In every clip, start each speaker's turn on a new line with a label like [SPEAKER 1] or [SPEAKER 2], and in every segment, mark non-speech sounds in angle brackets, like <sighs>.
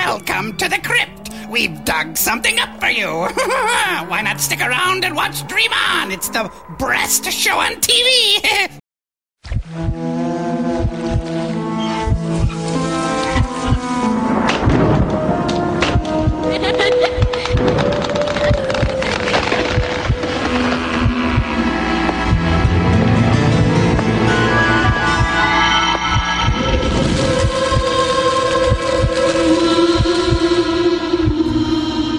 [SPEAKER 1] Welcome to the crypt. We've dug something up for you. <laughs> Why not stick around and watch Dream On? It's the breast show on <laughs> TV.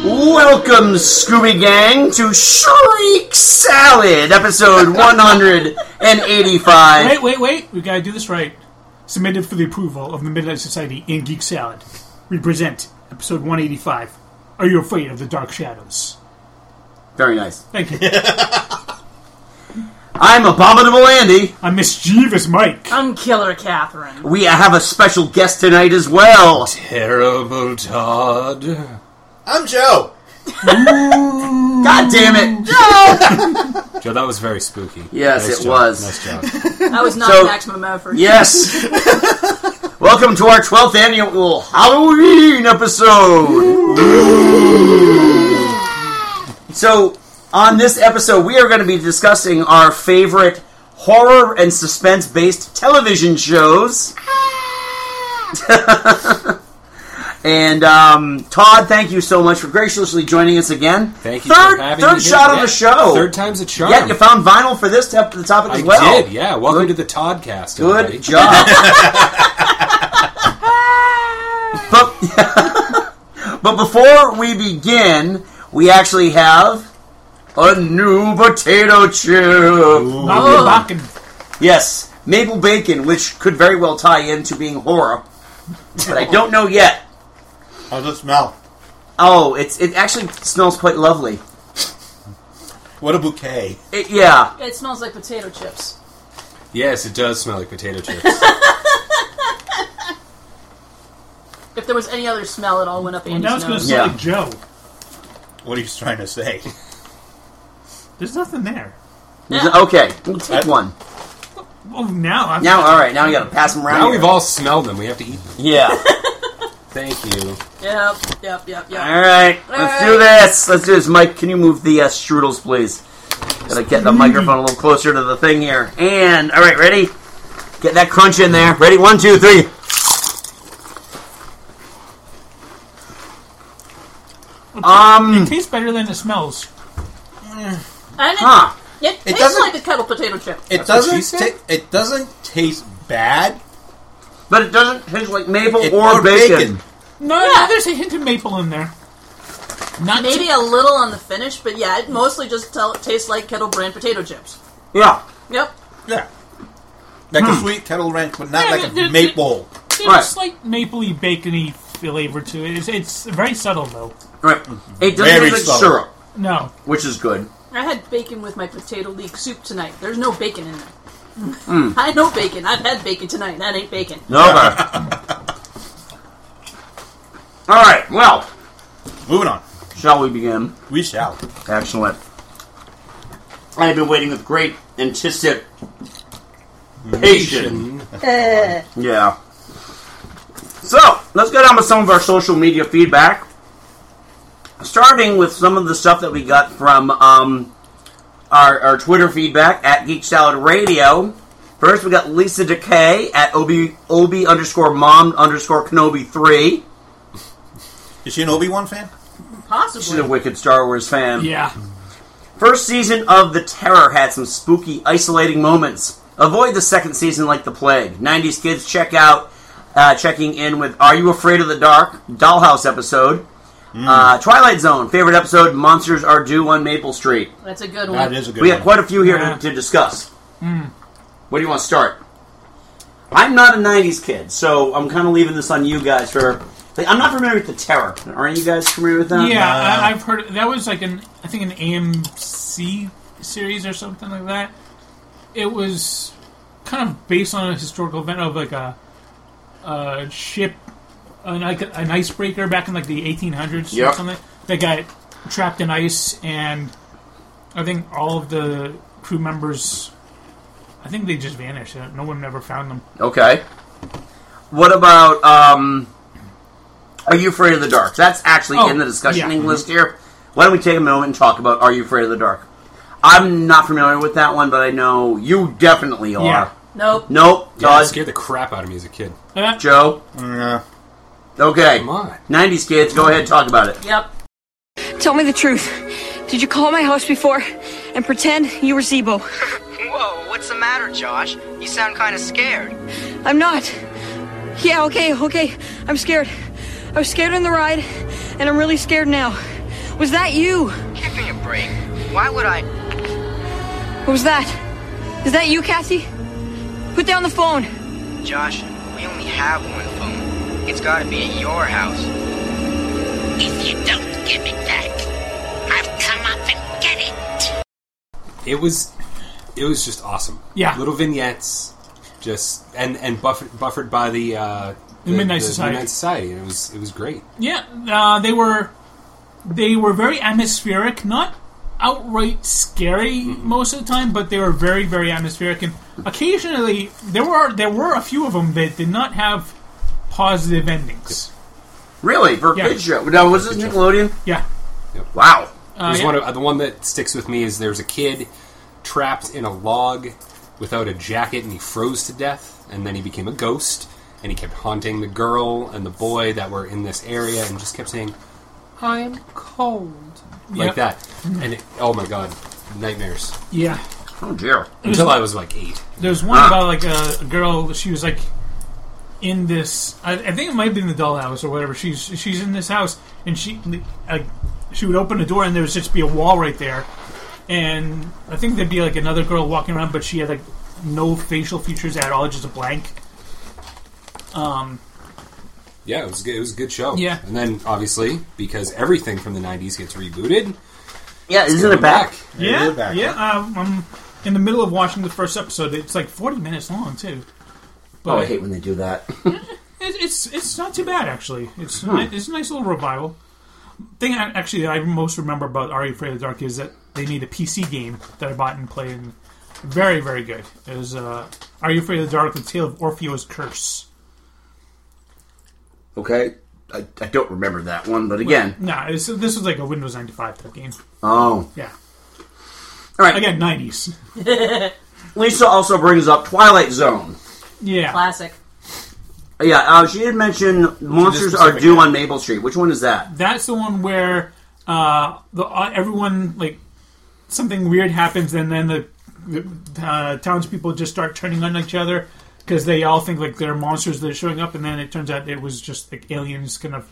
[SPEAKER 2] Welcome, Scooby Gang, to Shriek Salad,
[SPEAKER 3] <laughs>
[SPEAKER 2] episode 185.
[SPEAKER 3] Wait, wait, wait. We gotta do this right. Submitted for the approval of the Midnight Society in Geek Salad. We present episode 185. Are you afraid of the dark shadows?
[SPEAKER 2] Very nice.
[SPEAKER 3] Thank you.
[SPEAKER 2] I'm Abominable Andy.
[SPEAKER 3] I'm mischievous Mike.
[SPEAKER 4] I'm
[SPEAKER 2] <laughs>
[SPEAKER 4] Killer Catherine.
[SPEAKER 2] We have a special guest tonight as well.
[SPEAKER 5] Terrible Todd.
[SPEAKER 6] I'm Joe.
[SPEAKER 2] God damn it.
[SPEAKER 5] Joe, that was very spooky.
[SPEAKER 2] Yes, it
[SPEAKER 5] Nice job.
[SPEAKER 2] was.
[SPEAKER 5] Nice job.
[SPEAKER 4] I was not
[SPEAKER 2] So-
[SPEAKER 4] Max Momo for
[SPEAKER 5] <laughs>
[SPEAKER 2] Yes. Welcome to our 12th annual Halloween episode. so, on this episode, we are going to be discussing our favorite horror and suspense based television shows. <laughs> and um, Todd, thank you so much for graciously joining us again.
[SPEAKER 5] Thank you
[SPEAKER 2] Third,
[SPEAKER 5] for having
[SPEAKER 2] third
[SPEAKER 5] me. here.
[SPEAKER 2] shot on
[SPEAKER 5] Yeah.
[SPEAKER 2] the show.
[SPEAKER 5] Third time's a charm.
[SPEAKER 2] Yeah, you found vinyl for this top, the topic
[SPEAKER 5] I
[SPEAKER 2] as well.
[SPEAKER 5] did, yeah. Welcome to the Toddcast. everybody.
[SPEAKER 2] Good job.
[SPEAKER 5] <laughs>
[SPEAKER 2] but, <laughs> but before we begin, we actually have a new potato chip.
[SPEAKER 3] Bakken,
[SPEAKER 2] Yes, maple bacon, which could very well tie into being horror, but I don't know yet.
[SPEAKER 6] How's it smell?
[SPEAKER 2] Oh, it's it actually smells quite lovely.
[SPEAKER 6] What a bouquet.
[SPEAKER 2] It, yeah,
[SPEAKER 4] you. It smells like potato chips.
[SPEAKER 5] Yes, it does smell like
[SPEAKER 2] <laughs>
[SPEAKER 5] potato chips.
[SPEAKER 4] If there was any other smell, it all went up
[SPEAKER 3] And
[SPEAKER 4] Andy's
[SPEAKER 3] now it's gonna
[SPEAKER 4] nose.
[SPEAKER 2] Yeah.
[SPEAKER 3] sound like Joe.
[SPEAKER 6] What are you trying to say?
[SPEAKER 3] There's nothing there.
[SPEAKER 2] okay. We'll take one
[SPEAKER 3] Oh, now I'm.
[SPEAKER 2] now. All right, now you got to pass them around.
[SPEAKER 5] now
[SPEAKER 2] here.
[SPEAKER 5] we've all smelled them. We have to eat them. <laughs>
[SPEAKER 2] yeah.
[SPEAKER 5] Thank you.
[SPEAKER 4] Yep, yep, yep, yep.
[SPEAKER 2] All right, let's do this. Let's do this. Mike, can you move the uh, strudels, please? Gotta get the microphone a little closer to the thing here. And all right, ready? Get that crunch in there. Ready? One, two, three. Um,
[SPEAKER 3] It tastes better than it smells.
[SPEAKER 4] And it,
[SPEAKER 2] huh?
[SPEAKER 4] it, tastes
[SPEAKER 6] doesn't-
[SPEAKER 4] like a kettle potato chip.
[SPEAKER 6] It
[SPEAKER 5] That's what she
[SPEAKER 6] doesn't.
[SPEAKER 5] said?
[SPEAKER 6] Ta- it doesn't taste bad.
[SPEAKER 2] But it doesn't taste like maple
[SPEAKER 6] It-
[SPEAKER 2] or,
[SPEAKER 6] or
[SPEAKER 2] bacon.
[SPEAKER 6] bacon.
[SPEAKER 3] No,
[SPEAKER 4] Yeah.
[SPEAKER 3] no, there's a hint of maple in there. Not
[SPEAKER 4] Maybe
[SPEAKER 3] too-
[SPEAKER 4] a little on the finish, but yeah, it mostly just tell, tastes like kettle brand potato chips.
[SPEAKER 2] Yeah,
[SPEAKER 4] Yep.
[SPEAKER 6] Yeah. Like
[SPEAKER 2] Hmm.
[SPEAKER 6] a sweet kettle ranch, but not
[SPEAKER 3] Yeah,
[SPEAKER 6] like
[SPEAKER 3] it- it-
[SPEAKER 6] a maple.
[SPEAKER 3] there's a
[SPEAKER 2] right.
[SPEAKER 3] slight mapley bacony flavor to it. It's, it's very subtle though.
[SPEAKER 2] all right. It doesn't
[SPEAKER 6] Very
[SPEAKER 2] taste
[SPEAKER 6] subtle.
[SPEAKER 2] like syrup,
[SPEAKER 3] No,
[SPEAKER 2] which is good.
[SPEAKER 4] I had bacon with my potato leek soup tonight. There's no bacon in there. <laughs> I know bacon. I've had bacon tonight. That ain't bacon.
[SPEAKER 2] No. <laughs> Okay. all right. Well,
[SPEAKER 6] Moving on.
[SPEAKER 2] shall we begin?
[SPEAKER 6] We shall.
[SPEAKER 2] Excellent. I've been waiting with great anticipation. yeah. So, let's get on with some of our social media feedback. Starting with some of the stuff that we got from um, our, our Twitter feedback at Geek Salad Radio. First, we got Lisa Decay at OB, OB underscore mom underscore Kenobi 3.
[SPEAKER 6] Is she an Obi Wan fan?
[SPEAKER 2] She's a
[SPEAKER 4] Possibly.
[SPEAKER 2] wicked Star Wars fan.
[SPEAKER 3] yeah.
[SPEAKER 2] First season of The Terror had some spooky, isolating moments. Avoid the second season like the plague. 90s kids check out, uh, checking in with Are You Afraid of the Dark? Dollhouse episode.
[SPEAKER 6] Hmm.
[SPEAKER 2] Uh, Twilight Zone, favorite episode, Monsters Are Due on Maple Street.
[SPEAKER 4] That's a good one.
[SPEAKER 6] That is a good
[SPEAKER 2] We
[SPEAKER 6] one.
[SPEAKER 2] have quite a few here
[SPEAKER 3] Yeah. Hmm.
[SPEAKER 2] to, to discuss. What do you want to start? I'm not a 90s kid, so I'm kind of leaving this on you guys for. Like, I'm not familiar with The Terror. Aren't you guys familiar with that?
[SPEAKER 3] Yeah, I, I've heard that was like an I think an AMC series or something like that. It was kind of based on a historical event of like a, a ship, an, like an icebreaker back in like the 1800s
[SPEAKER 2] Yep.
[SPEAKER 3] or something. They got trapped in ice, and I think all of the crew members, I think they just vanished. No one ever found them.
[SPEAKER 2] Okay. What about um Are You Afraid of the Dark? That's actually
[SPEAKER 3] Oh,
[SPEAKER 2] in the discussion
[SPEAKER 3] yeah.
[SPEAKER 2] list here. Why don't we take a moment and talk about Are You Afraid of the Dark? I'm not familiar with that one, but I know you definitely are.
[SPEAKER 3] Yeah.
[SPEAKER 4] Nope.
[SPEAKER 2] Nope.
[SPEAKER 5] Yeah, it
[SPEAKER 2] Todd,
[SPEAKER 5] scared the crap out of me as a kid.
[SPEAKER 3] Uh,
[SPEAKER 2] Joe.
[SPEAKER 6] Yeah.
[SPEAKER 2] Okay.
[SPEAKER 5] Come on.
[SPEAKER 2] 90s kids, go ahead and talk about it.
[SPEAKER 4] Yep.
[SPEAKER 7] Tell me the truth. Did you call my house before and pretend you were
[SPEAKER 8] <laughs>
[SPEAKER 7] Zebo?
[SPEAKER 9] Whoa, what's the matter, Josh? You sound kind of scared.
[SPEAKER 7] I'm not. Yeah, okay, okay. I'm scared. I was scared on the ride, and I'm really scared now. Was that you?
[SPEAKER 9] Give me a break. Why would I?
[SPEAKER 7] What was that? Is that you, Cassie? Put down the phone.
[SPEAKER 9] Josh, we only have one phone. It's gotta be at your house.
[SPEAKER 10] If you don't give it back, I'll come up and get it.
[SPEAKER 5] It was, it was just awesome.
[SPEAKER 3] Yeah.
[SPEAKER 5] little vignettes, just and and buffered, buffered by the, uh, the
[SPEAKER 3] Midnight Society.
[SPEAKER 5] Midnight Society. It was it was great.
[SPEAKER 3] yeah, uh, they were they were very atmospheric, not outright scary most of the time, but they were very very atmospheric. And occasionally there were there were a few of them that did not have positive endings.
[SPEAKER 2] Really? For a
[SPEAKER 3] Yeah.
[SPEAKER 2] kid show? No, was this Nickelodeon?
[SPEAKER 3] Yeah.
[SPEAKER 2] Wow.
[SPEAKER 5] There's
[SPEAKER 3] yeah.
[SPEAKER 5] one of, the one that sticks with me is there's a kid trapped in a log without a jacket and he froze to death and then he became a ghost and he kept haunting the girl and the boy that were in this area and just kept saying I'm cold
[SPEAKER 3] Yep.
[SPEAKER 5] like that and it, oh my god nightmares
[SPEAKER 3] Yeah.
[SPEAKER 2] Oh, dear.
[SPEAKER 5] until I was like 8
[SPEAKER 3] There's one about like a, a girl. She was like in this. I, I think it might have been the dollhouse or whatever. She's she's in this house and she like she would open the door and there would just be a wall right there. And I think there'd be like another girl walking around, but she had like no facial features at all, just a blank.
[SPEAKER 5] yeah it was good, it was a good show
[SPEAKER 3] Yeah.
[SPEAKER 5] and then obviously because everything from the 90s gets rebooted
[SPEAKER 2] Yeah, isn't
[SPEAKER 5] going
[SPEAKER 2] it back?
[SPEAKER 3] Yeah,
[SPEAKER 6] they're back,
[SPEAKER 3] yeah. Um, I'm in the middle of watching the first episode. It's like 40 minutes long too.
[SPEAKER 2] Oh, I
[SPEAKER 3] But
[SPEAKER 2] hate when they do that.
[SPEAKER 3] It, it's it's not too bad actually. It's
[SPEAKER 2] Hmm.
[SPEAKER 3] it's a nice little revival. Thing I, actually that I most remember about Are You Afraid of the Dark is that they made a PC game that I bought and played. And very very good. It was uh, Are You Afraid of the Dark: The Tale of Orfeo's Curse.
[SPEAKER 2] Okay. I, I don't remember that one, but again.
[SPEAKER 3] Nah, it's, this was like a Windows ninety five type game.
[SPEAKER 2] Oh.
[SPEAKER 3] Yeah,
[SPEAKER 2] All right.
[SPEAKER 3] again nineties.
[SPEAKER 2] Lisa also brings up Twilight Zone.
[SPEAKER 3] Yeah,
[SPEAKER 4] Classic.
[SPEAKER 2] Yeah, uh, she did mention monsters are
[SPEAKER 5] specific
[SPEAKER 2] due
[SPEAKER 5] now.
[SPEAKER 2] on Maple Street. Which one is that?
[SPEAKER 3] that's the one where uh, the uh, everyone like something weird happens and then the, the uh, townspeople just start turning on each other because they all think like they're monsters that are showing up and then it turns out it was just like aliens kind of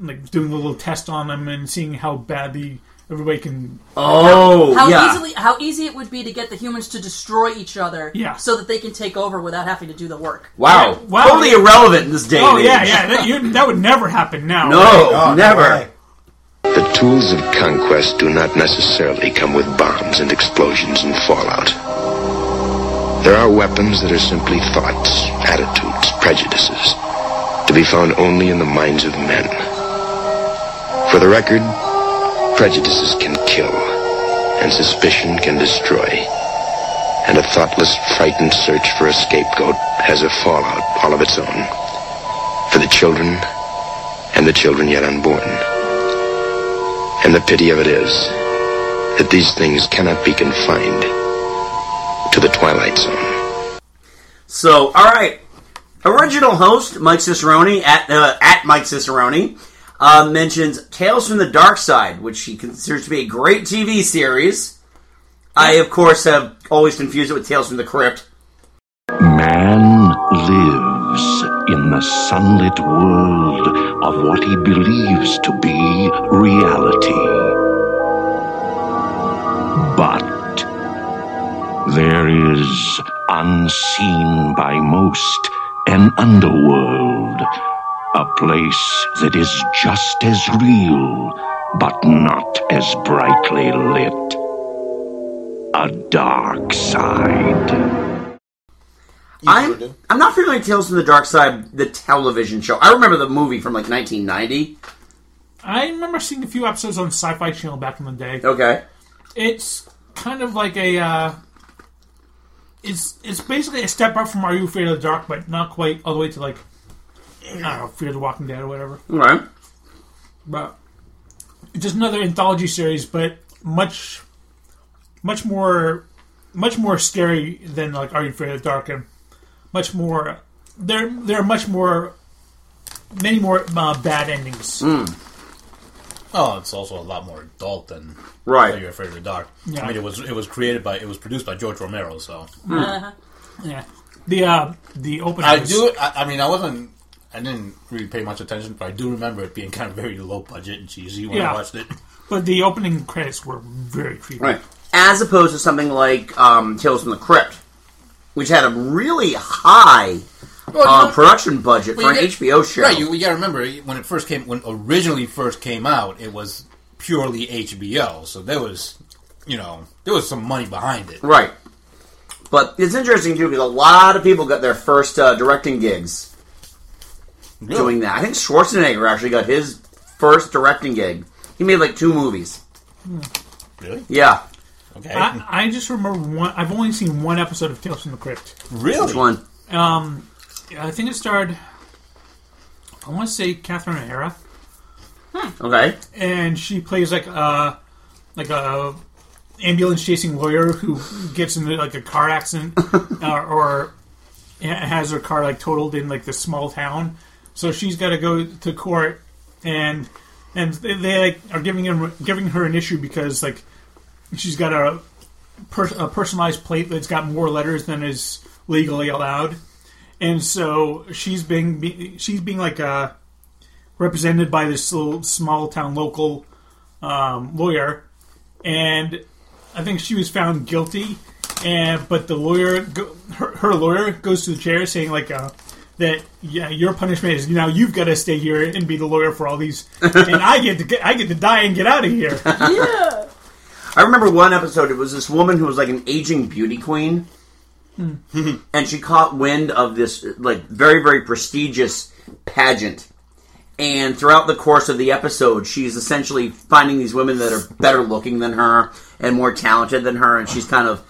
[SPEAKER 3] like doing a little test on them and seeing how badly everybody can
[SPEAKER 2] Oh,
[SPEAKER 4] How
[SPEAKER 2] yeah.
[SPEAKER 4] easily how easy it would be to get the humans to destroy each other
[SPEAKER 3] Yeah.
[SPEAKER 4] so that they can take over without having to do the work.
[SPEAKER 2] wow.
[SPEAKER 3] Yeah, wow.
[SPEAKER 2] Totally irrelevant in this day.
[SPEAKER 3] oh
[SPEAKER 2] and
[SPEAKER 3] yeah
[SPEAKER 2] age.
[SPEAKER 3] yeah that, you, that would never happen now
[SPEAKER 2] No,
[SPEAKER 6] Oh,
[SPEAKER 2] never.
[SPEAKER 6] no way.
[SPEAKER 11] The tools of conquest do not necessarily come with bombs and explosions and fallout. There are weapons that are simply thoughts, attitudes, prejudices, to be found only in the minds of men. For the record, prejudices can kill, and suspicion can destroy. And a thoughtless, frightened search for a scapegoat has a fallout all of its own. For the children, and the children yet unborn. And the pity of it is that these things cannot be confined to the Twilight Zone.
[SPEAKER 2] So, all right. Original host Mike Cicerone at uh, at Mike Cicerone uh, mentions Tales from the Dark Side, which he considers to be a great TV series. I, of course, have always confused it with Tales from the Crypt.
[SPEAKER 12] Man lives in the sunlit world of what he believes to be reality. But there is, unseen by most, an underworld. A place that is just as real, but not as brightly lit. A dark side.
[SPEAKER 6] sure
[SPEAKER 2] I'm,
[SPEAKER 6] do.
[SPEAKER 2] I'm not familiar with Tales from the Dark Side, the television show. I remember the movie from like 1990.
[SPEAKER 3] i remember seeing a few episodes on sci-fi channel back in the day
[SPEAKER 2] Okay.
[SPEAKER 3] it's kind of like a uh, it's it's basically a step up from Are You Afraid of the Dark, but not quite all the way to like I don't know, Fear the Walking Dead or whatever.
[SPEAKER 2] Right.
[SPEAKER 3] But it's just another anthology series, but much, much more, much more scary than like Are You Afraid of the Dark, and much more. There, there are much more, many more uh, bad endings.
[SPEAKER 8] Mm. Oh, it's also a lot more adult than
[SPEAKER 2] Right.
[SPEAKER 8] Are You Afraid of the Dark?
[SPEAKER 3] Yeah.
[SPEAKER 8] I mean, it was it was created by it was produced by George Romero, so
[SPEAKER 3] Yeah, the uh, the opening.
[SPEAKER 8] I
[SPEAKER 3] was-
[SPEAKER 8] do. I, I mean, I wasn't. I didn't really pay much attention, but I do remember it being kind of very low budget and cheesy when
[SPEAKER 3] Yeah.
[SPEAKER 8] I watched it.
[SPEAKER 3] But the opening credits were very creepy.
[SPEAKER 2] Right. As opposed to something like um, Tales from the Crypt, which had a really high
[SPEAKER 8] Well, you
[SPEAKER 2] uh,
[SPEAKER 8] know-
[SPEAKER 2] production budget
[SPEAKER 8] Well,
[SPEAKER 2] for
[SPEAKER 8] you
[SPEAKER 2] an
[SPEAKER 8] get-
[SPEAKER 2] HBO show.
[SPEAKER 8] Right, you, you gotta remember when it first came, when originally first came out, it was purely HBO, so there was, you know, there was some money behind it.
[SPEAKER 2] Right. But it's interesting too because a lot of people got their first uh, directing gigs doing that. I think Schwarzenegger actually got his first directing gig. He made like two movies.
[SPEAKER 3] Hmm.
[SPEAKER 8] Really?
[SPEAKER 2] Yeah.
[SPEAKER 8] Okay.
[SPEAKER 3] I, I just remember one. I've only seen one episode of Tales from the Crypt.
[SPEAKER 8] Really?
[SPEAKER 2] Which one?
[SPEAKER 3] Um, yeah, I think it starred. I want to say Catherine O'Hara,
[SPEAKER 2] Okay.
[SPEAKER 3] and she plays like a like a ambulance chasing lawyer who gets into like a car accident uh, or ha- has her car like totaled in like this small town. So she's got to go to court, and and they, they like are giving him giving her an issue because like she's got a per- a personalized plate that's got more letters than is legally allowed, and so she's being be- she's being like uh, represented by this little small town local um, lawyer, and I think she was found guilty. And but the lawyer, go, her, her lawyer, goes to the chair saying like. Uh, that yeah, your punishment is now you've got to stay here and be the lawyer for all these, and I get to get, I get to die and get out of here.
[SPEAKER 2] I remember one episode. It was this woman who was like an aging beauty queen, and she caught wind of this like very very prestigious pageant. And throughout the course of the episode, she's essentially finding these women that are better looking than her and more talented than her, and she's kind of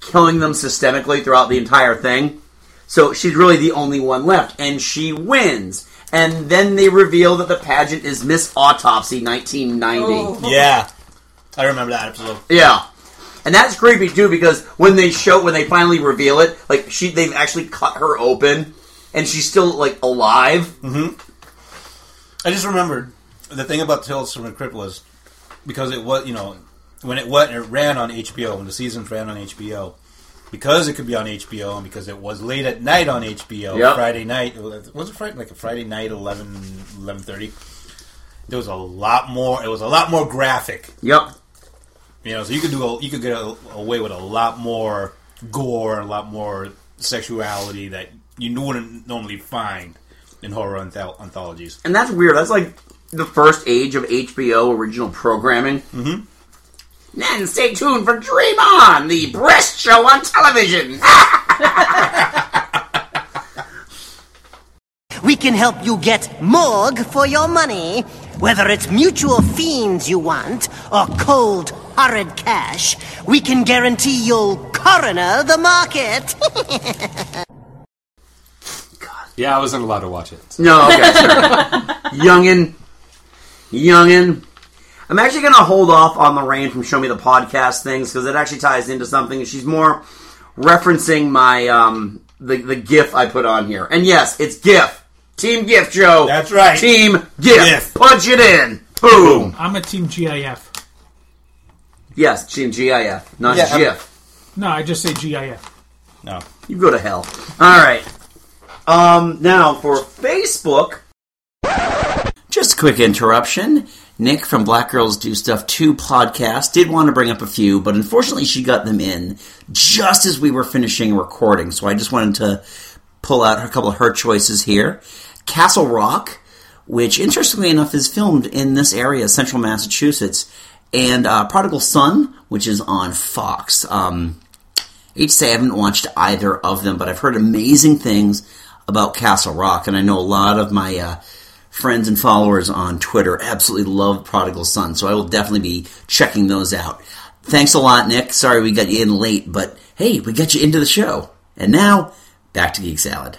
[SPEAKER 2] killing them systemically throughout the entire thing. So she's really the only one left, and she wins. And then they reveal that the pageant is Miss Autopsy 1990.
[SPEAKER 8] Oh. Yeah. I remember that episode.
[SPEAKER 2] Yeah. And that's creepy too because when they show when they finally reveal it, like she they've actually cut her open and she's still like alive.
[SPEAKER 8] Mm-hmm. I just remembered the thing about Tales from the Crypt was because it was you know when it went it ran on HBO when the seasons ran on HBO because it could be on HBO and because it was late at night on HBO
[SPEAKER 2] Yep.
[SPEAKER 8] Friday night uh, was it Friday like a Friday night 11 11:30 there was a lot more it was a lot more graphic
[SPEAKER 2] Yep.
[SPEAKER 8] you know so you could do a, you could get a, away with a lot more gore and a lot more sexuality that you wouldn't normally find in horror anthol- anthologies
[SPEAKER 2] And that's weird. That's like the first age of HBO original programming. Mm-hmm. Then stay tuned for Dream On, the breast show on television. <laughs>
[SPEAKER 13] We can help you get morgue for your money. Whether it's mutual fiends you want or cold, horrid cash, we can guarantee you'll coroner the market.
[SPEAKER 5] Yeah, I wasn't allowed to watch it.
[SPEAKER 2] No, okay, sure. Youngin. Youngin. I'm actually going to hold off on the rain from Show Me the Podcast things because it actually ties into something. She's more referencing my um the, the GIF I put on here. And yes, it's GIF. Team GIF, Joe. That's
[SPEAKER 8] right.
[SPEAKER 2] Team GIF.
[SPEAKER 3] GIF.
[SPEAKER 2] Punch it in. Boom.
[SPEAKER 3] I'm a team GIF.
[SPEAKER 2] Yes, Team GIF, not
[SPEAKER 3] Yeah, I'm-
[SPEAKER 2] GIF.
[SPEAKER 3] No, I just say GIF.
[SPEAKER 8] No.
[SPEAKER 2] You go to hell. All right. Um, now for Facebook. Just a quick interruption. Nick from Black Girls Do Stuff 2 podcast did want to bring up a few, but unfortunately she got them in just as we were finishing recording. So I just wanted to pull out a couple of her choices here. Castle Rock, which interestingly enough is filmed in this area, central Massachusetts, and uh, Prodigal Son, which is on Fox. Um, Hate to say I haven't watched either of them, but I've heard amazing things about Castle Rock, and I know a lot of my uh, friends and followers on Twitter absolutely love Prodigal Son, so I will definitely be checking those out. Thanks a lot, Nick. Sorry we got you in late, but hey, we got you into the show. And now, back to Geek Salad.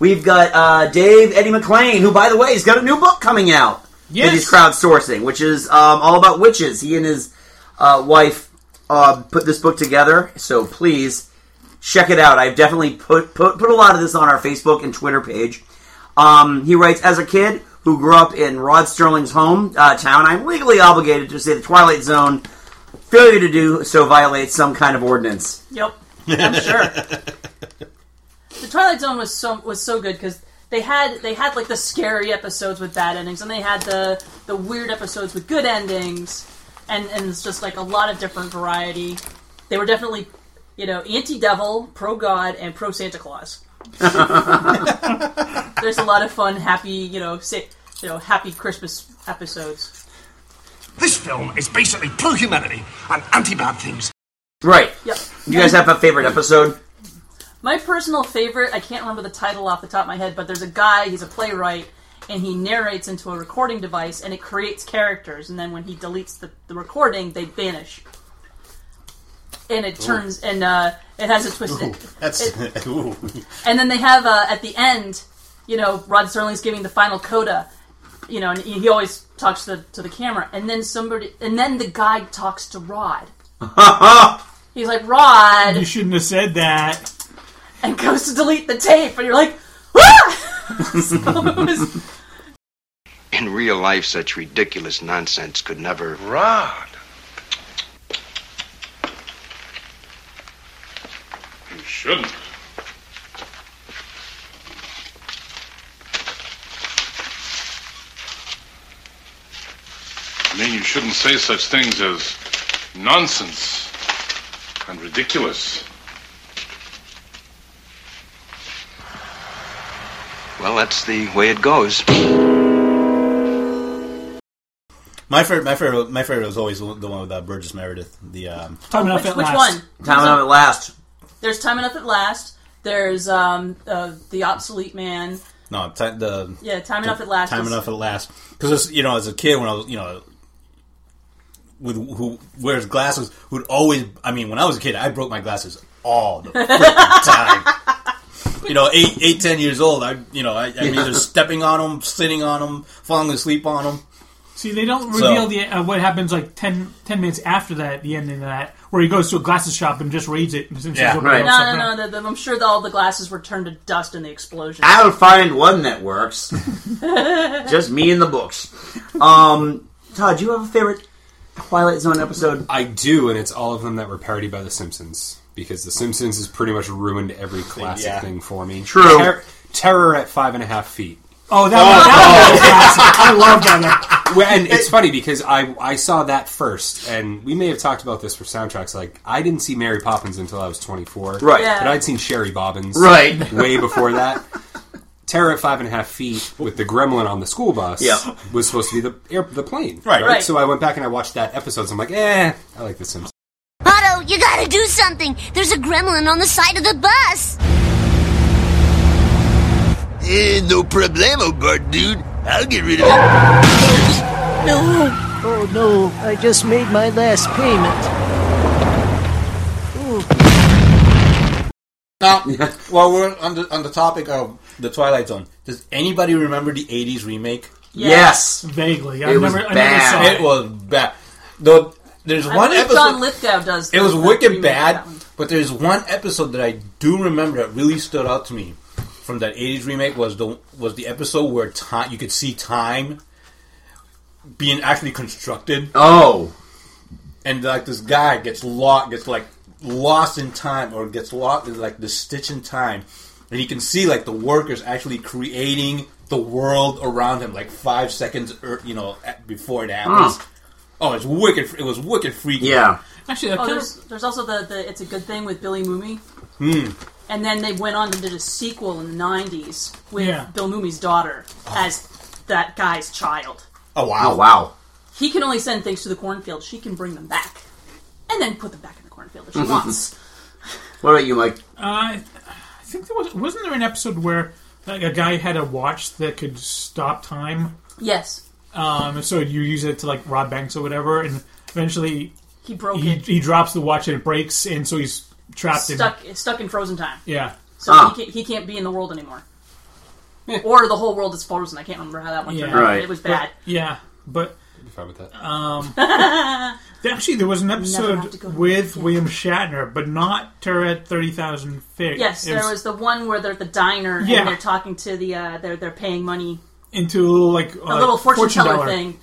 [SPEAKER 2] We've got uh, Dave Eddie McLean, who, by the way, has got a new book coming out that
[SPEAKER 14] Yes.
[SPEAKER 2] he's crowdsourcing, which is um, all about witches. He and his uh, wife uh, put this book together, so please check it out. I've definitely put, put put a lot of this on our Facebook and Twitter page. Um, he writes, as a kid who grew up in Rod Sterling's home uh, town, I'm legally obligated to say the Twilight Zone. Failure to do so violates some kind of ordinance.
[SPEAKER 4] Yep. I'm sure. The Twilight Zone was so was so good because they had they had like the scary episodes with bad endings, and they had the the weird episodes with good endings, and and it's just like a lot of different variety. They were definitely, you know, anti devil, pro God, and pro Santa Claus. There's a lot of fun, happy, you know, say, you know, happy Christmas episodes.
[SPEAKER 15] This film is basically pro humanity and anti bad things.
[SPEAKER 2] Right.
[SPEAKER 4] Yep.
[SPEAKER 2] You guys have a favorite episode?
[SPEAKER 4] My personal favorite, I can't remember the title off the top of my head, but there's a guy, he's a playwright, and he narrates into a recording device and it creates characters, and then when he deletes the, the recording, they vanish. And it
[SPEAKER 8] Ooh.
[SPEAKER 4] turns and uh, it has a twist.
[SPEAKER 8] Ooh, that's
[SPEAKER 4] it-
[SPEAKER 8] <laughs> ooh.
[SPEAKER 4] and then they have uh, at the end, you know, Rod Sterling's giving the final coda, you know, and he he always talks to the, to the camera, and then somebody, and then the guy talks to
[SPEAKER 8] <laughs>
[SPEAKER 4] Rod. He's like, Rod,
[SPEAKER 3] You shouldn't have said that.
[SPEAKER 4] and goes to delete the tape, and you're like, "Ah!" <laughs>
[SPEAKER 11] In real life, such ridiculous nonsense could never.
[SPEAKER 15] Rod. You shouldn't.
[SPEAKER 16] I mean, you shouldn't say such things as nonsense and ridiculous.
[SPEAKER 11] Well, that's the way it goes.
[SPEAKER 8] My favorite, my favorite, my favorite was always the one with uh, Burgess Meredith. The um,
[SPEAKER 4] Time Enough Oh, Which- at which Last. one?
[SPEAKER 8] Time enough at last.
[SPEAKER 4] There's time enough at last. There's um, uh, the obsolete man.
[SPEAKER 8] No, ti- the
[SPEAKER 4] Yeah, Time Enough at Last
[SPEAKER 8] Time
[SPEAKER 4] is-
[SPEAKER 8] enough at last. Because you know, as a kid, when I was you know, with who wears glasses, who'd always. I mean, when I was a kid, I broke my glasses all the frickin'
[SPEAKER 4] <laughs>
[SPEAKER 8] time. You know, eight, eight, ten years old. I, you know, I, I'm either stepping on them, sitting on them, falling asleep on them.
[SPEAKER 3] See, they don't
[SPEAKER 8] So-
[SPEAKER 3] reveal the uh, what happens like 10, 10 minutes after that, the ending of that, where he goes to a glasses shop and just raids it. And
[SPEAKER 2] Yeah, right.
[SPEAKER 4] No, no, no. The, the, I'm sure that all the glasses were turned to dust in the explosion.
[SPEAKER 2] I'll find one that
[SPEAKER 4] <laughs>
[SPEAKER 2] works. Just me and the books. Um, Todd, do you have a favorite Twilight Zone episode?
[SPEAKER 5] I do, and it's all of them that were parodied by The Simpsons because The Simpsons has pretty much ruined every classic
[SPEAKER 3] Yeah.
[SPEAKER 5] thing for me.
[SPEAKER 3] True.
[SPEAKER 5] Ter- terror at five and a half feet.
[SPEAKER 3] Oh, that was- that was a classic. I love that.
[SPEAKER 5] Well, and it's funny because I I saw that first, and we may have talked about this for soundtracks. Like I didn't see Mary Poppins until I was twenty four,
[SPEAKER 2] Right. Yeah.
[SPEAKER 5] But I'd seen Sherry Bobbins,
[SPEAKER 2] Right.
[SPEAKER 5] <laughs> way before that. Terror at five and a half feet with the gremlin on the school bus
[SPEAKER 2] Yeah.
[SPEAKER 5] was supposed to be the air, the plane,
[SPEAKER 2] Right. Right.
[SPEAKER 5] So I went back and I watched that episode. So I'm like, eh, I like The Simpsons.
[SPEAKER 17] Otto, you gotta do something. There's a gremlin on the side of the bus.
[SPEAKER 10] Eh, no problemo, Bart, dude. I'll get rid of it.
[SPEAKER 18] No! Oh no, I just made my last payment.
[SPEAKER 8] <laughs> Now, while we're on the, on the topic of the Twilight Zone, does anybody remember the '80s remake?
[SPEAKER 3] Yes. Yes. Vaguely. I It was never- I never bad. saw it.
[SPEAKER 8] It was bad. Though there's
[SPEAKER 4] I
[SPEAKER 8] one
[SPEAKER 4] believe
[SPEAKER 8] episode.
[SPEAKER 4] John Lithgow does.
[SPEAKER 8] It
[SPEAKER 4] the-
[SPEAKER 8] was
[SPEAKER 4] the
[SPEAKER 8] wicked
[SPEAKER 4] remake of
[SPEAKER 8] bad,
[SPEAKER 4] that one.
[SPEAKER 8] but there's one episode that I do remember that really stood out to me from that '80s remake was the was the episode where time you could see time being actually constructed.
[SPEAKER 2] Oh,
[SPEAKER 8] and like this guy gets lost, gets like lost in time, or gets lost in like the stitch in time, and you can see like the workers actually creating the world around him, like five seconds, er, you know, at- before it happens.
[SPEAKER 2] Huh.
[SPEAKER 8] Oh, it's wicked! It was wicked freaky.
[SPEAKER 2] Yeah.
[SPEAKER 3] Actually,
[SPEAKER 4] Oh, there's, there's also the, the It's a Good Thing with Billy Mooney.
[SPEAKER 8] Hmm.
[SPEAKER 4] And then they went on and did a sequel in the 90s with
[SPEAKER 8] Yeah.
[SPEAKER 4] Bill Mooney's daughter as that guy's child.
[SPEAKER 8] Oh wow!
[SPEAKER 2] Oh, wow!
[SPEAKER 4] He can only send things to the cornfield. She can bring them back. And then put them back in the cornfield
[SPEAKER 2] Mm-hmm.
[SPEAKER 4] if she wants.
[SPEAKER 2] What about you, Mike?
[SPEAKER 3] Uh, I think there was wasn't there an episode where like a guy had a watch that could stop time.
[SPEAKER 4] Yes.
[SPEAKER 3] Um, and so you use it to like rob banks or whatever, and eventually
[SPEAKER 4] He broke
[SPEAKER 3] he,
[SPEAKER 4] it.
[SPEAKER 3] he drops the watch and it breaks, and so he's trapped in.
[SPEAKER 4] Stuck, stuck in frozen time.
[SPEAKER 3] Yeah.
[SPEAKER 4] So
[SPEAKER 3] Ah.
[SPEAKER 4] he, can't, he can't be in the world anymore. or the whole world is frozen. I can't remember how that one turned
[SPEAKER 3] Yeah,
[SPEAKER 4] out. but It was bad.
[SPEAKER 3] But- yeah, but
[SPEAKER 5] fine with that.
[SPEAKER 3] Um, actually, there was an episode with William Shatner, but not Terra Thirty Thousand Feet.
[SPEAKER 4] yes,
[SPEAKER 3] It
[SPEAKER 4] there was the one where they're at the diner
[SPEAKER 3] Yeah.
[SPEAKER 4] and they're talking to the uh, they're they're paying money
[SPEAKER 3] into a little like uh,
[SPEAKER 4] a little fortune, teller, thing,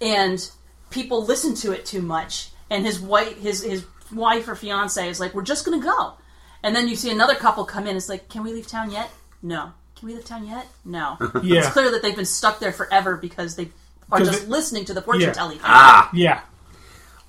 [SPEAKER 4] and people listen to it too much. And his wife, his his wife or fiance is like, "We're just gonna go," and then you see another couple come in. It's like, "Can we leave town yet?" No. Can we leave town yet?
[SPEAKER 2] <laughs>
[SPEAKER 4] No.
[SPEAKER 3] Yeah.
[SPEAKER 4] It's clear that they've been stuck there forever because they are
[SPEAKER 3] 'Cause
[SPEAKER 4] just
[SPEAKER 3] it-
[SPEAKER 4] listening to the fortune
[SPEAKER 3] yeah.
[SPEAKER 4] telling.
[SPEAKER 2] Ah.
[SPEAKER 3] Yeah.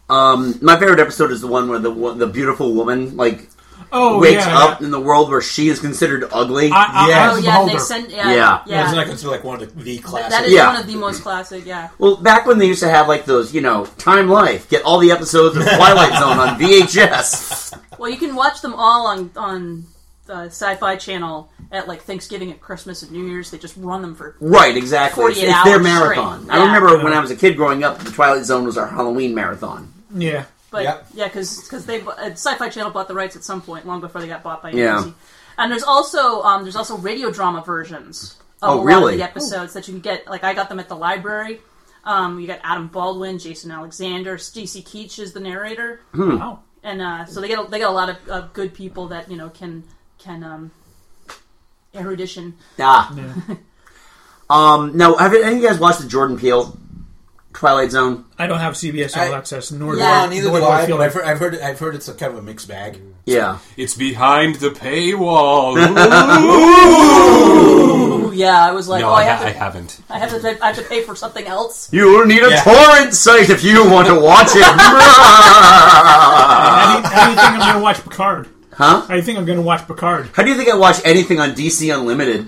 [SPEAKER 2] Um, my favorite episode is the one where the wo- the beautiful woman like
[SPEAKER 3] Oh,
[SPEAKER 2] wakes
[SPEAKER 3] yeah.
[SPEAKER 2] up in the world where she is considered ugly.
[SPEAKER 3] I- I- Yes. I was Oh, yeah,
[SPEAKER 4] and they send- yeah, yeah.
[SPEAKER 8] it's not considered like one of the, the classic.
[SPEAKER 4] That is
[SPEAKER 2] Yeah.
[SPEAKER 4] one of the most classic. Yeah.
[SPEAKER 2] Well, back when they used to have like those, you know, Time Life, get all the episodes of Twilight Zone on VHS.
[SPEAKER 4] Well, you can watch them all on on uh, Sci-Fi Channel at like Thanksgiving and Christmas and New Year's. They just run them for
[SPEAKER 2] Right, exactly. It's,
[SPEAKER 4] 48
[SPEAKER 2] it's their
[SPEAKER 4] hours
[SPEAKER 2] marathon.
[SPEAKER 4] straight.
[SPEAKER 2] I
[SPEAKER 4] Yeah.
[SPEAKER 2] remember when I was a kid growing up, the Twilight Zone was our Halloween marathon.
[SPEAKER 3] Yeah.
[SPEAKER 4] But
[SPEAKER 2] Yep.
[SPEAKER 4] yeah, because they bu- uh, Sci-Fi Channel bought the rights at some point long before they got bought by
[SPEAKER 2] Yeah.
[SPEAKER 4] NBC. And there's also um, there's also radio drama versions of
[SPEAKER 2] Oh,
[SPEAKER 4] a lot
[SPEAKER 2] really?
[SPEAKER 4] of the episodes that you can get. Like I got them at the library. Um, you got Adam Baldwin, Jason Alexander, Stacey Keach is the narrator.
[SPEAKER 2] Hmm.
[SPEAKER 3] Wow.
[SPEAKER 4] And uh, so they get a, they get a lot of, of good people that you know can can um, erudition.
[SPEAKER 2] Ah. <laughs> Um, now, have any of you guys watched the Jordan Peele Twilight Zone?
[SPEAKER 3] I don't have CBS All Access, nor do
[SPEAKER 8] yeah,
[SPEAKER 3] I.
[SPEAKER 8] neither
[SPEAKER 3] nor
[SPEAKER 8] do
[SPEAKER 3] do
[SPEAKER 8] I.
[SPEAKER 3] feel
[SPEAKER 8] but
[SPEAKER 3] like
[SPEAKER 8] I've heard, I've heard, I've heard it's a kind of a mixed bag.
[SPEAKER 2] Yeah.
[SPEAKER 5] It's behind
[SPEAKER 2] <laughs>
[SPEAKER 5] the paywall.
[SPEAKER 4] Ooh, yeah, I was like,
[SPEAKER 5] No,
[SPEAKER 4] oh,
[SPEAKER 5] I
[SPEAKER 4] I, have
[SPEAKER 5] ha-
[SPEAKER 4] to,
[SPEAKER 5] I haven't.
[SPEAKER 4] I have to, pay, I have to pay for something else.
[SPEAKER 2] You'll need a
[SPEAKER 4] Yeah.
[SPEAKER 2] torrent site if you want to watch it.
[SPEAKER 3] How do you- how do you think I'm going to watch Picard?
[SPEAKER 2] Huh?
[SPEAKER 3] I think I'm going to watch Picard.
[SPEAKER 2] <laughs> How do you think I watch anything on DC Unlimited?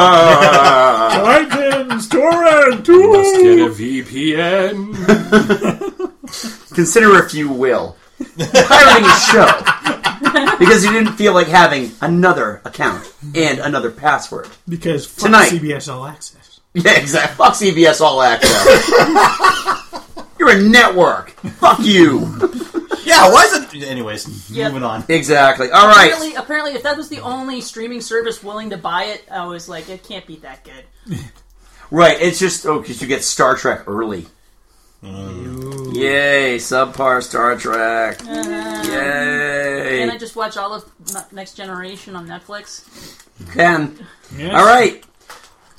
[SPEAKER 2] Right.
[SPEAKER 3] Titans, torrent.
[SPEAKER 5] Must get a VPN.
[SPEAKER 2] <laughs> Consider if you will pirating a show because you didn't feel like having another account and another password.
[SPEAKER 3] Because fuck
[SPEAKER 2] Tonight.
[SPEAKER 3] CBS All Access.
[SPEAKER 2] Yeah, exactly. Fuck CBS All <laughs> Access. You're a network. Fuck you.
[SPEAKER 8] <laughs> Yeah, why is it? Anyways,
[SPEAKER 4] Yeah.
[SPEAKER 8] moving on.
[SPEAKER 2] Exactly. All right.
[SPEAKER 4] Apparently, apparently, if that was the only streaming service willing to buy it, I was like, it can't be that good.
[SPEAKER 2] Right, it's just oh, because you get Star Trek early. Yay, subpar Star Trek. Yay.
[SPEAKER 4] Can I just watch all of N- Next Generation on Netflix?
[SPEAKER 2] Can.
[SPEAKER 4] Yes.
[SPEAKER 2] All right.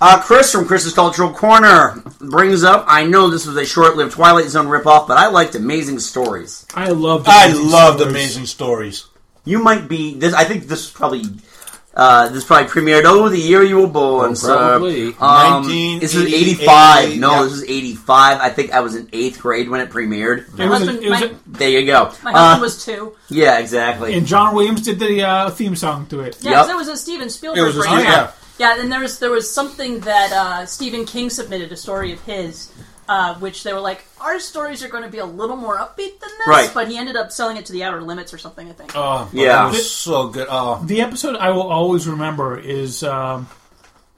[SPEAKER 2] Uh, Chris from Chris's Cultural Corner brings up I know this was a short lived Twilight Zone ripoff, but I liked amazing stories.
[SPEAKER 3] I loved.
[SPEAKER 8] I loved amazing stories.
[SPEAKER 2] You might be this. I think this is probably uh, this probably premiered. Oh, the year you were born, sir.
[SPEAKER 5] probably.
[SPEAKER 2] Um, this is
[SPEAKER 8] 1980,
[SPEAKER 2] eighty-five. No,
[SPEAKER 8] yeah.
[SPEAKER 2] this is eighty-five. I think I was in eighth grade when it premiered.
[SPEAKER 3] My It was- husband- it was- my-
[SPEAKER 2] there you go.
[SPEAKER 4] My husband
[SPEAKER 2] Uh,
[SPEAKER 4] was two.
[SPEAKER 2] Yeah, exactly.
[SPEAKER 3] And John Williams did the uh, theme song to it.
[SPEAKER 4] Yeah, 'cause it was a Steven Spielberg.
[SPEAKER 3] It was a
[SPEAKER 4] brain
[SPEAKER 3] Steven-
[SPEAKER 4] pop. yeah. and there was there was something that uh, Stephen King submitted a story of his, uh, which they were like, our stories are going to be a little more upbeat than this,
[SPEAKER 8] Right.
[SPEAKER 4] but he ended up selling it to the Outer Limits or something, I think.
[SPEAKER 8] Oh,
[SPEAKER 2] Yeah.
[SPEAKER 8] yeah, it was so good. Oh,
[SPEAKER 3] The episode I will always remember is um,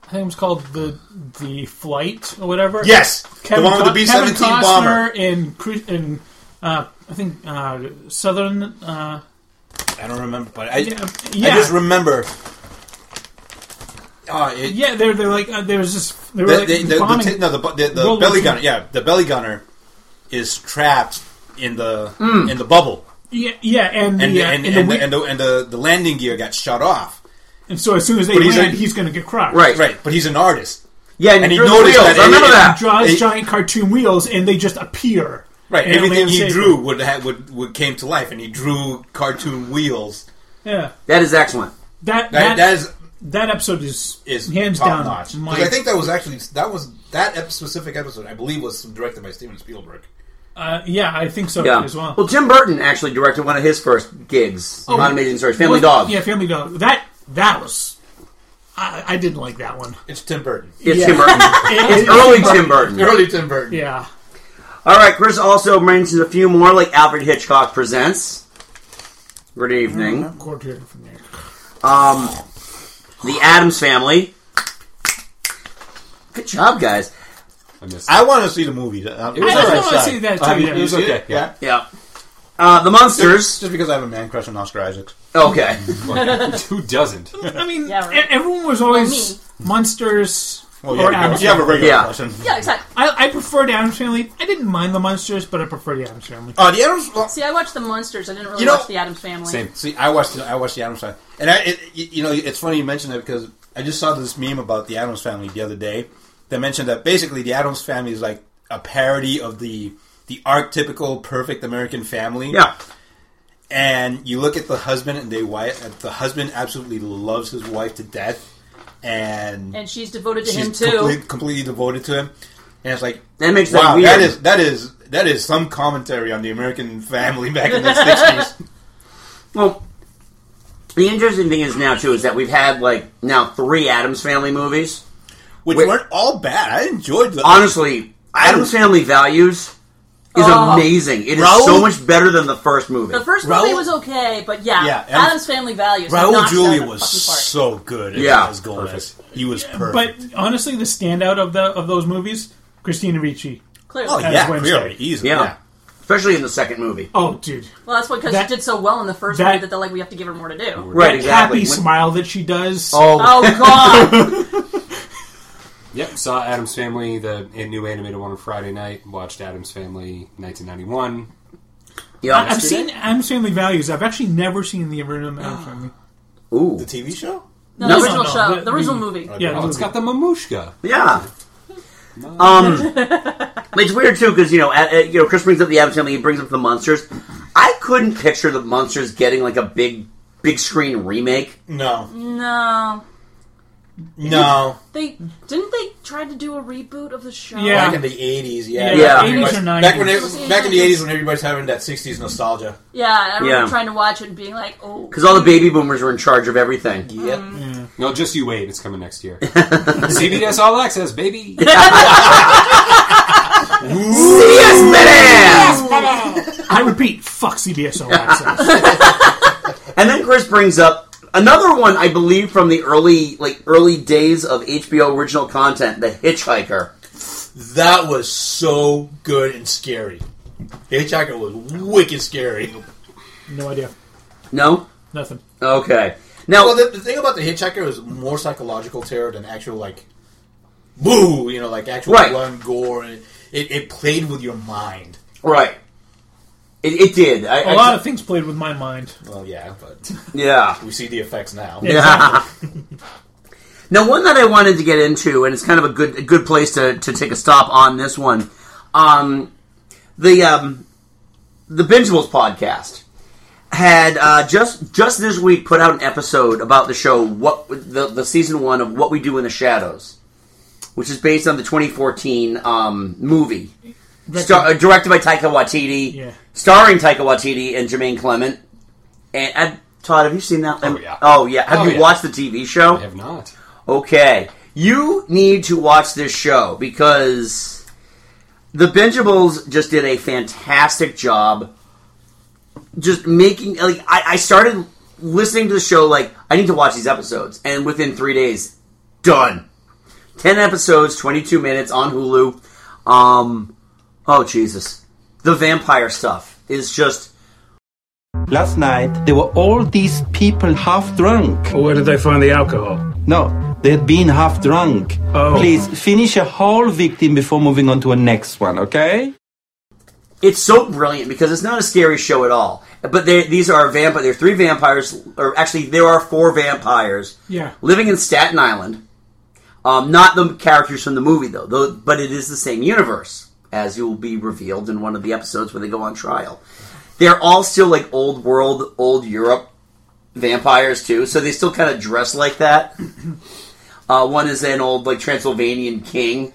[SPEAKER 3] I think it was called the the flight or whatever.
[SPEAKER 8] Yes! The one with the
[SPEAKER 3] Co-
[SPEAKER 8] B-17
[SPEAKER 3] Kevin Costner
[SPEAKER 8] bomber.
[SPEAKER 3] and Chris- and uh, I think uh, Southern. Uh,
[SPEAKER 8] I don't remember, but I,
[SPEAKER 3] Yeah,
[SPEAKER 8] I
[SPEAKER 3] yeah.
[SPEAKER 8] just remember. Oh, it,
[SPEAKER 3] yeah, they're they're like uh, there was this. They were
[SPEAKER 8] the,
[SPEAKER 3] like
[SPEAKER 8] the, the, the,
[SPEAKER 3] bombing
[SPEAKER 8] ti- no, the, bu- the, the
[SPEAKER 3] World War
[SPEAKER 8] belly
[SPEAKER 3] II.
[SPEAKER 8] gunner. Yeah, the belly gunner is trapped in the in the bubble,
[SPEAKER 3] Yeah, Mm. yeah, and
[SPEAKER 8] and
[SPEAKER 3] the,
[SPEAKER 8] and
[SPEAKER 3] uh,
[SPEAKER 8] and,
[SPEAKER 3] and the
[SPEAKER 8] and,
[SPEAKER 3] wi-
[SPEAKER 8] the, and the the landing gear got shut off.
[SPEAKER 3] and so as soon as they
[SPEAKER 8] But he's
[SPEAKER 3] land,
[SPEAKER 8] in-
[SPEAKER 3] he's going to get crushed.
[SPEAKER 8] Right, right. But he's an artist.
[SPEAKER 2] Yeah, and he drew the wheels, I remember that.
[SPEAKER 3] He draws
[SPEAKER 8] It-
[SPEAKER 3] giant cartoon wheels, and they just appear.
[SPEAKER 8] Right,
[SPEAKER 3] And
[SPEAKER 8] everything
[SPEAKER 3] they
[SPEAKER 8] he
[SPEAKER 3] say-
[SPEAKER 8] drew would, ha- would would came to life, and he drew cartoon wheels.
[SPEAKER 3] Yeah,
[SPEAKER 2] That is excellent.
[SPEAKER 3] that that,
[SPEAKER 8] That- that is-
[SPEAKER 3] that episode is
[SPEAKER 8] Is
[SPEAKER 3] hands
[SPEAKER 8] top
[SPEAKER 3] down.
[SPEAKER 8] notch. 'Cause
[SPEAKER 3] my-
[SPEAKER 8] I think that was actually that was that ep- specific episode. I believe was directed by Steven Spielberg.
[SPEAKER 3] Uh, yeah, I think so
[SPEAKER 2] yeah.
[SPEAKER 3] as well.
[SPEAKER 2] Tim Burton actually directed one of his first gigs
[SPEAKER 3] Oh,
[SPEAKER 2] on Amazing Stories, Family Dog.
[SPEAKER 3] what- Yeah, Family Dog. That that was. I, I didn't like that one.
[SPEAKER 8] It's Tim Burton.
[SPEAKER 2] It's
[SPEAKER 3] Yeah.
[SPEAKER 2] Tim
[SPEAKER 3] <laughs>
[SPEAKER 2] Burton.
[SPEAKER 3] It-
[SPEAKER 2] <laughs> it's
[SPEAKER 3] it-
[SPEAKER 2] early Tim Burton.
[SPEAKER 8] Early Tim Burton.
[SPEAKER 3] Yeah.
[SPEAKER 2] All right, Chris also mentions a few more, like Alfred Hitchcock Presents. Good evening.
[SPEAKER 3] I'm going to hear from
[SPEAKER 8] <laughs>
[SPEAKER 3] there.
[SPEAKER 2] Um, the Adams Family. Good job, guys.
[SPEAKER 5] I, missed
[SPEAKER 8] I want to see the movie. Uh,
[SPEAKER 2] It was I alright. wanna see
[SPEAKER 3] that
[SPEAKER 2] too, yeah.
[SPEAKER 8] It was okay.
[SPEAKER 2] Yeah. Uh, the Monsters.
[SPEAKER 8] <laughs> Just, just because I have a man crush on Oscar Isaacs.
[SPEAKER 2] Okay. <laughs>
[SPEAKER 5] Who doesn't?
[SPEAKER 3] I mean, e- everyone was always monsters.
[SPEAKER 8] Well,
[SPEAKER 3] Well,
[SPEAKER 8] you have a- you have a regular Yeah. person.
[SPEAKER 4] Yeah, exactly.
[SPEAKER 3] I, I prefer the Adams Family. I didn't mind the monsters, but I prefer the Adams Family.
[SPEAKER 8] Oh, the Adams.
[SPEAKER 4] See, I watched the Monsters. I didn't really
[SPEAKER 8] You know-
[SPEAKER 4] watch the Adams Family.
[SPEAKER 8] See, I watched the, I watched the Adams Family, and I it, you you know it's funny you mentioned that because I just saw this meme about the Adams Family the other day that mentioned that basically the Adams Family is like a parody of the the archetypical perfect American family.
[SPEAKER 2] Yeah.
[SPEAKER 8] And you look at the husband, and they wife the husband absolutely loves his wife to death, and
[SPEAKER 4] And she's devoted to
[SPEAKER 8] she's
[SPEAKER 4] him too.
[SPEAKER 8] complete- completely devoted to him, and it's like
[SPEAKER 2] That makes that
[SPEAKER 8] wow, that
[SPEAKER 2] weird.
[SPEAKER 8] is that is that is some commentary on the American family back in the sixties.
[SPEAKER 2] Well, the interesting thing is now too is that we've had like now three Adams Family movies,
[SPEAKER 8] which weren't all bad. I enjoyed them.
[SPEAKER 2] Honestly, Adams Family Values is
[SPEAKER 4] Oh.
[SPEAKER 2] amazing. It is
[SPEAKER 4] Raoul-
[SPEAKER 2] so much better than the first movie.
[SPEAKER 4] The first movie was okay, but yeah,
[SPEAKER 2] Yeah, Adams-
[SPEAKER 4] Adam's Family Values.
[SPEAKER 8] Raul
[SPEAKER 4] knocked it out of
[SPEAKER 8] Julia
[SPEAKER 4] the
[SPEAKER 8] was
[SPEAKER 4] fucking park.
[SPEAKER 8] so good.
[SPEAKER 2] Yeah.
[SPEAKER 8] Yeah, as Gomez. he was perfect.
[SPEAKER 3] But honestly, the standout of the of those movies, Christina Ricci.
[SPEAKER 4] Clearly.
[SPEAKER 8] Oh,
[SPEAKER 3] As
[SPEAKER 8] yeah,
[SPEAKER 3] Wednesday.
[SPEAKER 8] clearly, easily, Yeah. yeah.
[SPEAKER 2] especially in the second movie.
[SPEAKER 3] Oh, dude.
[SPEAKER 4] Well, that's because
[SPEAKER 3] That-
[SPEAKER 4] she did so well in the first
[SPEAKER 3] that-
[SPEAKER 4] movie that they're like, we have to give her more to do.
[SPEAKER 2] Right,
[SPEAKER 3] That
[SPEAKER 2] exactly.
[SPEAKER 3] happy
[SPEAKER 2] When-
[SPEAKER 3] smile that she does.
[SPEAKER 2] Oh.
[SPEAKER 8] <laughs>
[SPEAKER 4] Oh,
[SPEAKER 5] Yep, saw Adam's Family, the new animated one on Friday night. Watched Adam's Family 1991.
[SPEAKER 2] Yeah,
[SPEAKER 3] I- I've seen Adam's Family Values. I've actually never seen the original <gasps> Adam's Family.
[SPEAKER 2] Ooh,
[SPEAKER 8] the TV show?
[SPEAKER 4] No, the original show. The original movie.
[SPEAKER 5] Yeah,
[SPEAKER 8] Oh,
[SPEAKER 3] Yeah, the
[SPEAKER 5] Oh, it's
[SPEAKER 3] movie.
[SPEAKER 5] got the mamushka.
[SPEAKER 3] <laughs>
[SPEAKER 2] Yeah. Um, it's weird too because you know, at, at- you know, Chris brings up the Adams Family. He brings up the monsters. I couldn't picture the monsters getting like a big, big screen remake.
[SPEAKER 8] No,
[SPEAKER 4] No.
[SPEAKER 8] no.
[SPEAKER 4] They didn't they try to do a reboot of the show?
[SPEAKER 8] back in the eighties. Yeah,
[SPEAKER 2] Yeah. Yeah.
[SPEAKER 8] 80s
[SPEAKER 2] 80s or
[SPEAKER 8] Back when
[SPEAKER 4] 90s.
[SPEAKER 8] it, back in the eighties, when everybody's having that sixties nostalgia.
[SPEAKER 4] Yeah, I remember
[SPEAKER 2] Yeah.
[SPEAKER 4] trying to watch it and being like,
[SPEAKER 2] <laughs>
[SPEAKER 4] oh. <laughs>
[SPEAKER 2] Because all the baby boomers were in charge of everything.
[SPEAKER 8] Yep.
[SPEAKER 5] No, just you wait. It's coming next year. CBS All Access, baby.
[SPEAKER 2] CBS
[SPEAKER 3] I repeat, fuck CBS All Access. <laughs>
[SPEAKER 2] And then Chris brings up another one, I believe, from the early like early days of HBO original content, The Hitchhiker.
[SPEAKER 8] That was so good and scary. The Hitchhiker was wicked scary.
[SPEAKER 3] no idea.
[SPEAKER 2] No,
[SPEAKER 3] Nothing.
[SPEAKER 2] Okay. Now,
[SPEAKER 8] well, the, the thing about the Hitchhiker is more psychological terror than actual like, boo. You know, like actual
[SPEAKER 2] Right.
[SPEAKER 8] blood and gore. And it, it played with your mind.
[SPEAKER 2] right? It, it did. I,
[SPEAKER 3] A
[SPEAKER 2] I-
[SPEAKER 3] lot of things played with my mind.
[SPEAKER 8] Well, yeah, but
[SPEAKER 2] yeah.
[SPEAKER 8] we see the effects now.
[SPEAKER 2] Yeah. <laughs> now, one that I wanted to get into, and it's kind of a good a good place to, to take a stop on this one, um, the um, the Bingeables podcast had uh, just just this week put out an episode about the show what the, the season one of What We Do in the Shadows, which is based on the 2014 um, movie. Star, uh, directed by Taika Waititi,
[SPEAKER 3] Yeah.
[SPEAKER 2] starring Taika Waititi and Jermaine Clement. And, and Todd, have you seen that? Oh yeah. Oh yeah. Have
[SPEAKER 5] Oh,
[SPEAKER 2] you
[SPEAKER 5] yeah.
[SPEAKER 2] watched the TV show? I have
[SPEAKER 5] not.
[SPEAKER 2] Okay, you need to watch this show because the Benjables just did a fantastic job. Just making like I, I started listening to the show like I need to watch these episodes, and within three days, done. Ten episodes, twenty-two minutes on Hulu. Um, oh Jesus, the vampire stuff is just
[SPEAKER 14] Last night, there were all these people half drunk. Where did they find the alcohol? No, they had been half drunk.
[SPEAKER 19] Oh.
[SPEAKER 14] Please finish a whole victim before moving on to a next one, okay?
[SPEAKER 2] it's so brilliant because it's not a scary show at all. But they, these are vampire. There are three vampires, or actually, there are four vampires
[SPEAKER 3] Yeah.
[SPEAKER 2] living in Staten Island. Um, not the characters from the movie though, though, but it is the same universe, as you will be revealed in one of the episodes when they go on trial. They're all still like old world, old Europe vampires too, so they still kind of dress like that. <clears throat> Uh, one is an old like Transylvanian king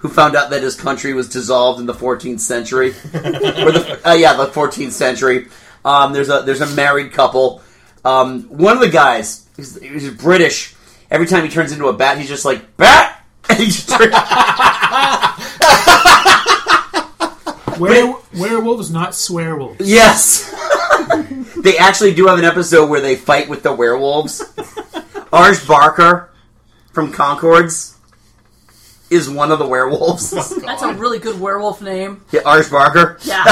[SPEAKER 2] who found out that his country was dissolved in the 14th century. or the, uh, yeah, the 14th century. Um, there's a there's a married couple. Um, one of the guys, he's, he's British. Every time he turns into a bat, he's just like bat. <laughs> And he just turns-
[SPEAKER 3] Were, werewolves, not swearwolves.
[SPEAKER 2] yes, <laughs> they actually do have an episode where they fight with the werewolves. Orange Barker from Concords is one of the werewolves. <laughs>
[SPEAKER 4] That's a really good werewolf name.
[SPEAKER 2] Yeah, Orange Barker.
[SPEAKER 4] Yeah.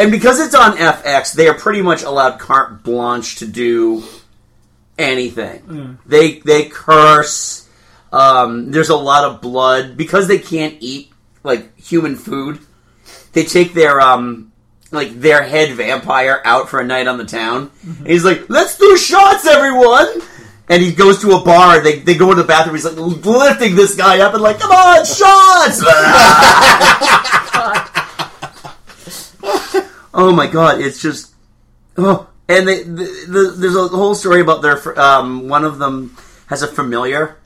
[SPEAKER 2] And because it's on FX, they are pretty much allowed carte blanche to do anything.
[SPEAKER 3] Mm.
[SPEAKER 2] They they curse. Um, there's a lot of blood because they can't eat like human food. They take their um like their head vampire out for a night on the town. And he's like, "Let's do shots, everyone." And he goes to a bar. They, they go to the bathroom. He's like lifting this guy up and like, "Come on, shots!" oh my god, it's just oh. And they, the, the, there's a whole story about their fr- um, one of them has a familiar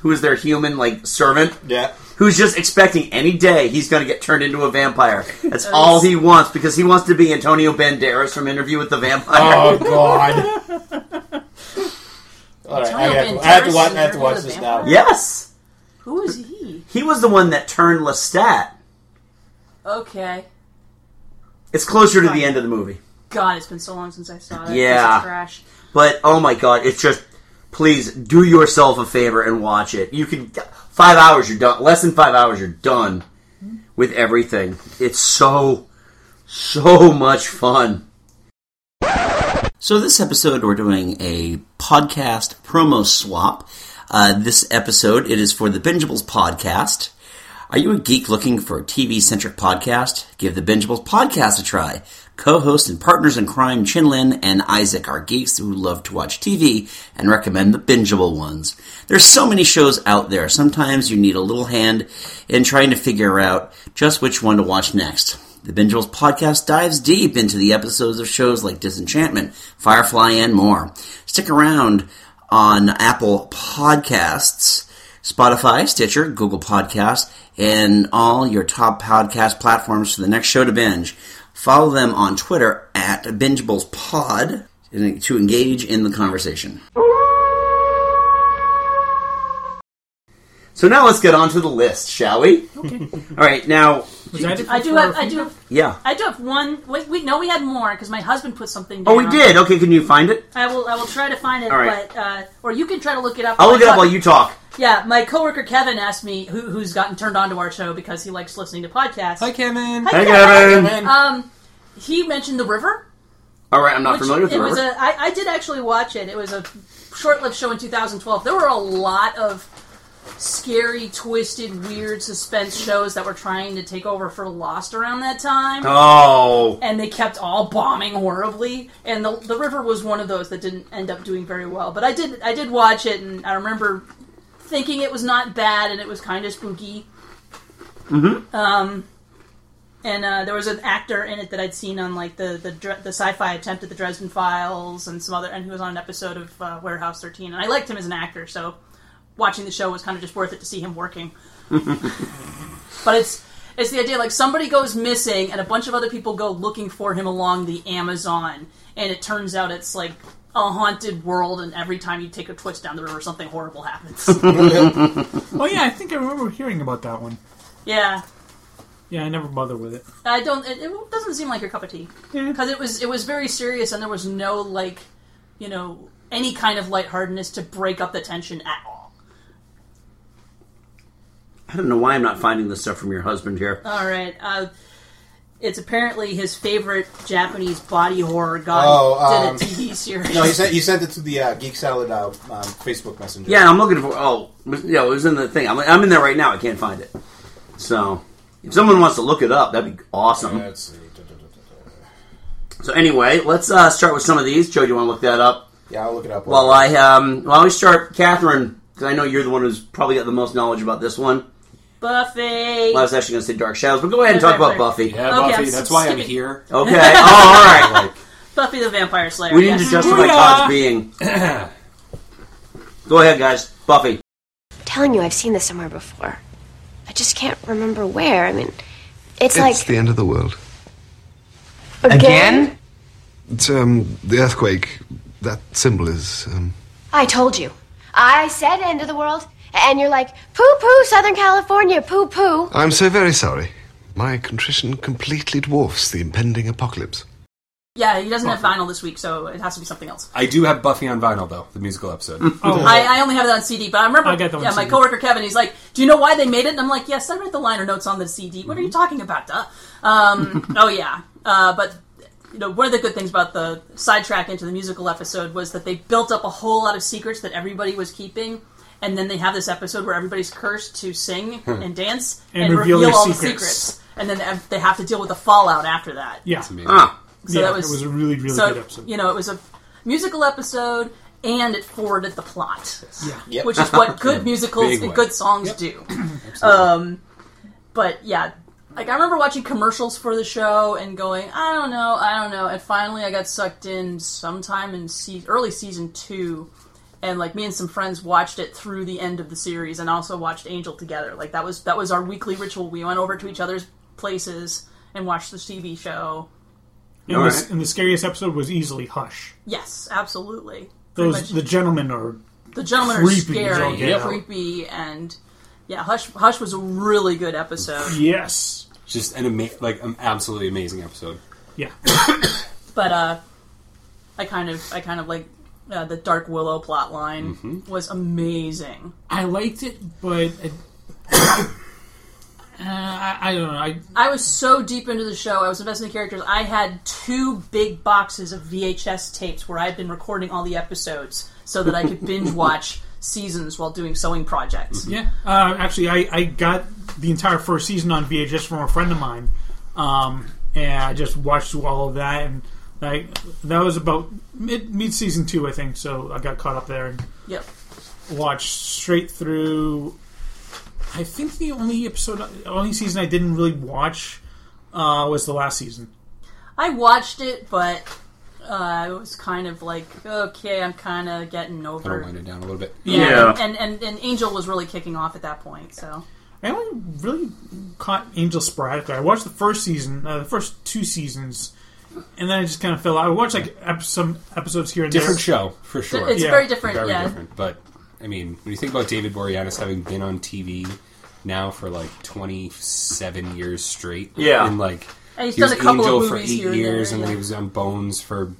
[SPEAKER 2] who is their human like servant.
[SPEAKER 8] Yeah.
[SPEAKER 2] Who's just expecting any day he's going to get turned into a vampire. That's
[SPEAKER 8] Nice.
[SPEAKER 2] all he wants because he wants to be Antonio Banderas from Interview with the Vampire.
[SPEAKER 8] Oh, God. All right, I have, to, I have to watch. I have to watch this now.
[SPEAKER 2] <laughs> Yes,
[SPEAKER 4] Who is he?
[SPEAKER 2] he was the one that turned Lestat.
[SPEAKER 4] Okay.
[SPEAKER 2] It's closer to the end of the movie.
[SPEAKER 4] God, it's been so long since I saw that.
[SPEAKER 2] Yeah.
[SPEAKER 4] This is trash.
[SPEAKER 2] But oh my god, it's just please do yourself a favor and watch it. You can five hours you're done. Less than five hours you're done with everything. It's so so much fun.
[SPEAKER 19] So, this episode, we're doing a podcast promo swap. Uh, this episode, it is for the Bingeables podcast. Are you a geek looking for a TV centric podcast? Give the Bingeables podcast a try. Co hosts and partners in crime, Chin Lin and Isaac, are geeks who love to watch TV and recommend the bingeable ones. There's so many shows out there. Sometimes you need a little hand in trying to figure out just which one to watch next. The Bingeables podcast dives deep into the episodes of shows like Disenchantment, Firefly, and more. Stick around on Apple Podcasts, Spotify, Stitcher, Google Podcasts, and all your top podcast platforms for the next show to binge. Follow them on Twitter at BingeablesPod to engage in the conversation.
[SPEAKER 2] So now let's get on to the list, shall we?
[SPEAKER 4] Okay.
[SPEAKER 2] <laughs> All right, now
[SPEAKER 4] I do have. I do. Have,
[SPEAKER 2] yeah.
[SPEAKER 4] I do have one. Wait, we no, we had more because my husband put something. Down.
[SPEAKER 2] Oh, we did. Okay, can you find it?
[SPEAKER 4] I will. I will try to find it.
[SPEAKER 2] All right.
[SPEAKER 4] But uh, or you can try to look it up.
[SPEAKER 2] I'll look it up
[SPEAKER 4] But-
[SPEAKER 2] while you talk.
[SPEAKER 4] Yeah, my coworker Kevin asked me who, who's gotten turned on to our show because he likes listening to podcasts. Hi,
[SPEAKER 5] Kevin.
[SPEAKER 2] Hi, Kevin.
[SPEAKER 4] Um, he mentioned the river.
[SPEAKER 2] All right, I'm not
[SPEAKER 4] which
[SPEAKER 2] familiar with
[SPEAKER 4] it
[SPEAKER 2] the
[SPEAKER 4] was
[SPEAKER 2] river.
[SPEAKER 4] a- I I did actually watch it. It was a short-lived show in 2012. There were a lot of scary, twisted, weird suspense shows that were trying to take over for Lost around that time.
[SPEAKER 2] Oh.
[SPEAKER 4] And they kept all bombing horribly, and the, the river was one of those that didn't end up doing very well. But I did I did watch it, and I remember thinking it was not bad, and it was kind of spooky.
[SPEAKER 2] Mm-hmm.
[SPEAKER 4] Um, and uh, there was an actor in it that I'd seen on like the the, dr- the sci-fi attempt at the Dresden Files and some other, and he was on an episode of uh, Warehouse 13, and I liked him as an actor, so watching the show was kind of just worth it to see him working. But it's it's the idea like somebody goes missing and a bunch of other people go looking for him along the Amazon, and it turns out it's like a haunted world, and every time you take a twist down the river, something horrible
[SPEAKER 8] <laughs>
[SPEAKER 4] happens.
[SPEAKER 3] Oh yeah, I think I remember hearing about that one.
[SPEAKER 4] yeah,
[SPEAKER 3] Yeah, I never bother with it.
[SPEAKER 4] I don't. It, it doesn't seem like your cup of tea because it was it was very serious, and there was no like, you know, any kind of lightheartedness to break up the tension at all.
[SPEAKER 2] I don't know why I'm not finding this stuff from your husband here.
[SPEAKER 4] All right. Uh, it's apparently his favorite Japanese body horror guy
[SPEAKER 8] Oh, um,
[SPEAKER 4] did a TV series.
[SPEAKER 8] No, he sent he sent it to the uh, Geek Salad uh, um, Facebook Messenger.
[SPEAKER 2] Yeah, I'm looking for. Oh, yeah, it was in the thing. I'm, I'm in there right now. I can't find it. So, if someone wants to look it up, that'd be awesome. So anyway, let's uh, start with some of these. Joe, do you want to look that up?
[SPEAKER 8] Yeah, I'll look it up.
[SPEAKER 2] While I um, while we start, Catherine, because I know you're the one who's probably got the most knowledge about this one.
[SPEAKER 4] Buffy.
[SPEAKER 2] I was actually going to say Dark Shadows, but go ahead and talk about Buffy.
[SPEAKER 5] Yeah,
[SPEAKER 4] Okay,
[SPEAKER 5] Buffy.
[SPEAKER 4] I'm
[SPEAKER 5] That's why I'm
[SPEAKER 4] skipping.
[SPEAKER 5] here.
[SPEAKER 2] Okay. Oh, all right.
[SPEAKER 4] Buffy the Vampire Slayer.
[SPEAKER 2] We need to
[SPEAKER 4] yes.
[SPEAKER 2] justify Todd's being. Go ahead, guys. Buffy.
[SPEAKER 20] telling you, I've seen this somewhere before. I just can't remember where. I mean, it's, like
[SPEAKER 21] the end of the world.
[SPEAKER 20] again.
[SPEAKER 21] It's um the earthquake. That symbol is um
[SPEAKER 20] I told you. I said end of the world, and you're like poo poo Southern California poo poo.
[SPEAKER 21] I'm so very sorry. My contrition completely dwarfs the impending apocalypse.
[SPEAKER 4] <laughs> Yeah, he doesn't have vinyl this week, so it has to be something else.
[SPEAKER 5] I do have Buffy on vinyl though, the musical episode.
[SPEAKER 4] I, I only have that on CD, but I remember.
[SPEAKER 5] I got that on
[SPEAKER 4] yeah, my
[SPEAKER 5] CD.
[SPEAKER 4] coworker Kevin, he's like, "Do you know
[SPEAKER 2] Mm-hmm. <laughs>
[SPEAKER 4] why they made it?" And I'm like, "Yes, I read the liner notes on the CD. What are you talking about, duh?" Um, oh yeah, Uh, but you know, one of the good things about the sidetrack into the musical episode was that they built up a whole lot of secrets that everybody was keeping, and then they have this episode where everybody's cursed to sing
[SPEAKER 5] Hmm.
[SPEAKER 4] and dance
[SPEAKER 5] And
[SPEAKER 4] and, reveal,
[SPEAKER 5] reveal their
[SPEAKER 4] all the
[SPEAKER 5] secrets.
[SPEAKER 4] secrets, and then they have- they have to deal with the fallout after that.
[SPEAKER 3] Yeah.
[SPEAKER 5] That's amazing.
[SPEAKER 3] Ah.
[SPEAKER 4] So
[SPEAKER 3] Yeah,
[SPEAKER 4] that was,
[SPEAKER 3] it was a really, really
[SPEAKER 4] so,
[SPEAKER 3] good episode.
[SPEAKER 4] You know, it was a musical episode, and it forwarded the plot,
[SPEAKER 3] Yeah. Yep.
[SPEAKER 4] which
[SPEAKER 3] <laughs>
[SPEAKER 4] is what
[SPEAKER 3] In a
[SPEAKER 4] good musicals
[SPEAKER 3] big
[SPEAKER 4] and
[SPEAKER 3] way.
[SPEAKER 4] good songs
[SPEAKER 3] <clears throat>
[SPEAKER 4] do. <clears throat> um, but yeah, like I remember watching commercials for the show and going, I don't know, I don't know, and finally I got sucked in sometime in se- early season two. And like me and some friends watched it through the end of the series, and also watched Angel together. Like that was that was our weekly ritual. We went over to each other's places and watched the TV show.
[SPEAKER 3] And,
[SPEAKER 4] All
[SPEAKER 3] this-
[SPEAKER 4] right.
[SPEAKER 3] and the scariest episode was easily Hush.
[SPEAKER 4] Yes, absolutely. Pretty
[SPEAKER 3] Those
[SPEAKER 4] much-
[SPEAKER 3] the gentlemen are
[SPEAKER 4] the gentlemen are
[SPEAKER 3] creepy as all
[SPEAKER 4] scary,
[SPEAKER 3] get out.
[SPEAKER 4] creepy, and yeah, Hush Hush was a really good episode.
[SPEAKER 3] Yes,
[SPEAKER 5] just an ama- like an absolutely amazing episode.
[SPEAKER 3] Yeah,
[SPEAKER 4] but uh, I kind of I kind of like uh, the Dark Willow plot line
[SPEAKER 3] Mhm.
[SPEAKER 4] was amazing.
[SPEAKER 3] <coughs> I liked it, but it, <coughs> uh, I, I don't know. I
[SPEAKER 4] I was so deep into the show, I was invested in the characters. I had two big boxes of VHS tapes where I had been recording all the episodes so that I could binge watch seasons while doing sewing projects.
[SPEAKER 3] Yeah, uh, actually, I, I got the entire first season on VHS from a friend of mine, um, and I just watched through all of that, and like that was about mid mid season two, I think. So I got caught up there and
[SPEAKER 4] Yep.
[SPEAKER 3] watched straight through. I think the only episode, only season I didn't really watch uh, was the last season.
[SPEAKER 4] I watched it, but uh, I was kind of like, okay, I'm kind of getting
[SPEAKER 5] Kind
[SPEAKER 4] over.
[SPEAKER 5] of wind it down a little bit.
[SPEAKER 4] And, and and Angel was really kicking off at that point, so
[SPEAKER 3] I only really caught Angel sporadically. I watched the first season, uh, the first two seasons, and then I just kind of fell out. I watched like ep- some episodes here and
[SPEAKER 5] Different
[SPEAKER 3] there.
[SPEAKER 5] show for sure.
[SPEAKER 4] it's very different,
[SPEAKER 5] Very
[SPEAKER 4] yeah.
[SPEAKER 5] different. But I mean, when you think about David Boreanaz having been on TV now for like twenty seven years straight,
[SPEAKER 2] Yeah.
[SPEAKER 5] and like
[SPEAKER 4] And he's
[SPEAKER 5] he was
[SPEAKER 4] done a couple of
[SPEAKER 5] Angel for
[SPEAKER 4] movies
[SPEAKER 5] eight
[SPEAKER 4] here and
[SPEAKER 5] years,
[SPEAKER 4] there,
[SPEAKER 5] and then
[SPEAKER 4] yeah.
[SPEAKER 5] he was on Bones for.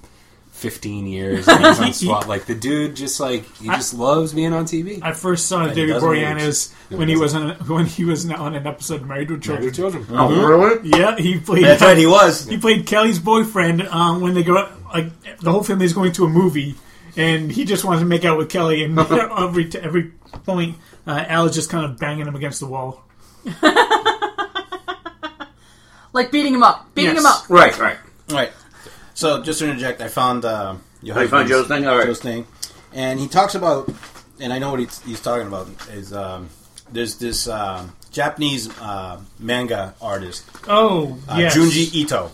[SPEAKER 5] 15 years and he was on SWAT. like the dude just like he
[SPEAKER 3] I-
[SPEAKER 5] just loves being on TV
[SPEAKER 3] I first saw
[SPEAKER 5] And he
[SPEAKER 3] David
[SPEAKER 5] doesn't
[SPEAKER 3] Boreanaz
[SPEAKER 5] age. No,
[SPEAKER 3] when he
[SPEAKER 5] doesn't.
[SPEAKER 3] was on when he was on an episode of Married with Children.
[SPEAKER 5] Married with Children.
[SPEAKER 8] Oh, really?
[SPEAKER 3] Yeah, he played.
[SPEAKER 8] That's right, he was.
[SPEAKER 3] He played Kelly's boyfriend um, when they go like the whole family is going to a movie, and he just wants to make out with Kelly, and <laughs> every to every point, uh, Al is just kind of banging him against the wall.
[SPEAKER 4] like beating him up, beating him up.
[SPEAKER 2] Right, right.
[SPEAKER 8] Right. So, just to interject, I found uh, your
[SPEAKER 2] Oh, you found
[SPEAKER 8] husband's-
[SPEAKER 2] Joe's thing? All right.
[SPEAKER 8] Joe's thing. And he talks about, and I know what he's, he's talking about, is um, there's this um Japanese uh, manga artist.
[SPEAKER 3] Oh,
[SPEAKER 8] uh,
[SPEAKER 3] yes.
[SPEAKER 8] Junji Ito.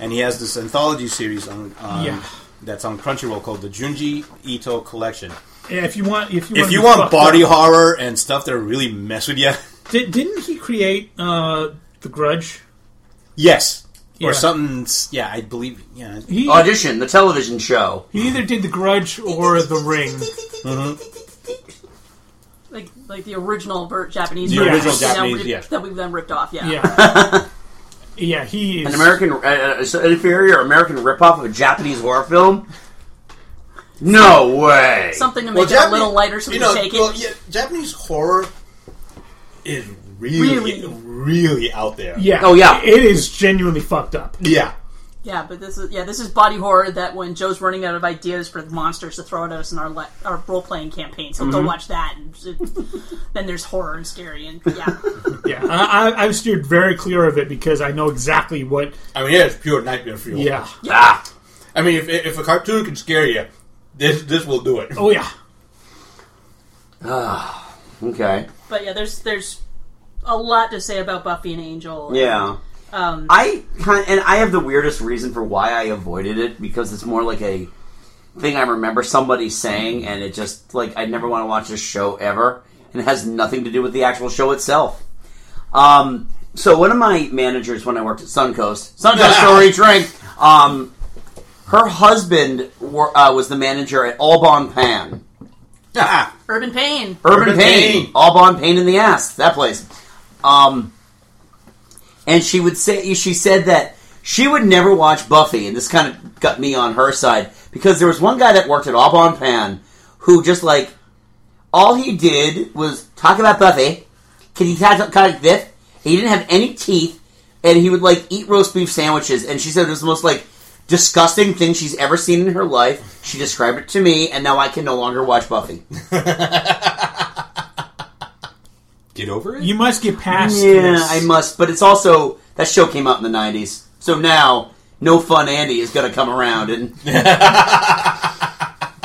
[SPEAKER 8] And he has this anthology series on, on
[SPEAKER 3] Yeah.
[SPEAKER 8] that's on Crunchyroll called the Junji Ito Collection.
[SPEAKER 3] Yeah, if you want, if you
[SPEAKER 8] If
[SPEAKER 3] want,
[SPEAKER 8] you
[SPEAKER 3] to be
[SPEAKER 8] want
[SPEAKER 3] fucked
[SPEAKER 8] body
[SPEAKER 3] up-
[SPEAKER 8] horror and stuff that really mess with you,
[SPEAKER 3] Di- didn't he create uh, the Grudge?
[SPEAKER 8] <laughs> yes.
[SPEAKER 3] Yeah.
[SPEAKER 8] Or something, yeah, I believe, yeah.
[SPEAKER 3] He-
[SPEAKER 2] Audition, the television show.
[SPEAKER 3] He either did the Grudge or the Ring.
[SPEAKER 4] Like like the original ver- Japanese,
[SPEAKER 3] The
[SPEAKER 4] version,
[SPEAKER 3] original
[SPEAKER 4] you know,
[SPEAKER 3] Japanese,
[SPEAKER 4] re-
[SPEAKER 3] yeah.
[SPEAKER 4] that we've then ripped off. Yeah,
[SPEAKER 3] Yeah. yeah, he
[SPEAKER 2] An
[SPEAKER 3] is.
[SPEAKER 2] American, uh, uh, so inferior American ripoff of a Japanese horror film? No way.
[SPEAKER 4] something to
[SPEAKER 8] Well,
[SPEAKER 4] make it
[SPEAKER 8] Japanese-
[SPEAKER 4] a little lighter so we
[SPEAKER 8] you
[SPEAKER 4] can
[SPEAKER 8] know,
[SPEAKER 4] take
[SPEAKER 8] well,
[SPEAKER 4] it.
[SPEAKER 8] yeah, Japanese horror is really, really, out there.
[SPEAKER 3] Yeah.
[SPEAKER 2] Oh,
[SPEAKER 3] It is genuinely
[SPEAKER 2] <laughs>
[SPEAKER 3] fucked up.
[SPEAKER 8] Yeah.
[SPEAKER 4] Yeah, but this is yeah, this is body horror that when Joe's running out of ideas for the monsters to throw at us in our le- our role playing campaigns, he'll
[SPEAKER 8] Mm-hmm.
[SPEAKER 4] go
[SPEAKER 3] Mhm.
[SPEAKER 4] watch that, and it- then there's horror and scary and yeah,
[SPEAKER 3] Yeah, I, I, I've steered very clear of it because I know exactly what.
[SPEAKER 8] I mean, yeah, it's pure nightmare fuel.
[SPEAKER 3] Yeah.
[SPEAKER 8] Ah. I mean, if, if a cartoon can scare you, this this will do it. <laughs>
[SPEAKER 3] Oh yeah.
[SPEAKER 2] Ah, okay.
[SPEAKER 4] but yeah, there's there's a lot to say about Buffy and Angel. and,
[SPEAKER 2] Yeah.
[SPEAKER 4] um,
[SPEAKER 2] I kind and I have the weirdest reason for why I avoided it because it's more like a thing I remember somebody saying, and it just like I never want to watch this show ever, and it has nothing to do with the actual show itself. Um, so one of my managers when I worked at Suncoast, Suncoast Story Drink, um, her husband were, uh, was the manager at Albon Pan.
[SPEAKER 8] Ah,
[SPEAKER 4] Urban Pain.
[SPEAKER 2] Urban, Pain. Albon Pain in the ass. That place. Um, and she would say she said that she would never watch Buffy, and this kind of got me on her side because there was one guy that worked at Albon Pan who just like all he did was talk about Buffy. Can he talk talk like this? He didn't have any teeth. and he would like eat roast beef sandwiches. And she said it was the most like disgusting thing she's ever seen in her life. She described it to me, and now I can no longer watch Buffy.
[SPEAKER 5] Get over it.
[SPEAKER 3] You must get past.
[SPEAKER 2] Yeah,
[SPEAKER 3] this.
[SPEAKER 2] I must. But it's also that show came out in the '90s, so now no fun Andy is going to come around and <laughs>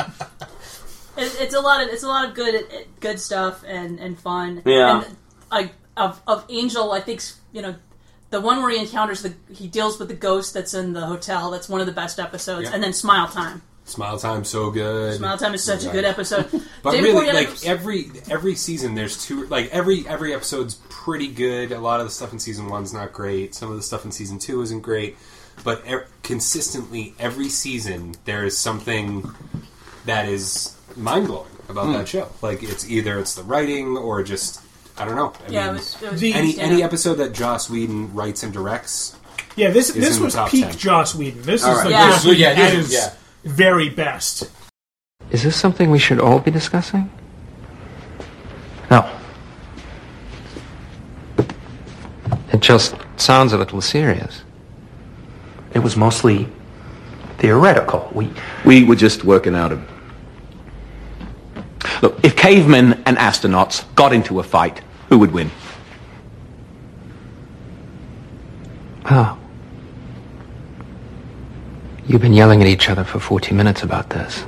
[SPEAKER 4] It, it's a lot of it's a lot of good it- good stuff and and fun.
[SPEAKER 2] Yeah.
[SPEAKER 4] And I of of Angel, I think you know the one where he encounters the he deals with the ghost that's in the hotel. That's one of the best episodes.
[SPEAKER 5] Yeah.
[SPEAKER 4] And then Smile Time.
[SPEAKER 5] Smile time, so good.
[SPEAKER 4] Smile Time is such a
[SPEAKER 5] Right.
[SPEAKER 4] good episode.
[SPEAKER 5] <laughs> But
[SPEAKER 4] David
[SPEAKER 5] really,
[SPEAKER 4] Boreanaz-
[SPEAKER 5] like every every season, there's two. Like every every episode's pretty good. A lot of the stuff in season one's not great. Some of the stuff in season two isn't great. But e- consistently, every season there is something that is mind blowing about
[SPEAKER 3] Hmm.
[SPEAKER 5] that show. Like it's either it's the writing or just I don't know. I
[SPEAKER 3] Yeah,
[SPEAKER 5] mean,
[SPEAKER 3] it was- it was The-
[SPEAKER 5] any
[SPEAKER 3] yeah.
[SPEAKER 5] any episode that Joss Whedon writes and directs.
[SPEAKER 3] Yeah, this
[SPEAKER 5] is
[SPEAKER 3] this
[SPEAKER 5] in the
[SPEAKER 3] was
[SPEAKER 5] top
[SPEAKER 3] peak
[SPEAKER 5] 10.
[SPEAKER 3] Joss Whedon. This
[SPEAKER 5] All
[SPEAKER 3] is
[SPEAKER 5] right.
[SPEAKER 3] like
[SPEAKER 5] Yeah.
[SPEAKER 3] Joss Whedon
[SPEAKER 5] Yeah,
[SPEAKER 3] at
[SPEAKER 5] this
[SPEAKER 3] his
[SPEAKER 5] is- yeah.
[SPEAKER 3] very best.
[SPEAKER 22] Is this something we should all be discussing? No. It just sounds a little serious. It was mostly theoretical. We
[SPEAKER 11] We were just working out a. Look, if cavemen and astronauts got into a fight, who would win?
[SPEAKER 22] Oh. You've been yelling at each other for 40 minutes about this.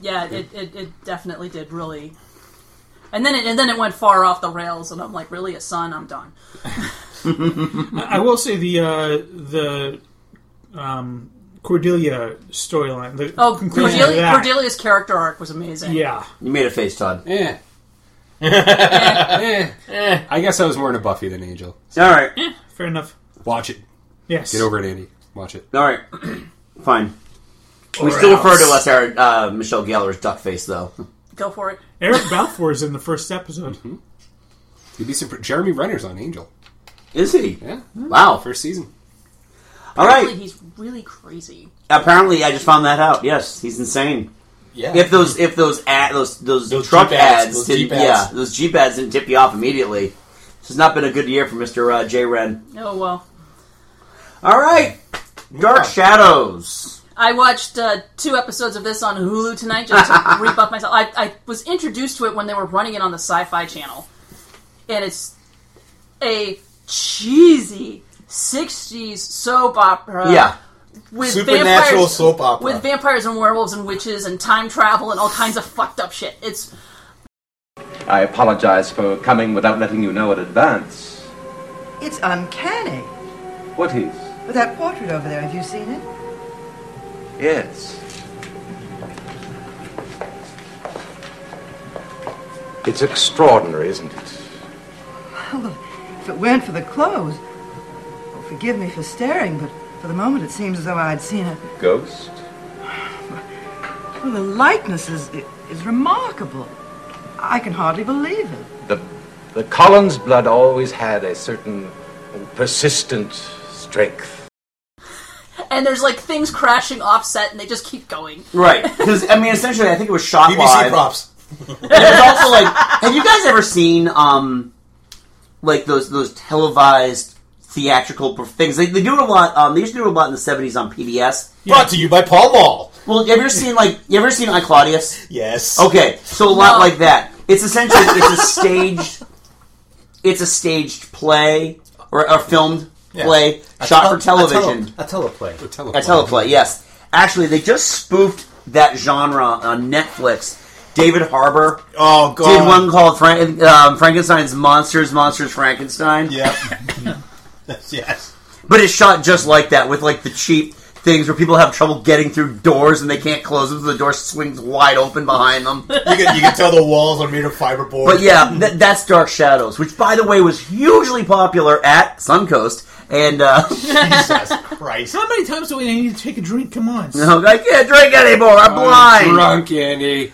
[SPEAKER 4] yeah, it, it, it definitely did really. And then it and then it went far off the rails, and I'm like, really, a son? I'm done.
[SPEAKER 3] I I will say the uh, the um, Cordelia storyline. The
[SPEAKER 4] Oh,
[SPEAKER 3] conclusion of
[SPEAKER 4] Cordelia,
[SPEAKER 3] that.
[SPEAKER 4] Cordelia's character arc was amazing.
[SPEAKER 3] Yeah.
[SPEAKER 2] you made a face, Todd.
[SPEAKER 5] Yeah. eh.
[SPEAKER 3] Eh. <laughs>
[SPEAKER 5] I guess I was more into Buffy than Angel.
[SPEAKER 2] All right.
[SPEAKER 3] Fair enough.
[SPEAKER 5] Watch it.
[SPEAKER 3] Yes.
[SPEAKER 5] Get over it, Andy. Watch it.
[SPEAKER 2] All right, <clears throat> fine. we
[SPEAKER 3] Or
[SPEAKER 2] still
[SPEAKER 3] else.
[SPEAKER 2] refer to us our uh, Michelle Gellar's duck face, though. <laughs>
[SPEAKER 4] Go for it.
[SPEAKER 3] Eric Balfour is in the first episode.
[SPEAKER 5] Mm-hmm. You'd be surprised. Jeremy Renner's on Angel.
[SPEAKER 2] Is he?
[SPEAKER 5] Yeah.
[SPEAKER 2] Wow.
[SPEAKER 5] First season.
[SPEAKER 2] All
[SPEAKER 4] Apparently
[SPEAKER 2] right.
[SPEAKER 4] he's really crazy.
[SPEAKER 2] Apparently, I just found that out. Yes, he's insane.
[SPEAKER 4] Yeah.
[SPEAKER 2] If those if those ad those those,
[SPEAKER 8] Those
[SPEAKER 2] truck
[SPEAKER 8] Jeep ads,
[SPEAKER 2] ads,
[SPEAKER 8] those
[SPEAKER 2] didn't,
[SPEAKER 8] Jeep ads.
[SPEAKER 2] yeah those Jeep ads didn't tip you off immediately, this has not been a good year for Mister uh, J Ren.
[SPEAKER 4] Oh well.
[SPEAKER 2] All right, Dark Shadows.
[SPEAKER 4] I watched uh, two episodes of this on Hulu tonight just to
[SPEAKER 8] <laughs>
[SPEAKER 4] rebuff myself. I, I was introduced to it when they were running it on the Sci-Fi Channel, and it's a cheesy '60s soap opera.
[SPEAKER 8] Yeah.
[SPEAKER 4] with
[SPEAKER 8] Supernatural
[SPEAKER 4] vampires,
[SPEAKER 8] soap opera.
[SPEAKER 4] with vampires and werewolves and witches and time travel and all kinds of fucked up shit. It's
[SPEAKER 16] I apologize for coming without letting you know in advance.
[SPEAKER 1] It's uncanny.
[SPEAKER 16] What is?
[SPEAKER 1] With that portrait over there, have you seen it?
[SPEAKER 16] Yes. It's extraordinary, isn't it?
[SPEAKER 1] Well, if it weren't for the clothes, well, forgive me for staring, but for the moment it seems as though I'd seen a.
[SPEAKER 16] Ghost?
[SPEAKER 1] Well, the likeness is, is remarkable. I can hardly believe it.
[SPEAKER 16] The, the Collins blood always had a certain persistent strength.
[SPEAKER 4] and there's like things crashing offset and they just keep
[SPEAKER 8] <laughs>
[SPEAKER 4] going.
[SPEAKER 2] Right, because I mean, essentially, I think it was shot
[SPEAKER 4] BBC
[SPEAKER 2] live.
[SPEAKER 4] props.
[SPEAKER 2] And it was also like, have you guys ever seen um, like those those televised theatrical per- things? They, they do it a lot. Um, they used to do it a lot in the seventies on PBS. Brought to you by Paul Mall. Well, have you ever seen like you ever seen I Claudius?
[SPEAKER 8] Yes.
[SPEAKER 2] Okay, so a lot
[SPEAKER 8] No.
[SPEAKER 2] like that. It's essentially it's a staged, it's a staged play or a filmed
[SPEAKER 8] Yeah.
[SPEAKER 2] play
[SPEAKER 8] A
[SPEAKER 2] shot
[SPEAKER 8] tel-
[SPEAKER 2] for television.
[SPEAKER 8] A, tele- a teleplay. A
[SPEAKER 2] A teleplay, yes. Actually, they just spoofed that genre on Netflix. David Harbour
[SPEAKER 8] Oh, God.
[SPEAKER 2] did one called Frank, um, Frankenstein's Monsters, Monsters, Frankenstein.
[SPEAKER 8] <laughs>
[SPEAKER 2] Yeah.
[SPEAKER 8] yes.
[SPEAKER 2] But it's shot just like that, with like the cheap things where people have trouble getting through doors and they can't close them, so the door swings wide open behind them.
[SPEAKER 8] You can, you can tell the walls are made of fiberboard. <laughs>
[SPEAKER 2] But yeah, th- that's Dark Shadows, which by the way was hugely popular at Suncoast. And uh, <laughs>
[SPEAKER 8] Christ.
[SPEAKER 3] How many times do we need to take a drink?
[SPEAKER 2] <laughs>
[SPEAKER 3] Come on.
[SPEAKER 2] No, I can't drink anymore. I'm blind.
[SPEAKER 5] Drunk Andy.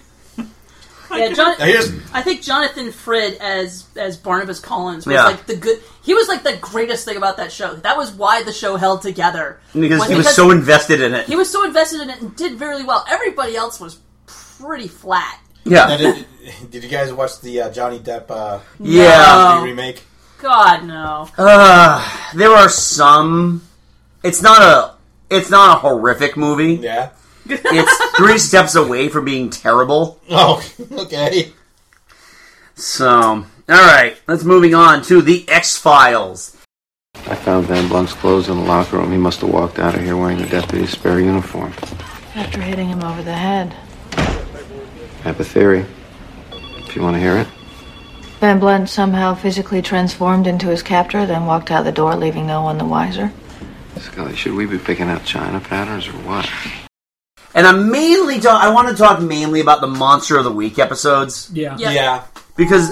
[SPEAKER 4] Yeah, Jon-
[SPEAKER 5] Now here's-
[SPEAKER 4] I think Jonathan Frid as as Barnabas Collins was
[SPEAKER 2] Yeah.
[SPEAKER 4] like the good. He was like the greatest thing about that show. That was why the show held together
[SPEAKER 2] because he was so invested in it.
[SPEAKER 4] he was so invested in it and did really well. Everybody else was pretty flat.
[SPEAKER 2] Yeah.
[SPEAKER 8] <laughs> Now, did, did you guys watch the uh, Johnny Depp uh,
[SPEAKER 6] Oh.
[SPEAKER 2] Yeah.
[SPEAKER 8] remake?
[SPEAKER 4] God, no.
[SPEAKER 2] Uh, there are some. It's not a. It's not a horrific movie. Yeah. it's three steps away from being terrible.
[SPEAKER 6] <laughs> Oh, <laughs> okay.
[SPEAKER 2] So, all right, let's moving on to the X Files.
[SPEAKER 7] I found Van Blanc's clothes in the locker room. He must have walked out of here wearing the deputy's spare uniform.
[SPEAKER 9] After hitting him over the head.
[SPEAKER 7] I have a theory. If you want to hear it.
[SPEAKER 9] Van Blunt somehow physically transformed into his captor, then walked out the door, leaving no one the wiser.
[SPEAKER 7] Scully, should we be picking out China patterns or what?
[SPEAKER 2] And I'm mainly talk. I want to talk mainly about the Monster of the Week episodes.
[SPEAKER 3] Yeah.
[SPEAKER 4] Yeah.
[SPEAKER 2] Because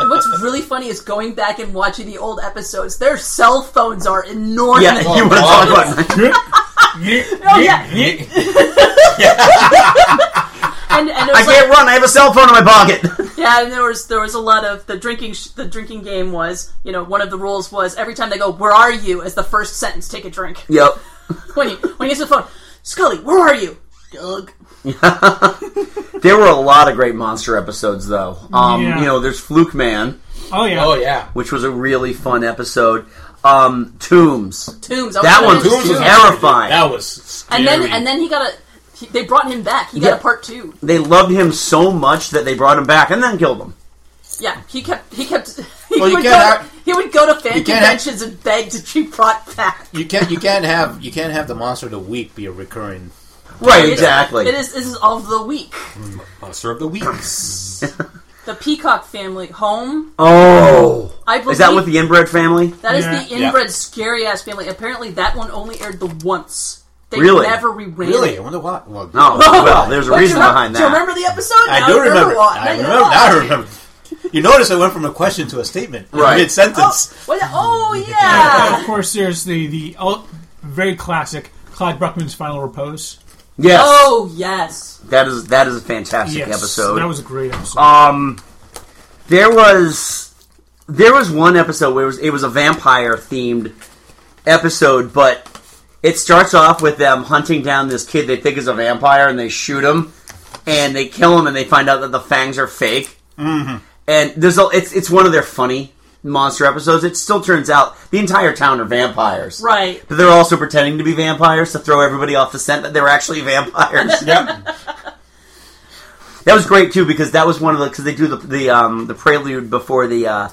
[SPEAKER 4] And what's really funny is going back and watching the old episodes. Their cell phones are enormous.
[SPEAKER 2] yeah, you want to talk about.
[SPEAKER 4] Oh yeah. and and it
[SPEAKER 2] <laughs> I
[SPEAKER 4] was like,
[SPEAKER 2] can't run. I have a cell phone in my pocket. <laughs>
[SPEAKER 4] yeah, and there was there was a lot of the drinking sh- the drinking game was you know one of the rules was every time they go where are you as the first sentence take a drink
[SPEAKER 2] Yep.
[SPEAKER 4] when you when you get to the phone Scully where are you Doug
[SPEAKER 2] There were a lot of great monster episodes, though. Um,
[SPEAKER 3] Yeah.
[SPEAKER 2] You know, there's Fluke Man,
[SPEAKER 3] Oh yeah.
[SPEAKER 2] Oh, which was a really fun episode. Um, Tombs.
[SPEAKER 4] Tombs I
[SPEAKER 2] That
[SPEAKER 4] wanted
[SPEAKER 2] one
[SPEAKER 4] to do
[SPEAKER 2] was
[SPEAKER 4] Tombs.
[SPEAKER 2] terrifying.
[SPEAKER 6] That was
[SPEAKER 4] and then and then he got a he, they brought him back he got
[SPEAKER 2] Yeah.
[SPEAKER 4] a part two
[SPEAKER 2] they loved him so much that they brought him back and then killed him.
[SPEAKER 4] yeah he kept he kept <laughs> he,
[SPEAKER 6] Well, you
[SPEAKER 4] would, go
[SPEAKER 6] can't
[SPEAKER 4] to, he would go to fan
[SPEAKER 6] you can't have-
[SPEAKER 4] conventions and beg to be brought back
[SPEAKER 6] You can't. You can't have. You can't have the monster of the week be a recurring.
[SPEAKER 4] It is- it is this is of the week
[SPEAKER 5] Monster of the Weeks.
[SPEAKER 4] the Peacock family home
[SPEAKER 2] Oh,
[SPEAKER 4] I believe
[SPEAKER 2] is that with the inbred family?
[SPEAKER 4] That is the inbred scary ass family. Apparently, that one only aired the once. They
[SPEAKER 2] Really?
[SPEAKER 4] never reran
[SPEAKER 6] Really?
[SPEAKER 4] it.
[SPEAKER 6] I wonder why. Well,
[SPEAKER 4] <laughs>
[SPEAKER 2] Oh, well, there's a
[SPEAKER 4] But
[SPEAKER 2] reason
[SPEAKER 4] you remem-
[SPEAKER 2] behind
[SPEAKER 4] Do you
[SPEAKER 2] that.
[SPEAKER 4] remember the episode?
[SPEAKER 6] I
[SPEAKER 4] Now
[SPEAKER 6] do
[SPEAKER 4] you
[SPEAKER 6] remember.
[SPEAKER 4] why.
[SPEAKER 6] I
[SPEAKER 4] Now you
[SPEAKER 6] remember.
[SPEAKER 4] why.
[SPEAKER 6] Now I remember. You notice I went from a question to a statement
[SPEAKER 3] Right.
[SPEAKER 6] mid sentence.
[SPEAKER 4] Well, oh
[SPEAKER 3] And
[SPEAKER 4] yeah.
[SPEAKER 3] of course, there's the the ul- very classic Clyde Bruckman's Final Repose.
[SPEAKER 2] Yes.
[SPEAKER 4] Oh yes.
[SPEAKER 2] That is that is a fantastic
[SPEAKER 3] Yes,
[SPEAKER 2] episode.
[SPEAKER 3] that was a great episode.
[SPEAKER 2] Um, there was there was one episode where it was, it was a vampire themed episode, but it starts off with them hunting down this kid they think is a vampire, and they shoot him, and they kill him, and they find out that the fangs are fake.
[SPEAKER 6] Mhm.
[SPEAKER 2] And there's a, it's it's one of their funny monster episodes. It still turns out the entire town are vampires.
[SPEAKER 4] Right.
[SPEAKER 2] But they're also pretending to be vampires to throw everybody off the scent that they were actually vampires.
[SPEAKER 4] <laughs>
[SPEAKER 6] yep.
[SPEAKER 2] That was great too because that was one of the because they do the the um, the prelude before the uh,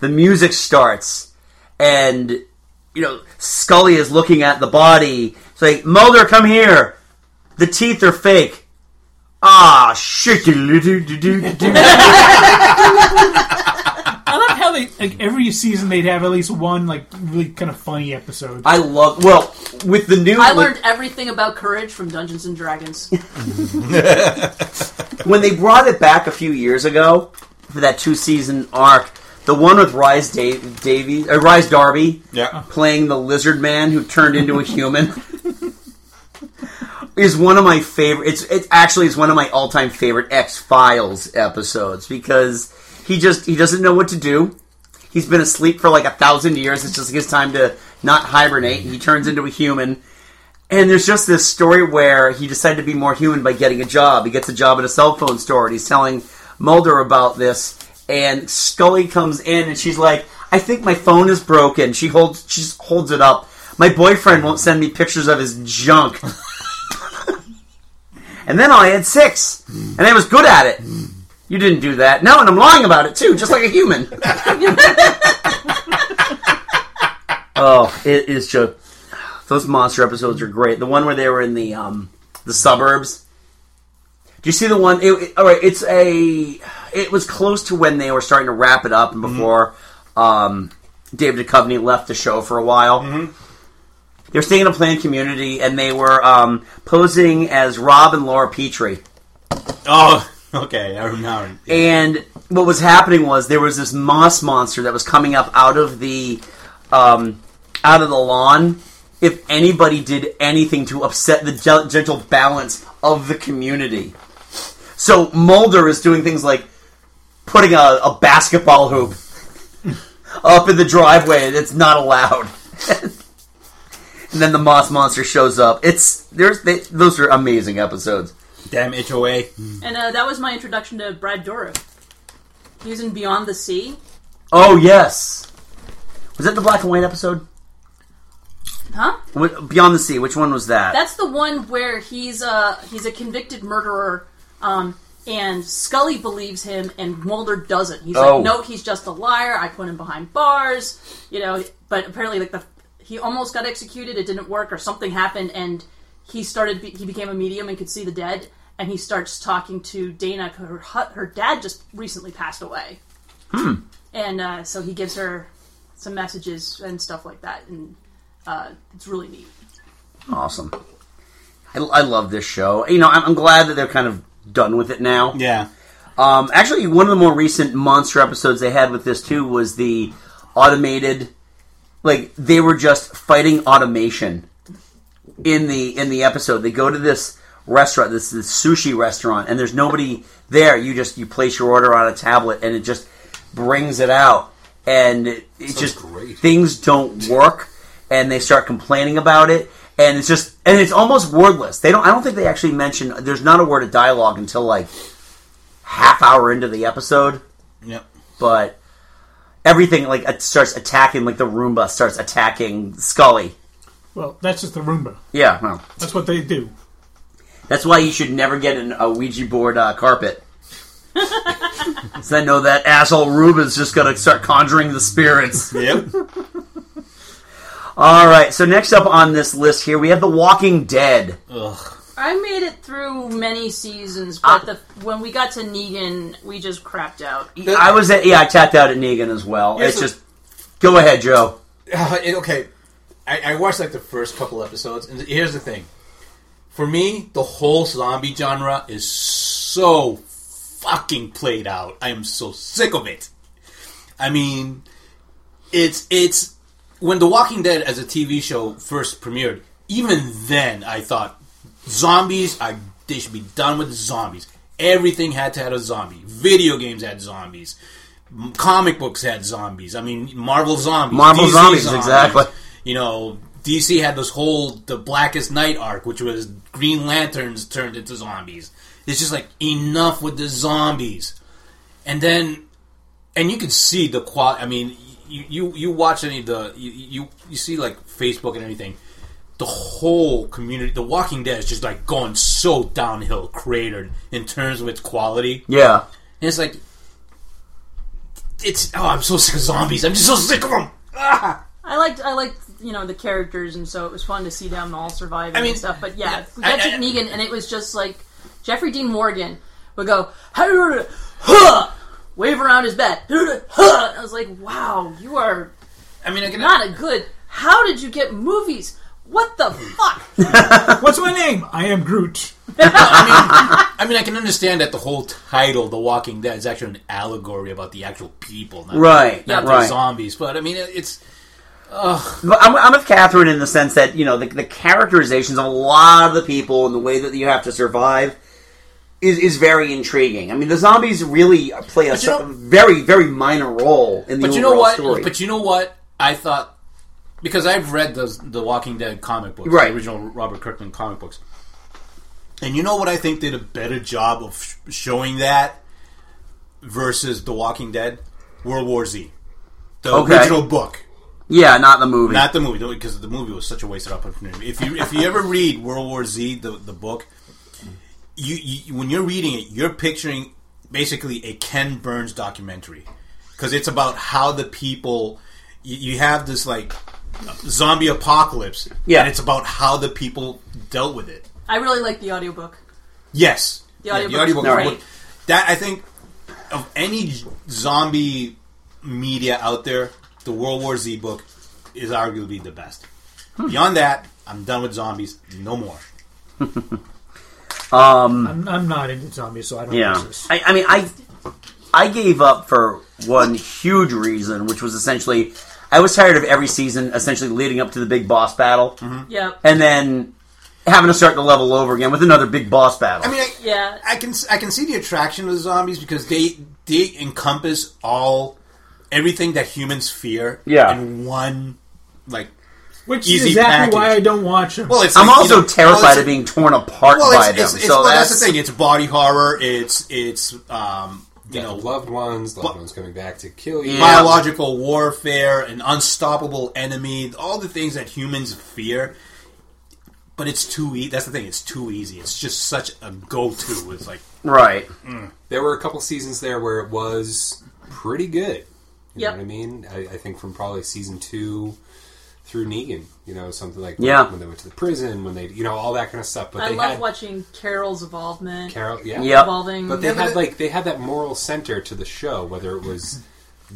[SPEAKER 2] the music starts, and you know Scully is looking at the body. It's like Mulder, come here. The teeth are fake. Ah, shit.
[SPEAKER 4] <laughs>
[SPEAKER 3] I love how they like every season they'd have at least one like really kind of funny episode.
[SPEAKER 2] I love well with the new
[SPEAKER 4] I learned everything about courage from Dungeons and Dragons.
[SPEAKER 2] when they brought it back a few years ago for that two season arc, the one with Rise da- Davies, uh, Rise Darby, playing the lizard man who turned into a human, <laughs> is one of my favorite. It's it actually is one of my all time favorite X Files episodes because he just he doesn't know what to do. He's been asleep for like a thousand years. It's just his time to not hibernate. He turns into a human. And there's just this story where he decided to be more human by getting a job. He gets a job at a cell phone store, and he's telling Mulder about this. And Scully comes in, and she's like, "I think my phone is broken." She holds, she just holds it up. My boyfriend won't send me pictures of his junk. <laughs> and then I had six, and I was good at it. You didn't do that, no, and I'm lying about it too, just like a human. Oh, it is just those monster episodes are great. The one where they were in the um the suburbs. Do you see the one? It, it- all right, it's a. It was close to when they were starting to wrap it up, and before um, David Duchovny left the show for a while. They were staying in a planned community, and they were um, posing as Rob and Laura Petrie.
[SPEAKER 6] Oh, <laughs> okay. I remember.
[SPEAKER 2] And what was happening was there was this moss monster that was coming up out of the um, out of the lawn. If anybody did anything to upset the gen- gentle balance of the community, so Mulder is doing things like putting a, a basketball hoop <laughs> up in the driveway that's not allowed. <laughs> and then the moss monster shows up. It's there's they, those are amazing episodes.
[SPEAKER 6] Damn HOA.
[SPEAKER 4] and uh, that was my introduction to Brad Dourif. He was in Beyond the Sea.
[SPEAKER 2] Oh yes. Was that the black and white episode?
[SPEAKER 4] Huh?
[SPEAKER 2] What, Beyond the Sea. Which one was that?
[SPEAKER 4] That's the one where he's a he's a convicted murderer, um, and Scully believes him, and Mulder doesn't. He's
[SPEAKER 2] Oh.
[SPEAKER 4] like, no, he's just a liar. I put him behind bars, you know. But apparently, like the he almost got executed. It didn't work, or something happened, and he started. Be, he became a medium and could see the dead. And he starts talking to Dana. Her hu- her dad just recently passed away,
[SPEAKER 2] Hmm.
[SPEAKER 4] and uh, so he gives her some messages and stuff like that, and uh, it's really neat.
[SPEAKER 2] Awesome. I, I love this show. You know, I'm, I'm glad that they're kind of done with it now.
[SPEAKER 8] Yeah.
[SPEAKER 2] Um, actually, one of the more recent monster episodes they had with this too was the automated. Like they were just fighting automation in the in the episode. They go to this restaurant, this this sushi restaurant, and there's nobody there. You just you place your order on a tablet, and it just brings it out, and it, it just things don't work, and they start complaining about it, and it's just and it's almost wordless. They don't. I don't think they actually mention. There's not a word of dialogue until like half hour into the episode,
[SPEAKER 8] Yep.
[SPEAKER 2] but everything like it starts attacking. Like the Roomba starts attacking Scully.
[SPEAKER 3] Well, that's just the Roomba.
[SPEAKER 2] Yeah, well,
[SPEAKER 3] That's what they do.
[SPEAKER 2] That's why you should never get an, a Ouija board uh, <laughs> carpet. so I know that asshole Ruben's just gonna start conjuring the spirits.
[SPEAKER 8] Yep.
[SPEAKER 2] All right. So next up on this list here, we have The Walking Dead.
[SPEAKER 8] Ugh.
[SPEAKER 4] I made it through many seasons, but the, when we got to Negan, we just crapped out.
[SPEAKER 2] I was at, yeah, I tapped out at Negan as well.
[SPEAKER 8] Here's
[SPEAKER 2] it's
[SPEAKER 8] the-
[SPEAKER 2] just go ahead, Joe.
[SPEAKER 8] Uh, it- okay, I, I watched like the first couple episodes, and here's the thing: for me, the whole zombie genre is so fucking played out. I am so sick of it. I mean, it's it's when The Walking Dead as a TV show first premiered. Even then, I thought zombies. I they should be done with zombies. Everything had to have a zombie. Video games had zombies. M- Comic books had zombies. I mean, Marvel zombies.
[SPEAKER 2] Marvel zombies, exactly.
[SPEAKER 8] You know, DC had this whole the Blackest Night arc, which was Green Lanterns turned into zombies. It's just like enough with the zombies, and then and you can see the qual. I mean, you you, you watch any of the you, you you see like Facebook and everything. The whole community, The Walking Dead, is just like going so downhill, cratered in terms of its quality.
[SPEAKER 2] Yeah.
[SPEAKER 8] And it's like, it's oh, I'm so sick of zombies. I'm just so sick of them.
[SPEAKER 4] I liked, I liked, you know, the characters, and so it was fun to see them all surviving
[SPEAKER 8] I mean,
[SPEAKER 4] and stuff. But yeah, we
[SPEAKER 8] I-
[SPEAKER 4] got to
[SPEAKER 8] I-
[SPEAKER 4] Negan, and it was just like Jeffrey Dean Morgan would go, "Hurrah, huh," wave around his bat, "Hurrah, huh." And I was like, wow, you are.
[SPEAKER 8] I mean,
[SPEAKER 4] not a good. How did you get movies? What the fuck? <laughs>
[SPEAKER 3] What's my name? I am Groot.
[SPEAKER 8] I mean, I can understand that the whole title, The Walking Dead, is actually an allegory about the actual people, not,
[SPEAKER 2] Right,
[SPEAKER 8] Not the
[SPEAKER 2] right.
[SPEAKER 8] zombies. But I mean, it- it's ugh.
[SPEAKER 2] But I'm, I'm with Catherine in the sense that you know the, the characterizations of a lot of the people and the way that you have to survive is is very intriguing. I mean, the zombies really play a
[SPEAKER 8] But you
[SPEAKER 2] so-
[SPEAKER 8] know-
[SPEAKER 2] very very minor role in the
[SPEAKER 8] But you know
[SPEAKER 2] overall
[SPEAKER 8] what?
[SPEAKER 2] story.
[SPEAKER 8] But you know what? I thought because I've read the the Walking Dead comic books,
[SPEAKER 2] Right.
[SPEAKER 8] the original Robert Kirkman comic books, and you know what? I think did a better job of sh- showing that versus The Walking Dead, World War Z, the
[SPEAKER 2] Okay.
[SPEAKER 8] original book.
[SPEAKER 2] yeah, not the movie.
[SPEAKER 8] Not the movie, because the movie was such a wasted opportunity. If you if you ever read World War Z, the the book, you, you when you're reading it, you're picturing basically a Ken Burns documentary, because it's about how the people you, you have this like zombie apocalypse,
[SPEAKER 2] Yeah.
[SPEAKER 8] and it's about how the people dealt with it.
[SPEAKER 4] I really like the audiobook.
[SPEAKER 8] Yes,
[SPEAKER 4] The
[SPEAKER 8] Yeah,
[SPEAKER 4] audiobook's
[SPEAKER 8] audiobook-
[SPEAKER 4] great.
[SPEAKER 8] That I think of any z- zombie media out there, the World War Z book is arguably the best.
[SPEAKER 2] Hmm.
[SPEAKER 8] Beyond that, I'm done with zombies. No more.
[SPEAKER 2] um,
[SPEAKER 3] I'm, I'm not into zombies, so I don't.
[SPEAKER 2] yeah,
[SPEAKER 3] watch this.
[SPEAKER 2] I, I mean, I I gave up for one huge reason, which was essentially I was tired of every season, essentially leading up to the big boss battle,
[SPEAKER 8] Mm-hmm.
[SPEAKER 4] Yep.
[SPEAKER 2] and then having to start the level over again with another big boss battle.
[SPEAKER 8] I mean, I,
[SPEAKER 4] yeah,
[SPEAKER 8] I can I can see the attraction of the zombies because they they encompass all everything that humans fear.
[SPEAKER 2] Yeah.
[SPEAKER 8] in one like
[SPEAKER 3] Which
[SPEAKER 8] easy
[SPEAKER 3] is exactly
[SPEAKER 8] package.
[SPEAKER 3] why I don't watch them.
[SPEAKER 8] Well, it's
[SPEAKER 2] I'm
[SPEAKER 8] like,
[SPEAKER 2] also
[SPEAKER 8] you know,
[SPEAKER 2] terrified
[SPEAKER 8] well, it's-
[SPEAKER 2] of being torn apart
[SPEAKER 8] well,
[SPEAKER 2] by
[SPEAKER 8] it's,
[SPEAKER 2] them.
[SPEAKER 8] It's, it's,
[SPEAKER 2] so
[SPEAKER 8] well, that's,
[SPEAKER 2] that's
[SPEAKER 8] the thing. It's body horror. It's it's um,
[SPEAKER 5] you know, loved ones, loved ones coming back to kill you.
[SPEAKER 8] biological warfare, an unstoppable enemy, all the things that humans fear. But it's too easy. That's the thing. It's too easy. It's just such a go-to. It's like
[SPEAKER 2] Right.
[SPEAKER 8] Mm.
[SPEAKER 5] There were a couple seasons there where it was pretty good. You
[SPEAKER 4] Yep.
[SPEAKER 5] know what I mean? I, I think from probably season two through Negan, you know, something like
[SPEAKER 2] Yeah.
[SPEAKER 5] when they went to the prison, when they, you know, all that kind of stuff. But
[SPEAKER 4] I
[SPEAKER 5] they
[SPEAKER 4] love
[SPEAKER 5] had
[SPEAKER 4] watching Carol's involvement.
[SPEAKER 5] Carol, yeah,
[SPEAKER 4] Evolving.
[SPEAKER 5] But they had like they had that moral center to the show, whether it was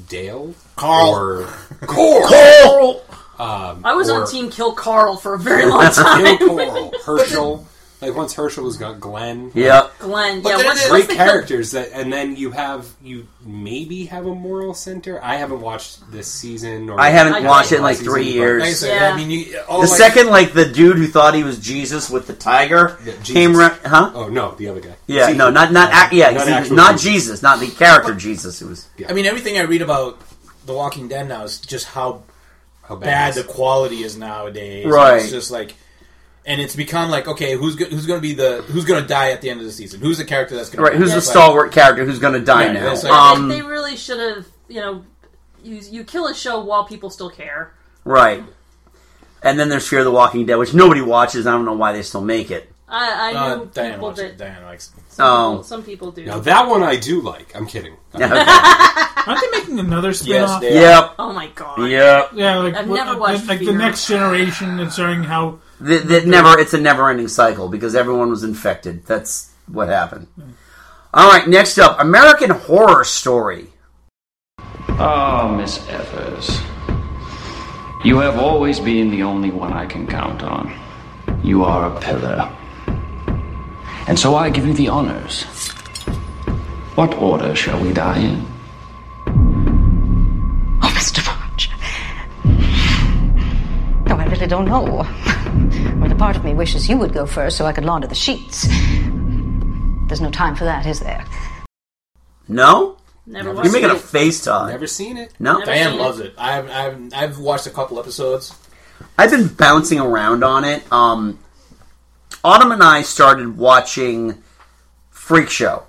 [SPEAKER 5] Dale,
[SPEAKER 8] Carl.
[SPEAKER 5] or
[SPEAKER 4] Carl.
[SPEAKER 5] Carl. Um,
[SPEAKER 4] I was
[SPEAKER 5] or-
[SPEAKER 4] on Team Kill Carl for a very
[SPEAKER 2] <laughs>
[SPEAKER 4] long time.
[SPEAKER 5] Gil Coral, Herschel. Like once Herschel was gone, Glenn.
[SPEAKER 2] Yep.
[SPEAKER 4] Glenn,
[SPEAKER 5] But
[SPEAKER 4] yeah,
[SPEAKER 5] then
[SPEAKER 4] once- once
[SPEAKER 5] there's great
[SPEAKER 4] they killed-
[SPEAKER 5] characters that, and then you have you maybe have a moral center. I haven't watched this season. Or
[SPEAKER 2] I haven't
[SPEAKER 5] or
[SPEAKER 2] watched it in like
[SPEAKER 5] last
[SPEAKER 2] three
[SPEAKER 5] season, but-
[SPEAKER 2] years.
[SPEAKER 5] you,
[SPEAKER 2] the second, like the dude who thought he was Jesus with the tiger
[SPEAKER 5] Yeah, Jesus.
[SPEAKER 2] came, ra- huh?
[SPEAKER 5] Oh no, the other guy.
[SPEAKER 2] Yeah,
[SPEAKER 5] See,
[SPEAKER 2] no, not not ac- yeah, not,
[SPEAKER 5] actual
[SPEAKER 2] not
[SPEAKER 5] Jesus.
[SPEAKER 2] Jesus, not the character Jesus. It was
[SPEAKER 8] I mean, everything I read about The Walking Dead now is just how,
[SPEAKER 2] bad
[SPEAKER 8] bad,
[SPEAKER 2] it
[SPEAKER 8] the quality is nowadays.
[SPEAKER 2] Right.
[SPEAKER 8] It's just like, and it's become like, okay, who's go- who's going to be the who's going to die at the end of the season? Who's the character that's going
[SPEAKER 2] right. Who's the
[SPEAKER 8] like,
[SPEAKER 2] stalwart character who's going to die
[SPEAKER 8] Yeah,
[SPEAKER 2] now?
[SPEAKER 8] it's like-
[SPEAKER 4] I think
[SPEAKER 2] um,
[SPEAKER 4] they really should have, you know, you, you kill a show while people still care.
[SPEAKER 2] right. And then there's Fear the Walking Dead, which nobody watches. I don't know why they still make it.
[SPEAKER 4] I, I
[SPEAKER 5] Uh,
[SPEAKER 4] know
[SPEAKER 5] Diana
[SPEAKER 4] people
[SPEAKER 5] watches
[SPEAKER 4] that
[SPEAKER 5] it. Diana likes it.
[SPEAKER 4] some,
[SPEAKER 2] Oh. <laughs>
[SPEAKER 4] <laughs> people, some people do.
[SPEAKER 5] Now that one I do like. I'm kidding.
[SPEAKER 3] Aren't they making another
[SPEAKER 5] Yes,
[SPEAKER 3] spin-off?
[SPEAKER 5] they are. Yep.
[SPEAKER 4] Oh my god.
[SPEAKER 2] Yep.
[SPEAKER 3] Yeah, like
[SPEAKER 4] I've
[SPEAKER 3] what-
[SPEAKER 4] never
[SPEAKER 3] like-
[SPEAKER 4] watched
[SPEAKER 3] like the
[SPEAKER 4] Fear.
[SPEAKER 3] next generation and showing how
[SPEAKER 2] That, that never. It's a never-ending cycle because everyone was infected. That's what happened. All right. Next up, American Horror Story.
[SPEAKER 12] Oh, Miss Evers. You have always been the only one I can count on. You are a pillar. And so I give you the honors. What order shall we die in?
[SPEAKER 13] Oh, Mr. Fudge. No, I really don't know. Well, a part of me wishes you would go first so I could launder the sheets. There's no time for that, is there?
[SPEAKER 2] No.
[SPEAKER 4] Never
[SPEAKER 2] You're making a face, Todd.
[SPEAKER 5] Never seen it.
[SPEAKER 2] No.
[SPEAKER 8] Diane loves it.
[SPEAKER 5] <laughs>
[SPEAKER 8] I've, I've I've watched a couple episodes.
[SPEAKER 2] I've been bouncing around on it. Um, Autumn and I started watching Freak Show.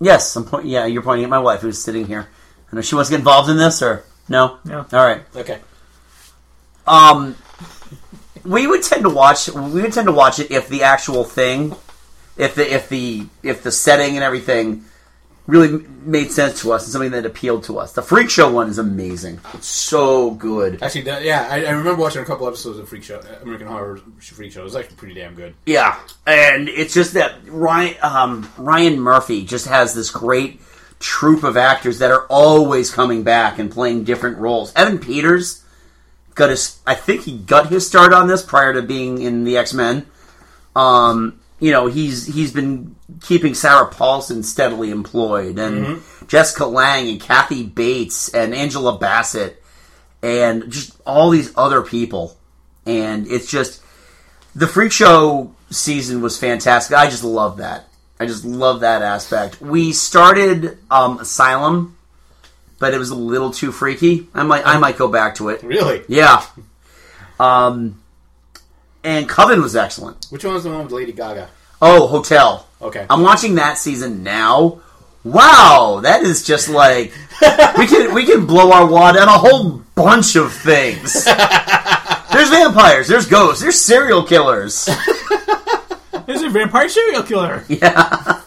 [SPEAKER 2] Yes, I'm point. Yeah, you're pointing at my wife who's sitting here. I know she wants to get involved in this, or no?
[SPEAKER 3] No.
[SPEAKER 2] All right.
[SPEAKER 8] Okay.
[SPEAKER 2] Um, we would tend to watch. We would tend to watch it if the actual thing, if the if the if the setting and everything really made sense to us and something that appealed to us. The Freak Show one is amazing. It's so good.
[SPEAKER 8] Actually, that- yeah, I, I remember watching a couple episodes of Freak Show, American Horror Freak Show. It was actually pretty damn good.
[SPEAKER 2] Yeah, and it's just that Ryan um, Ryan Murphy just has this great troupe of actors that are always coming back and playing different roles. Evan Peters got his, I think he got his start on this prior to being in the X Men. Um, you know, he's he's been keeping Sarah Paulson steadily employed, and Jessica Lang and Kathy Bates and Angela Bassett, and just all these other people, and it's just the freak show season was fantastic. I just love that. I just love that aspect. We started um, Asylum, but it was a little too freaky. I might I might go back to it.
[SPEAKER 8] Really?
[SPEAKER 2] Yeah. Um, and Coven was excellent.
[SPEAKER 8] Which one was the one with Lady Gaga?
[SPEAKER 2] Oh, Hotel.
[SPEAKER 8] Okay.
[SPEAKER 2] I'm watching that season now. Wow, that is just like we can we can blow our wad on a whole bunch of things. There's vampires. There's ghosts. There's serial killers.
[SPEAKER 3] there's a vampire serial killer.
[SPEAKER 2] Yeah.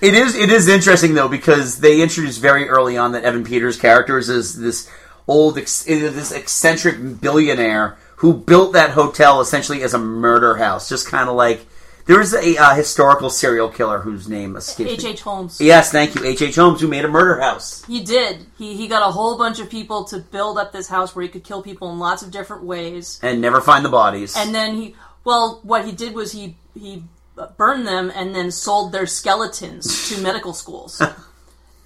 [SPEAKER 2] It is it is interesting though because they introduced very early on that Evan Peters' character is this, this old ex- is this eccentric billionaire who built that hotel essentially as a murder house, just kind of like there is a uh, historical serial killer whose name escapes me.
[SPEAKER 4] H.H. Holmes.
[SPEAKER 2] Yes, thank you, H.H. Holmes, who made a murder house.
[SPEAKER 4] He did. He he got a whole bunch of people to build up this house where he could kill people in lots of different ways.
[SPEAKER 2] and never find the bodies.
[SPEAKER 4] And then he, well, what he did was he he burned them and then sold their
[SPEAKER 2] <laughs>
[SPEAKER 4] skeletons to medical schools.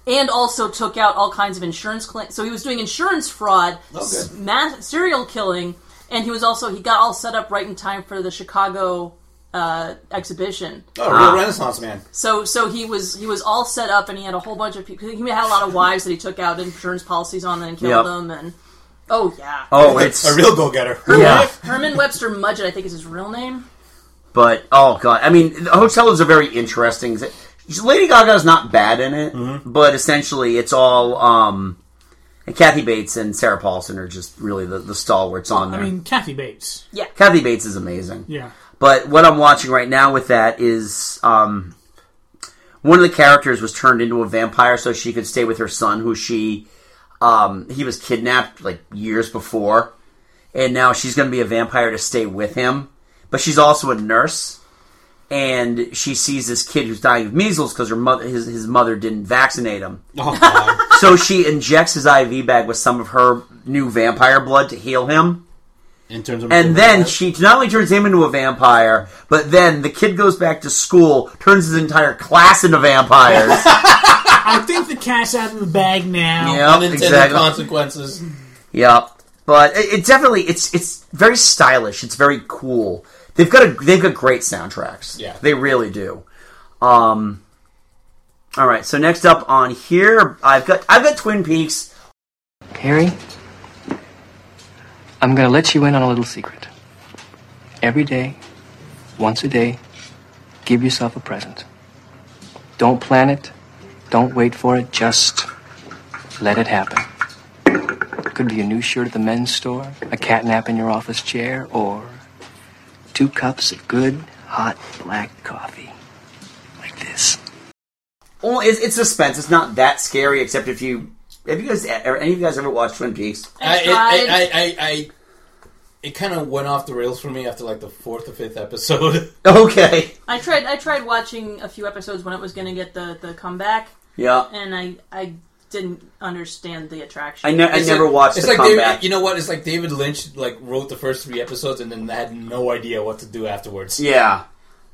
[SPEAKER 4] And also took out all kinds of insurance claims. So he was doing insurance fraud,
[SPEAKER 15] Oh, good.
[SPEAKER 4] s- mass serial killing, and he was also he got all set up right in time for the Chicago uh, exhibition.
[SPEAKER 8] Oh,
[SPEAKER 2] Ah.
[SPEAKER 8] real Renaissance man.
[SPEAKER 4] So so he was he was all set up, and he had a whole bunch of people. He had a lot of wives that he took out insurance policies on, and
[SPEAKER 2] Yep.
[SPEAKER 4] killed them. And oh yeah,
[SPEAKER 2] oh,
[SPEAKER 8] <laughs>
[SPEAKER 2] it's
[SPEAKER 8] a real go-getter.
[SPEAKER 2] <laughs>
[SPEAKER 4] Herman,
[SPEAKER 2] Yeah.
[SPEAKER 4] Herman Webster Mudgett, I think is his real name.
[SPEAKER 2] But oh god, I mean, the hotel is a very interesting. Lady Gaga's not bad in it, but essentially it's all. Um, and Kathy Bates and Sarah Paulson are just really the, the stalwarts on there.
[SPEAKER 3] I mean, Kathy Bates.
[SPEAKER 4] Yeah.
[SPEAKER 2] Kathy Bates is amazing.
[SPEAKER 3] Yeah.
[SPEAKER 2] But what I'm watching right now with that is um, one of the characters was turned into a vampire so she could stay with her son, who she um, he was kidnapped like years before, and now she's going to be a vampire to stay with him. But she's also a nurse, and she sees this kid who's dying of measles because her mother his, his mother didn't vaccinate him. so she injects his IV bag with some of her new vampire blood to heal him.
[SPEAKER 23] In terms of
[SPEAKER 2] And then she not only turns him into a vampire, but then the kid goes back to school, turns his entire class into vampires.
[SPEAKER 3] I think the cat's out of the bag now.
[SPEAKER 2] Yeah, Unintended exactly.
[SPEAKER 8] consequences.
[SPEAKER 2] yep. But it, it definitely it's it's very stylish. It's very cool. They've got a they've got great soundtracks.
[SPEAKER 8] Yeah.
[SPEAKER 2] they really do. Um. All right. So next up on here, I've got I've got Twin Peaks.
[SPEAKER 11] Harry, I'm gonna let you in on a little secret. Every day, once a day, give yourself a present. Don't plan it, don't wait for it, just let it happen. Could be a new shirt at the men's store, a cat nap in your office chair, or two cups of good, hot, black coffee. Like this.
[SPEAKER 2] Well, Oh, it's, it's suspense. It's not that scary, except if you have you guys are any of you guys ever watched Twin Peaks? <laughs>
[SPEAKER 8] I, it, I, I, I, I, it kind of went off the rails for me after like the fourth or
[SPEAKER 2] <laughs>
[SPEAKER 8] fifth episode.
[SPEAKER 2] Okay.
[SPEAKER 4] I tried. I tried watching a few episodes when it was going to get the the comeback.
[SPEAKER 8] Yeah.
[SPEAKER 4] And I I didn't understand the attraction.
[SPEAKER 2] I ne- I
[SPEAKER 8] It's
[SPEAKER 2] never
[SPEAKER 8] like-
[SPEAKER 2] watched
[SPEAKER 8] It's
[SPEAKER 2] the
[SPEAKER 8] like
[SPEAKER 2] comeback.
[SPEAKER 8] David, you know what? It's like David Lynch like wrote the first three episodes and then had no idea what to do afterwards.
[SPEAKER 2] Yeah.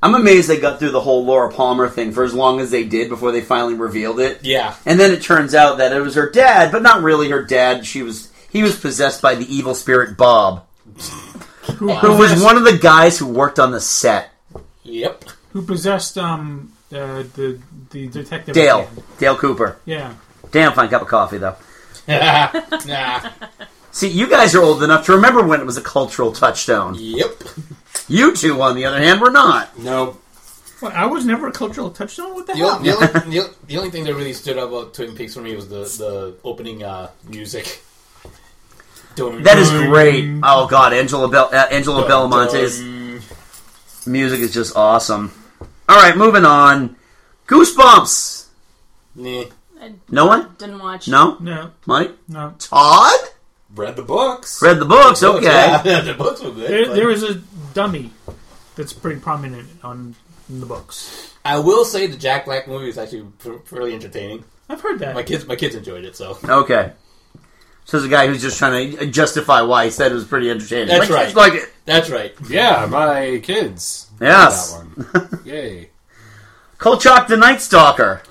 [SPEAKER 2] I'm amazed they got through the whole Laura Palmer thing for as long as they did before they finally revealed it.
[SPEAKER 8] Yeah.
[SPEAKER 2] And then it turns out that it was her dad, but not really her dad. She was he was possessed by the evil spirit Bob, who was one of the guys who worked on the set.
[SPEAKER 8] Yep. <laughs>
[SPEAKER 3] Who possessed um uh, the the detective?
[SPEAKER 2] Dale, Dale Cooper.
[SPEAKER 3] Yeah.
[SPEAKER 2] Damn fine cup of coffee though.
[SPEAKER 8] nah.
[SPEAKER 2] See, you guys are old enough to remember when it was a cultural touchstone.
[SPEAKER 8] Yep.
[SPEAKER 2] You two, on the other hand, were not.
[SPEAKER 8] No.
[SPEAKER 3] What, I was never a cultural touchstone. What the
[SPEAKER 8] The,
[SPEAKER 3] hell?
[SPEAKER 8] only, the,
[SPEAKER 2] <laughs>
[SPEAKER 8] only, the, the only thing that really stood out about Twin Peaks for me was the the opening uh, music. Dun-
[SPEAKER 2] That is
[SPEAKER 8] dun-
[SPEAKER 2] great. Oh God, Angela Bel- uh, Angela Belamonte's music is just awesome. All right, moving on. Goosebumps.
[SPEAKER 8] Nah.
[SPEAKER 2] No one
[SPEAKER 4] Didn't watch.
[SPEAKER 2] No,
[SPEAKER 3] No.
[SPEAKER 2] Mike.
[SPEAKER 3] No.
[SPEAKER 2] Todd.
[SPEAKER 8] Read the books.
[SPEAKER 2] Read the books.
[SPEAKER 8] <laughs> The books,
[SPEAKER 2] okay.
[SPEAKER 8] yeah. The books were good.
[SPEAKER 3] There,
[SPEAKER 8] but-
[SPEAKER 3] there is a dummy that's pretty prominent on in the books.
[SPEAKER 8] I will say the Jack Black movie is actually pr- fairly entertaining.
[SPEAKER 3] I've heard that.
[SPEAKER 8] My kids, my kids enjoyed it. So
[SPEAKER 2] Okay. So there's a guy who's just trying to uh, justify why he said it was pretty entertaining.
[SPEAKER 8] That's
[SPEAKER 2] Like,
[SPEAKER 8] right.
[SPEAKER 2] Like it.
[SPEAKER 8] That's right.
[SPEAKER 5] Yeah, my kids.
[SPEAKER 2] Yes.
[SPEAKER 5] That one. Yay.
[SPEAKER 2] Kolchak the Night Stalker.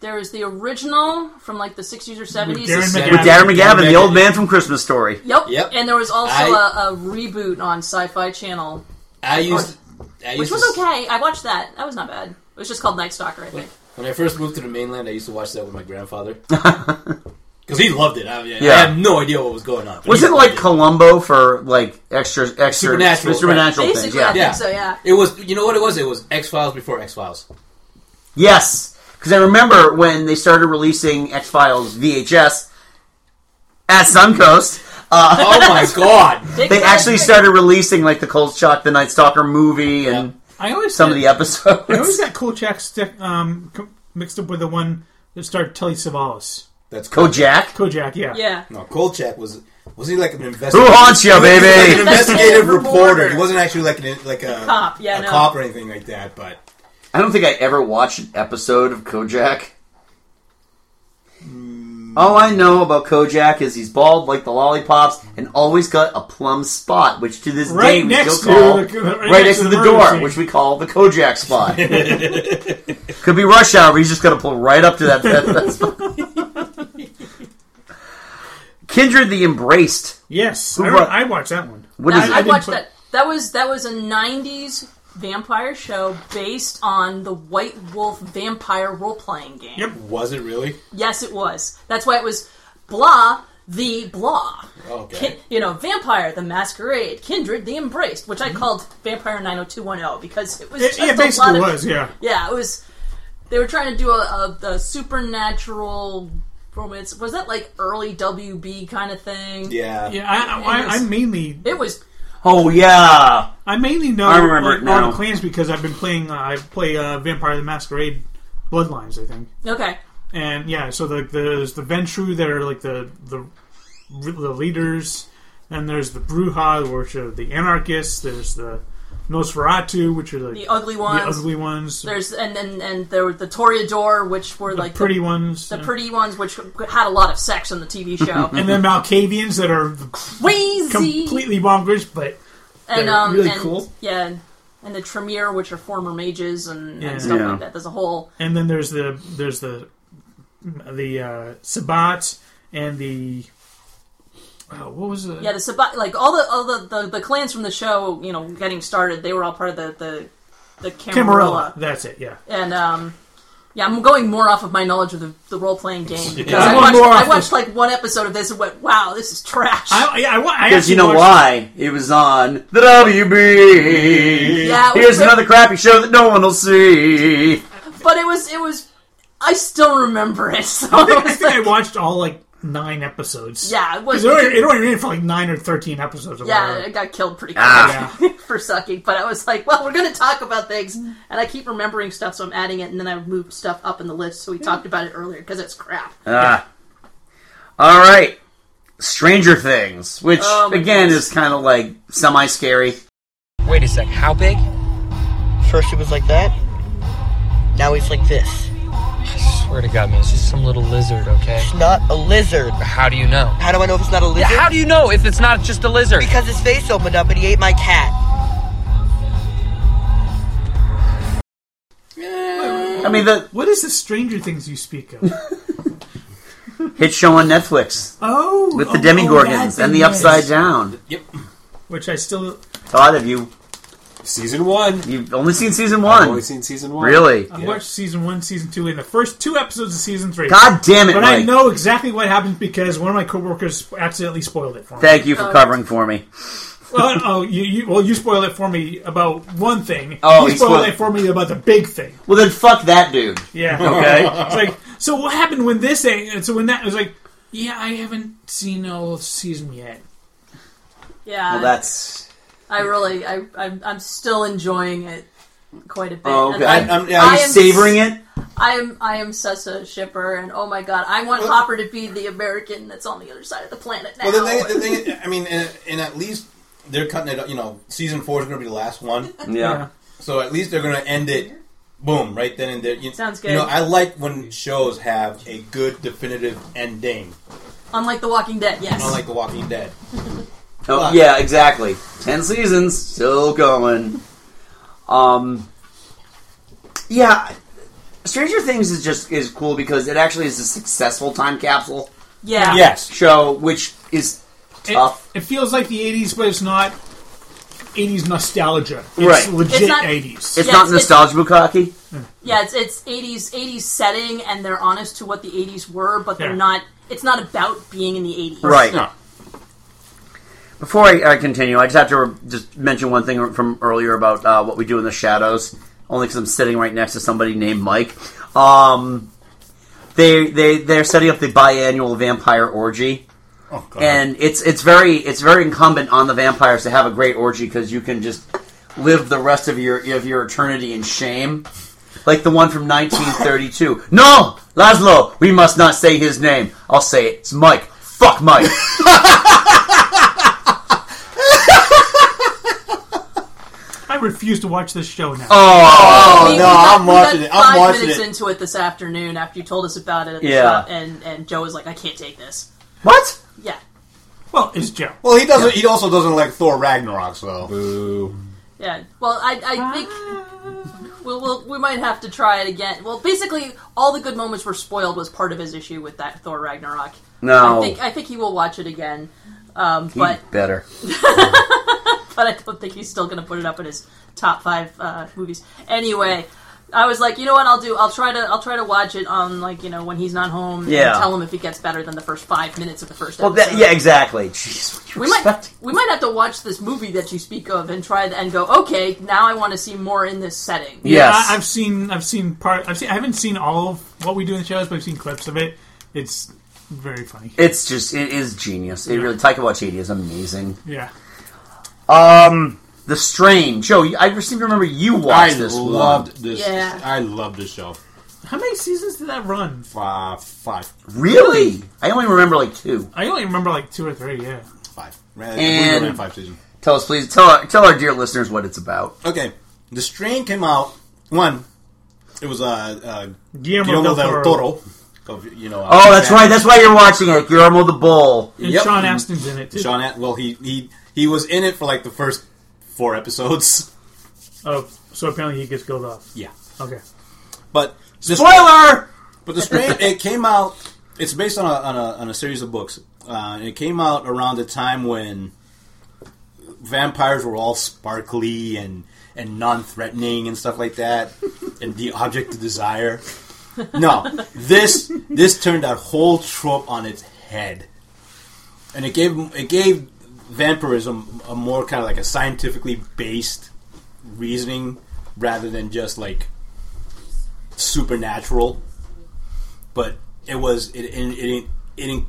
[SPEAKER 4] There was the original from like the 60s or 70s.
[SPEAKER 2] With Darren McGavin, the old man from Christmas Story.
[SPEAKER 4] Yep. And there was also
[SPEAKER 2] I-
[SPEAKER 4] a a reboot on Sci-Fi Channel.
[SPEAKER 8] I used. I used
[SPEAKER 4] Which was
[SPEAKER 8] to-
[SPEAKER 4] okay. I watched that. That was not bad. It was just called Night Stalker, I think.
[SPEAKER 8] When I first moved to the mainland, I used to watch that with my
[SPEAKER 2] <laughs>
[SPEAKER 8] grandfather because he loved it. I, I
[SPEAKER 2] Yeah.
[SPEAKER 8] had no idea what was going on. but
[SPEAKER 2] Was
[SPEAKER 8] he
[SPEAKER 2] it like Columbo for like extra extra
[SPEAKER 8] supernatural?
[SPEAKER 2] supernatural
[SPEAKER 8] right?
[SPEAKER 2] things? Yeah.
[SPEAKER 4] yeah.
[SPEAKER 8] It was. You know what it was? It was X Files before X Files.
[SPEAKER 2] Yes, because I remember when they started releasing X Files VHS at Suncoast. Uh,
[SPEAKER 8] Oh my God.
[SPEAKER 2] They actually started releasing like the Cold Shock, the Night Stalker movie, and
[SPEAKER 3] I always
[SPEAKER 2] some of the episodes.
[SPEAKER 3] I always got Kolchak stick um, co- mixed up with the one that starred Telly Savalas.
[SPEAKER 8] That's
[SPEAKER 2] <laughs> Kojak?
[SPEAKER 3] Kojak, yeah.
[SPEAKER 4] Yeah.
[SPEAKER 8] No, Kolchak was was he like an investigator?
[SPEAKER 2] haunts ya,
[SPEAKER 8] He was like <laughs>
[SPEAKER 2] baby?
[SPEAKER 8] an investigative
[SPEAKER 2] Investigative
[SPEAKER 8] reporter. He wasn't actually like an like a,
[SPEAKER 4] cop, yeah,
[SPEAKER 8] a
[SPEAKER 4] no.
[SPEAKER 8] cop or anything like that. But
[SPEAKER 2] I don't think I ever watched an episode of Kojak.
[SPEAKER 3] Hmm.
[SPEAKER 2] All I know about Kojak is he's bald like the lollipops and always got a plum spot, which to this
[SPEAKER 3] Right
[SPEAKER 2] day we
[SPEAKER 3] next
[SPEAKER 2] still
[SPEAKER 3] to
[SPEAKER 2] call
[SPEAKER 3] the- right
[SPEAKER 2] right,
[SPEAKER 3] next
[SPEAKER 2] next
[SPEAKER 3] to
[SPEAKER 2] to the
[SPEAKER 3] the murder
[SPEAKER 2] door,
[SPEAKER 3] scene.
[SPEAKER 2] which we call the Kojak
[SPEAKER 3] <laughs>
[SPEAKER 2] spot. Could be rush hour. He's just going to pull right up to that. that,
[SPEAKER 3] <laughs>
[SPEAKER 2] that spot. Kindred the Embraced.
[SPEAKER 3] Yes,
[SPEAKER 2] Who
[SPEAKER 3] I,
[SPEAKER 2] brought-
[SPEAKER 3] I watched that one.
[SPEAKER 2] What
[SPEAKER 4] That-
[SPEAKER 2] is it?
[SPEAKER 4] I, watched that. That was that was a '90s vampire show based on the White Wolf vampire role playing game.
[SPEAKER 8] yep, was it really?
[SPEAKER 4] Yes, it was. That's why it was blah the blah.
[SPEAKER 8] Okay.
[SPEAKER 4] Kin- you know, vampire the masquerade, kindred the embraced, oh which I called Vampire 90210 because it was
[SPEAKER 3] Mm-hmm. It,
[SPEAKER 4] just
[SPEAKER 3] yeah,
[SPEAKER 4] a lot
[SPEAKER 3] basically
[SPEAKER 4] of,
[SPEAKER 3] was, yeah.
[SPEAKER 4] Yeah, it was They were trying to do a, a, a supernatural romance. Was that like early WB kind of thing?
[SPEAKER 2] Yeah.
[SPEAKER 3] Yeah, I, I,
[SPEAKER 4] It
[SPEAKER 3] I,
[SPEAKER 4] was-
[SPEAKER 3] mainly
[SPEAKER 4] It was
[SPEAKER 2] Oh yeah.
[SPEAKER 3] I mainly know
[SPEAKER 2] I remember
[SPEAKER 3] like,
[SPEAKER 2] it now.
[SPEAKER 3] all the clans because I've been playing. Uh, I play uh, Vampire the Masquerade Bloodlines, I think.
[SPEAKER 4] okay.
[SPEAKER 3] And yeah, so like there's the Ventru that are like the the the leaders, and there's the Bruja, which are the anarchists. There's the Nosferatu, which are like
[SPEAKER 4] The ugly ones.
[SPEAKER 3] The ugly ones.
[SPEAKER 4] There's and and, and there were the Toreador, which were
[SPEAKER 3] The
[SPEAKER 4] like
[SPEAKER 3] pretty ones,
[SPEAKER 4] the
[SPEAKER 3] yeah.
[SPEAKER 4] pretty ones, which had a lot of sex on the TV show.
[SPEAKER 3] <laughs> and then Malkavians that are
[SPEAKER 4] Crazy.
[SPEAKER 3] completely bonkers, but
[SPEAKER 4] and
[SPEAKER 3] they're
[SPEAKER 4] um
[SPEAKER 3] really
[SPEAKER 4] and,
[SPEAKER 3] cool.
[SPEAKER 4] yeah, and- and the Tremere, which are former mages and,
[SPEAKER 3] Yeah.
[SPEAKER 4] and stuff
[SPEAKER 3] Yeah.
[SPEAKER 4] like that. There's a whole
[SPEAKER 3] And then there's the there's the the uh, Sabbat and the oh, what was it?
[SPEAKER 4] yeah the Sabat like all the all the, the the clans from the show you know getting started. They were all part of the the the Camarilla.
[SPEAKER 3] Camarilla. That's it. Yeah.
[SPEAKER 4] And um, yeah, I'm going more off of my knowledge of the, the role playing game because
[SPEAKER 2] Yeah.
[SPEAKER 4] I
[SPEAKER 2] Going
[SPEAKER 4] watched,
[SPEAKER 2] more off
[SPEAKER 4] I
[SPEAKER 2] the-
[SPEAKER 4] watched like one episode of this and went, "Wow, this is trash."
[SPEAKER 3] I, yeah, I, wa- I
[SPEAKER 2] Because you
[SPEAKER 3] actually
[SPEAKER 2] know
[SPEAKER 3] watched-
[SPEAKER 2] why? It was on the WB.
[SPEAKER 4] Yeah, it was
[SPEAKER 2] Here's
[SPEAKER 4] pretty-
[SPEAKER 2] another crappy show that no one will see.
[SPEAKER 4] But it was it was I still remember it. <laughs> So
[SPEAKER 3] I think, I think I watched all like nine episodes.
[SPEAKER 4] Yeah, it was-
[SPEAKER 3] 'Cause It only, it only ran for like nine or thirteen episodes. Or
[SPEAKER 4] yeah,
[SPEAKER 3] whatever.
[SPEAKER 4] I got killed pretty quick
[SPEAKER 3] Ah.
[SPEAKER 4] <laughs> for sucking. But I was like, "Well, we're going to talk about things," and I keep remembering stuff, so I'm adding it, and then I moved stuff up in the list. So we talked about it earlier because it's crap.
[SPEAKER 2] Ah. All right. Stranger Things, which
[SPEAKER 4] Oh my
[SPEAKER 2] again
[SPEAKER 4] goodness.
[SPEAKER 2] is kind of like semi scary.
[SPEAKER 10] Wait a sec, how big? First he was like that. Now he's like this. I swear to God, man, it's just some little lizard, okay? It's not a lizard. How do you know? How do I know if it's not a lizard?
[SPEAKER 15] how do you know if it's not just a lizard?
[SPEAKER 10] Because his face opened up and he ate my cat.
[SPEAKER 2] I mean, the
[SPEAKER 3] what is the Stranger Things you speak
[SPEAKER 2] <laughs>
[SPEAKER 3] of?
[SPEAKER 2] Hit show on Netflix.
[SPEAKER 3] Oh,
[SPEAKER 2] With the
[SPEAKER 3] oh, oh,
[SPEAKER 2] Demigorgons
[SPEAKER 3] that
[SPEAKER 2] and
[SPEAKER 3] thing,
[SPEAKER 2] the
[SPEAKER 3] yes.
[SPEAKER 2] Upside Down.
[SPEAKER 5] Yep.
[SPEAKER 3] Which I still
[SPEAKER 2] Todd, have you?
[SPEAKER 5] Season one.
[SPEAKER 2] You've only seen season one.
[SPEAKER 5] only seen season one.
[SPEAKER 2] Really?
[SPEAKER 3] I watched season one, season two, and the first two episodes of season three.
[SPEAKER 2] God damn it,
[SPEAKER 3] But I
[SPEAKER 2] Mike.
[SPEAKER 3] know exactly what happened because one of my coworkers accidentally spoiled it for me.
[SPEAKER 2] Thank you for covering for me.
[SPEAKER 3] well, oh, you, you, well, you spoiled it for me about one thing.
[SPEAKER 2] Oh,
[SPEAKER 3] you
[SPEAKER 2] he
[SPEAKER 3] spoiled
[SPEAKER 2] spoiled-
[SPEAKER 3] it for me about the big thing.
[SPEAKER 2] Well, then fuck that dude.
[SPEAKER 3] Yeah.
[SPEAKER 2] <laughs>
[SPEAKER 3] it's
[SPEAKER 2] Okay.
[SPEAKER 3] like, so what happened when this thing? And so when that it was like, yeah, I haven't seen all of season yet.
[SPEAKER 4] Yeah,
[SPEAKER 2] well, that's.
[SPEAKER 4] I really, I, I'm, I'm still enjoying it quite a bit.
[SPEAKER 2] Oh,
[SPEAKER 4] And
[SPEAKER 2] okay. I'm- I'm- I'm savoring it?
[SPEAKER 4] I am, I am such a shipper, and oh my god, I want Hopper to be the American that's on the other side of the planet now.
[SPEAKER 8] Well, the thing, the thing, I mean, and, and at least they're cutting it. up, You know, season four is going to be the last one.
[SPEAKER 2] Yeah.
[SPEAKER 8] So at least they're going to end it, boom, right then and there. You,
[SPEAKER 4] Sounds
[SPEAKER 8] You know,
[SPEAKER 4] good.
[SPEAKER 8] I like when shows have a good definitive ending,
[SPEAKER 4] Unlike The Walking Dead, yes.
[SPEAKER 8] unlike The Walking Dead.
[SPEAKER 2] Oh, yeah, exactly. Ten seasons, still going. Um, yeah, Stranger Things is just is cool because it actually is a successful time capsule.
[SPEAKER 4] Yeah.
[SPEAKER 2] Yes. Show which is
[SPEAKER 3] It,
[SPEAKER 2] tough.
[SPEAKER 3] it feels like the '80s, but it's not '80s nostalgia. It's
[SPEAKER 2] right.
[SPEAKER 3] legit '80s.
[SPEAKER 2] It's not nostalgia bukkake.
[SPEAKER 4] Yeah, it's it's 80s 80s setting, and they're honest to what the 80s were, but they're
[SPEAKER 2] Yeah.
[SPEAKER 4] not. It's not about being in the 80s,
[SPEAKER 2] Right. Before I, I continue, I just have to re- just mention one thing from earlier about uh, what we do in the shadows. Only because I'm sitting right next to somebody named Mike. Um, they they they're setting up the biannual vampire orgy,
[SPEAKER 8] Oh, God.
[SPEAKER 2] and it's it's very it's very incumbent on the vampires to have a great orgy because you can just live the rest of your of your eternity in shame, like the one from 1932. no, Laszlo, we must not say his name. I'll say it. It's Mike. Fuck Mike.
[SPEAKER 3] I refuse to watch this show now.
[SPEAKER 2] Oh,
[SPEAKER 4] We- we got- we got five minutes into it this afternoon after you told us about it at the
[SPEAKER 3] Yeah.
[SPEAKER 4] shop, and and Joe was like, "I can't take this."
[SPEAKER 2] What?
[SPEAKER 4] Yeah,
[SPEAKER 3] Well, it's Joe.
[SPEAKER 8] Well, he doesn't. He also doesn't like Thor Ragnarok, so. Boo.
[SPEAKER 4] yeah. Well, I I think we'll, we'll we might have to try it again. Well, basically, all the good moments were spoiled was part of his issue with that Thor Ragnarok.
[SPEAKER 2] No.
[SPEAKER 4] I think I think he will watch it again, um,
[SPEAKER 2] He
[SPEAKER 4] but
[SPEAKER 2] better.
[SPEAKER 4] but I don't think he's still going to put it up in his top five uh, movies. Anyway, I was like, you know what? I'll do. I'll try to. I'll try to watch it on like you know when he's not home.
[SPEAKER 2] Yeah.
[SPEAKER 4] And tell him if it gets better than the first five minutes of the first.
[SPEAKER 2] Well, that,
[SPEAKER 4] episode.
[SPEAKER 2] yeah, exactly. Jeez, what you
[SPEAKER 4] We
[SPEAKER 2] expect?
[SPEAKER 4] might we might have to watch this movie that you speak of and try and go. Okay, now I want to see more in this setting.
[SPEAKER 3] I, have seen I've seen part. I've seen, I haven't seen all of what we do in the shows, but I've seen clips of it. It's very funny.
[SPEAKER 2] It's just it is genius. It really Taika Waititi is amazing.
[SPEAKER 3] Yeah.
[SPEAKER 2] Um, The Strain, Joe. I just seem to remember you watched
[SPEAKER 8] I
[SPEAKER 2] this.
[SPEAKER 8] loved
[SPEAKER 2] one.
[SPEAKER 8] this.
[SPEAKER 4] Yeah.
[SPEAKER 8] I loved this show.
[SPEAKER 3] How many seasons did that run?
[SPEAKER 8] Five, five.
[SPEAKER 2] Really? I only remember like two.
[SPEAKER 3] I only remember like two or three. Yeah.
[SPEAKER 8] Five.
[SPEAKER 2] And
[SPEAKER 8] ran five seasons.
[SPEAKER 2] Tell us, please. Tell our, tell our dear listeners what it's about.
[SPEAKER 8] Okay, The Strain came out. One, it was uh, uh,
[SPEAKER 3] Guillermo del Toro.
[SPEAKER 8] of, you know. uh,
[SPEAKER 2] Oh, that's
[SPEAKER 8] Batman.
[SPEAKER 2] right. That's why you're watching it. Guillermo the Bull.
[SPEAKER 3] And Sean Astin's in it, too.
[SPEAKER 8] Sean, Ast- well, he he he was in it for like the first four episodes. <laughs>
[SPEAKER 3] Oh, so apparently he gets killed off.
[SPEAKER 8] Yeah.
[SPEAKER 3] Okay.
[SPEAKER 8] But the
[SPEAKER 2] spoiler.
[SPEAKER 8] But the strain it came out. It's based on a on a, on a series of books. Uh, and it came out around the time when vampires were all sparkly and and non-threatening and stuff like that, and the object of desire. No, this this turned that whole trope on its head, and it gave it gave vampirism a more kind of like a scientifically based reasoning rather than just like supernatural, but it was it it, it, it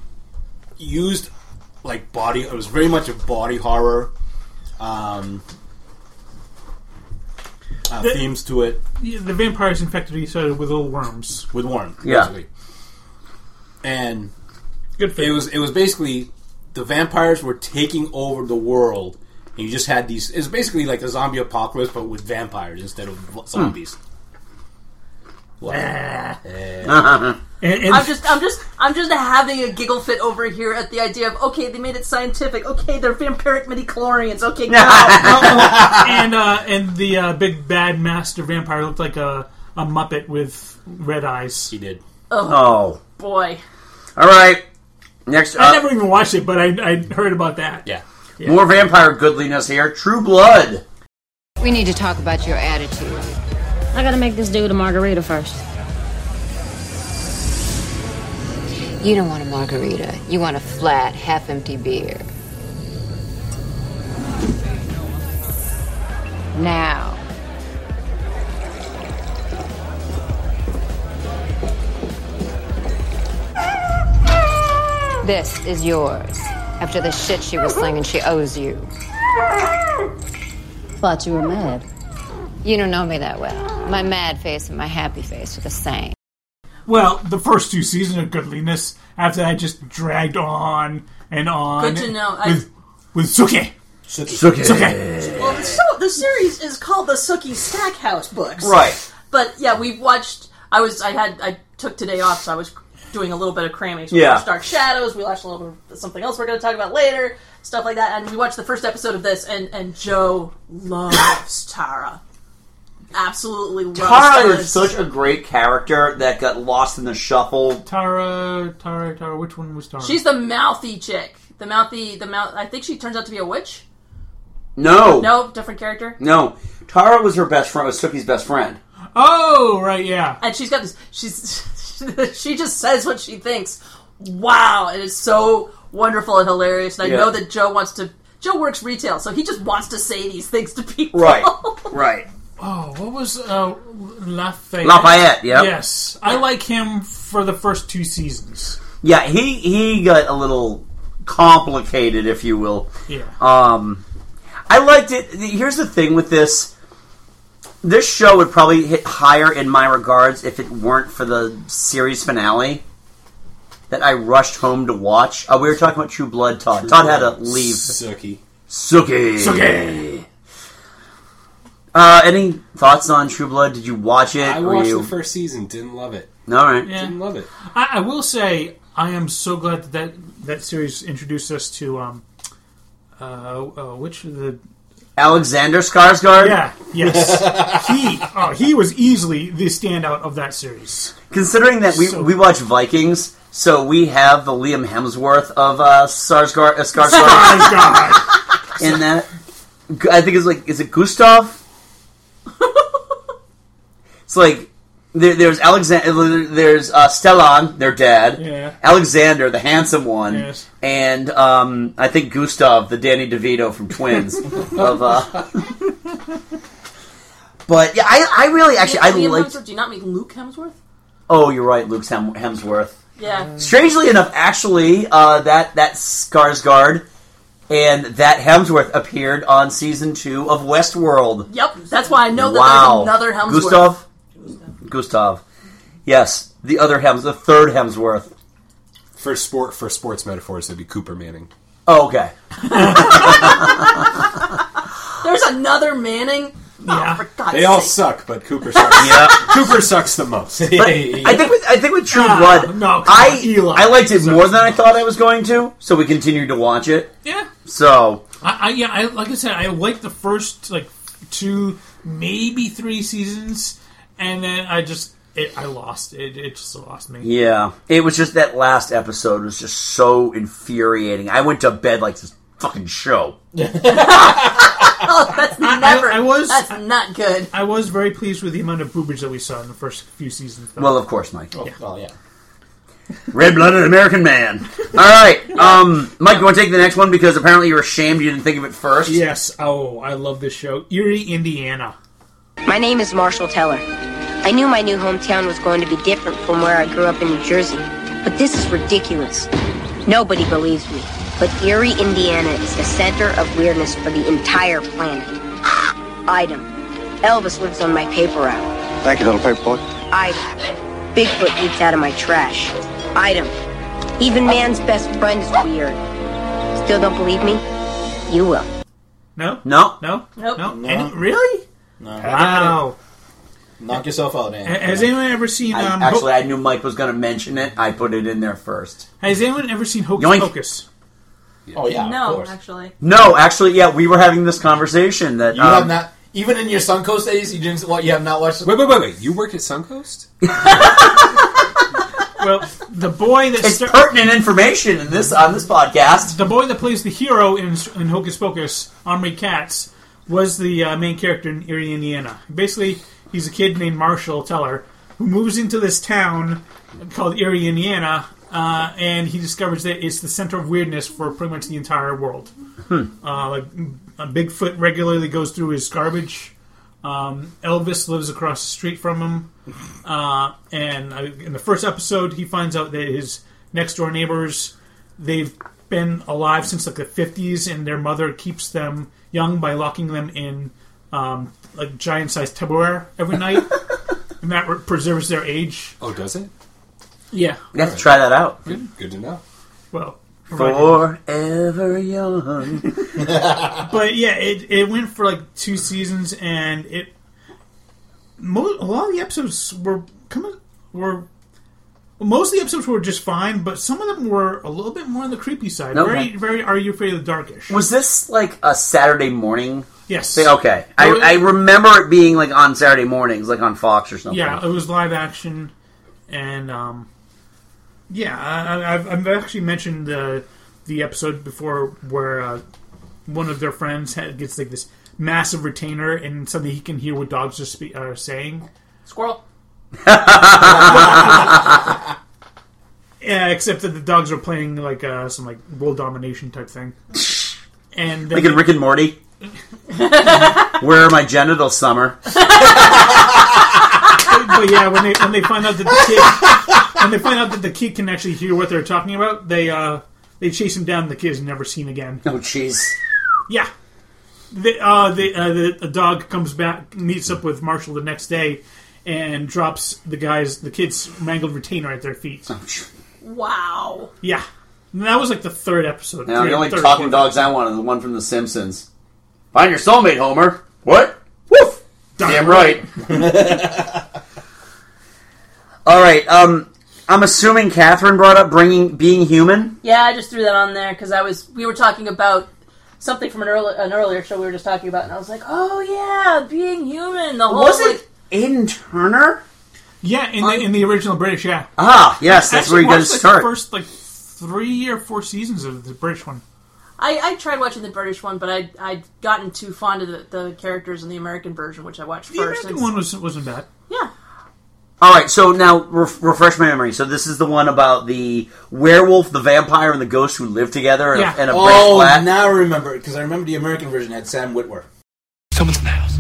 [SPEAKER 8] used like body. It was very much a body horror um, uh,
[SPEAKER 3] The-
[SPEAKER 8] themes to it
[SPEAKER 3] Yeah, the vampires infected each other with little worms.
[SPEAKER 8] with Warren.
[SPEAKER 3] Yeah.
[SPEAKER 8] basically. And it was it was basically the vampires were taking over the world. And you just had these. It's basically like a zombie apocalypse, but with vampires instead of zombies. Wow. Eh. <laughs>
[SPEAKER 4] I'm just, I'm just, I'm just having a giggle fit over here at the idea of okay, they made it scientific. Okay, they're vampiric
[SPEAKER 2] <laughs>
[SPEAKER 4] midichlorians. Okay,
[SPEAKER 3] <laughs>
[SPEAKER 4] go.
[SPEAKER 3] and uh, and the uh, big bad master vampire looked like a, a muppet with red eyes. He
[SPEAKER 8] did.
[SPEAKER 2] Oh.
[SPEAKER 4] boy.
[SPEAKER 2] All right. Next
[SPEAKER 3] I
[SPEAKER 2] up,
[SPEAKER 3] never even watched it, but I, I heard about that.
[SPEAKER 8] Uh, Yeah.
[SPEAKER 2] more vampire goodliness here. True Blood.
[SPEAKER 14] We need to talk about your attitude. I gotta make this dude a margarita first. You don't want a margarita. You want a flat, half empty beer. Now. This is yours. After the shit she was slinging, she owes you. Thought you were mad. You don't know me that well. My mad face and my happy face are the same.
[SPEAKER 3] Well, the first two seasons of Goodliness. After that, just dragged on and on.
[SPEAKER 4] Good to know. I-
[SPEAKER 3] With, with Suke.
[SPEAKER 2] Suke.
[SPEAKER 8] Eh.
[SPEAKER 4] Well, the, so the series is called the Suki Stackhouse books,
[SPEAKER 2] Right.
[SPEAKER 4] But yeah, we watched. I was, I had, I took today off, so I was doing a little bit of cramming. So we
[SPEAKER 2] Yeah.
[SPEAKER 4] watched Dark Shadows. We watched a little bit of something else we're going to talk about later, stuff like that. And we watched the first episode of this, and and Joe
[SPEAKER 2] <coughs>
[SPEAKER 4] loves Tara. Absolutely loves
[SPEAKER 2] Tara
[SPEAKER 4] Tara.
[SPEAKER 2] is such a great character that got lost in the shuffle.
[SPEAKER 3] Tara, Tara, Tara. Which one was Tara?
[SPEAKER 4] She's the mouthy chick. The mouthy, the mouth. I think she turns out to be a witch.
[SPEAKER 2] No,
[SPEAKER 4] no, different character.
[SPEAKER 2] no. Tara was her best friend. Was Sookie's best friend.
[SPEAKER 3] Oh, right, yeah.
[SPEAKER 4] And she's got this. She's <laughs> she just says what she thinks. Wow, it is so wonderful and hilarious. And I
[SPEAKER 2] Yeah.
[SPEAKER 4] know that Joe wants to. Joe works retail, so he just wants to say these things to people. <laughs>
[SPEAKER 2] Right. right.
[SPEAKER 3] Oh, what was uh, Lafayette?
[SPEAKER 2] Lafayette, yep.
[SPEAKER 3] Yes, I like him for the first two seasons.
[SPEAKER 2] Yeah, he he got a little complicated, if you will.
[SPEAKER 3] Yeah.
[SPEAKER 2] Um, I liked it. Here's the thing with this: this show would probably hit higher in my regards if it weren't for the series finale that I rushed home to watch. Uh, we were talking about True Blood, Todd.
[SPEAKER 8] True
[SPEAKER 2] Todd had
[SPEAKER 8] Blood.
[SPEAKER 2] to leave.
[SPEAKER 8] Suki.
[SPEAKER 2] Suki.
[SPEAKER 8] Suki.
[SPEAKER 2] Uh, any thoughts on True Blood? Did you watch it?
[SPEAKER 5] I
[SPEAKER 2] Were
[SPEAKER 5] watched
[SPEAKER 2] you-
[SPEAKER 5] the first season, didn't love it.
[SPEAKER 2] All right.
[SPEAKER 5] Didn't love it.
[SPEAKER 3] I, I will say I am so glad that that, that series introduced us to um, uh, uh, which of the
[SPEAKER 2] Alexander Skarsgård.
[SPEAKER 3] yeah
[SPEAKER 2] <laughs>
[SPEAKER 3] yes he oh, he was easily the standout of that series.
[SPEAKER 2] Considering that we,
[SPEAKER 3] So-
[SPEAKER 2] we watch Vikings, so we have the Liam Hemsworth of uh, Sarsgar, uh,
[SPEAKER 5] <laughs>
[SPEAKER 2] Skarsgård <laughs>
[SPEAKER 3] <laughs>
[SPEAKER 2] in that. Gu- I think it's like is it Gustav? It's like there, there's Alexander, there's uh, Stellan, their dad,
[SPEAKER 3] Yeah.
[SPEAKER 2] Alexander, the handsome one,
[SPEAKER 3] Yes.
[SPEAKER 2] and um, I think Gustav, the Danny DeVito from
[SPEAKER 3] <laughs>
[SPEAKER 2] Twins. of, uh, <laughs> but yeah, I, I really actually I
[SPEAKER 4] Liam
[SPEAKER 2] liked.
[SPEAKER 4] Hemsworth, do you not mean Luke Hemsworth?
[SPEAKER 2] Oh, you're right, Luke Hem- Hemsworth.
[SPEAKER 3] Uh,
[SPEAKER 4] Yeah.
[SPEAKER 2] Strangely enough, actually, uh, that that Skarsgård and that Hemsworth appeared on season two of Westworld.
[SPEAKER 4] Yep, that's why I know that
[SPEAKER 2] wow,
[SPEAKER 4] there's another Hemsworth.
[SPEAKER 2] Gustav. Gustav. Yes, the other Hems, the third Hemsworth.
[SPEAKER 5] For sport, for sports metaphors, it'd be Cooper Manning.
[SPEAKER 2] Oh, okay.
[SPEAKER 4] There's another Manning. Oh, for God's
[SPEAKER 5] They all
[SPEAKER 4] sake.
[SPEAKER 5] suck, but Cooper sucks.
[SPEAKER 2] <laughs> Yeah.
[SPEAKER 5] Cooper sucks the
[SPEAKER 8] <laughs>
[SPEAKER 5] most.
[SPEAKER 2] But I think with, I think with True Blood, I I liked it more than I thought I was going to, so we continued to watch it.
[SPEAKER 3] Yeah.
[SPEAKER 2] So
[SPEAKER 3] I, I yeah, I, like I said, I liked the first like two, maybe three seasons, and then I just it, I lost it. It just lost me.
[SPEAKER 2] yeah, it was just that last episode was just so infuriating. I went to bed like this fucking show.
[SPEAKER 4] Oh, that's never.
[SPEAKER 3] I was-
[SPEAKER 4] That's not good.
[SPEAKER 3] I was very pleased with the amount of boobage that we saw in the first few seasons. Though.
[SPEAKER 2] Well, of course, Mike.
[SPEAKER 3] Yeah.
[SPEAKER 6] Oh, Well, yeah.
[SPEAKER 2] Red blooded American man. All right, um, Mike, you want to take the next one because apparently you were ashamed you didn't think of it first.
[SPEAKER 3] Yes. Oh, I love this show, Erie, Indiana.
[SPEAKER 16] My name is Marshall Teller. I knew my new hometown was going to be different from where I grew up in New Jersey, but this is ridiculous. Nobody believes me, but Erie, Indiana is the center of weirdness for the entire planet. <sighs> Item. Elvis lives on my paper route.
[SPEAKER 7] Thank you, little paperboy.
[SPEAKER 16] Item. Bigfoot eats out of my trash. Item. Even man's best friend is weird. Still don't believe me? You will.
[SPEAKER 3] No.
[SPEAKER 2] No.
[SPEAKER 3] No.
[SPEAKER 4] Nope.
[SPEAKER 3] No. Any- really?
[SPEAKER 6] No.
[SPEAKER 3] Wow.
[SPEAKER 6] Knock yourself out, man.
[SPEAKER 3] Ha- Has anyone ever seen?
[SPEAKER 2] I-
[SPEAKER 3] Um,
[SPEAKER 2] actually,
[SPEAKER 3] Ho-
[SPEAKER 2] I knew Mike was going to mention it. I put it in there first.
[SPEAKER 3] has anyone ever seen Hocus
[SPEAKER 2] Yoink.
[SPEAKER 3] Pocus?
[SPEAKER 6] Oh yeah.
[SPEAKER 4] no, actually.
[SPEAKER 2] No, actually, yeah, we were having this conversation that
[SPEAKER 6] You
[SPEAKER 2] um,
[SPEAKER 6] have not. Even in your Suncoast days, you didn't. What you have not watched.
[SPEAKER 5] Wait, wait, wait, wait. You work at Suncoast?
[SPEAKER 3] Well, the boy that
[SPEAKER 2] It's pertinent information in this on this podcast.
[SPEAKER 3] The boy that plays the hero in, in Hocus Pocus, Omri Katz, was the uh, main character in Erie, Indiana. Basically, he's a kid named Marshall Teller who moves into this town called Erie, Indiana, uh, and he discovers that it's the center of weirdness for pretty much the entire world.
[SPEAKER 2] Hmm.
[SPEAKER 3] Uh, like mm, uh, Bigfoot regularly goes through his garbage. Um, Elvis lives across the street from him, uh, and uh, in the first episode, he finds out that his next door neighbors they've been alive since like the fifties, and their mother keeps them young by locking them in um, like giant sized Tupperware
[SPEAKER 2] <laughs>
[SPEAKER 3] every night, and that re- preserves their age.
[SPEAKER 5] Oh, does it?
[SPEAKER 3] Yeah,
[SPEAKER 2] You have to try that out.
[SPEAKER 5] Good, good to know.
[SPEAKER 3] Well,
[SPEAKER 2] Forever young.
[SPEAKER 3] but yeah, it, it went for like two seasons, and it mo- a lot of the episodes were coming were most of the episodes were just fine, but some of them were a little bit more on the creepy side.
[SPEAKER 2] Okay.
[SPEAKER 3] Very very are you afraid of the darkish?
[SPEAKER 2] Was this like a Saturday morning?
[SPEAKER 3] Yes.
[SPEAKER 2] Thing? Okay. I,
[SPEAKER 3] Well, it-
[SPEAKER 2] I remember it being like on Saturday mornings, like on Fox or something.
[SPEAKER 3] Yeah, it was live action, and um, yeah, I, I- I've, I've actually mentioned the the episode before where uh, one of their friends had, gets like this massive retainer, and suddenly he can hear what dogs are, spe- are saying.
[SPEAKER 4] Squirrel.
[SPEAKER 3] yeah, except that the dogs are playing like uh, some like world domination type thing, and then
[SPEAKER 2] Like in Rick and <laughs> Morty. Where are my genitals, Summer?
[SPEAKER 3] <laughs> but yeah, when they when they find out that the kid when they find out that the kid can actually hear what they're talking about, they uh they chase him down. The kid is never seen again.
[SPEAKER 2] Oh jeez.
[SPEAKER 3] Yeah. The, uh, the, uh, the a dog comes back, meets up with Marshall the next day, and drops the guy's the kid's mangled retainer at their feet.
[SPEAKER 4] Wow.
[SPEAKER 3] Yeah, And that was like the third episode.
[SPEAKER 2] Now,
[SPEAKER 3] Third-
[SPEAKER 2] the only
[SPEAKER 3] third
[SPEAKER 2] talking
[SPEAKER 3] episode.
[SPEAKER 2] dogs I want are the one from The Simpsons. Find your soulmate, Homer. What? Woof. Damn right. <laughs> All right. Um, I'm assuming Catherine brought up bringing being human.
[SPEAKER 4] Yeah, I just threw that on there because I was. We were talking about something from an, early, an earlier show we were just talking about, and I was like, oh yeah, being human. The whole
[SPEAKER 2] Was
[SPEAKER 4] like,
[SPEAKER 2] it Aiden Turner?
[SPEAKER 3] Yeah, in the, in the original British, yeah.
[SPEAKER 2] Ah, yes,
[SPEAKER 3] I
[SPEAKER 2] that's where you
[SPEAKER 3] actually
[SPEAKER 2] gotta
[SPEAKER 3] watched, like,
[SPEAKER 2] start.
[SPEAKER 3] The first like three or four seasons of the British one.
[SPEAKER 4] I, I tried watching the British one, but I I'd gotten too fond of the, the characters in the American version, which I watched
[SPEAKER 3] The
[SPEAKER 4] first.
[SPEAKER 3] American
[SPEAKER 4] and-
[SPEAKER 3] one was wasn't bad.
[SPEAKER 4] yeah,
[SPEAKER 2] All right, so now ref- refresh my memory. So this is the one about the werewolf, the vampire, and the ghost who live together and a, and a
[SPEAKER 6] oh,
[SPEAKER 2] brick flat.
[SPEAKER 6] now I remember because I remember the American version had Sam Witwer.
[SPEAKER 17] Someone's in the house.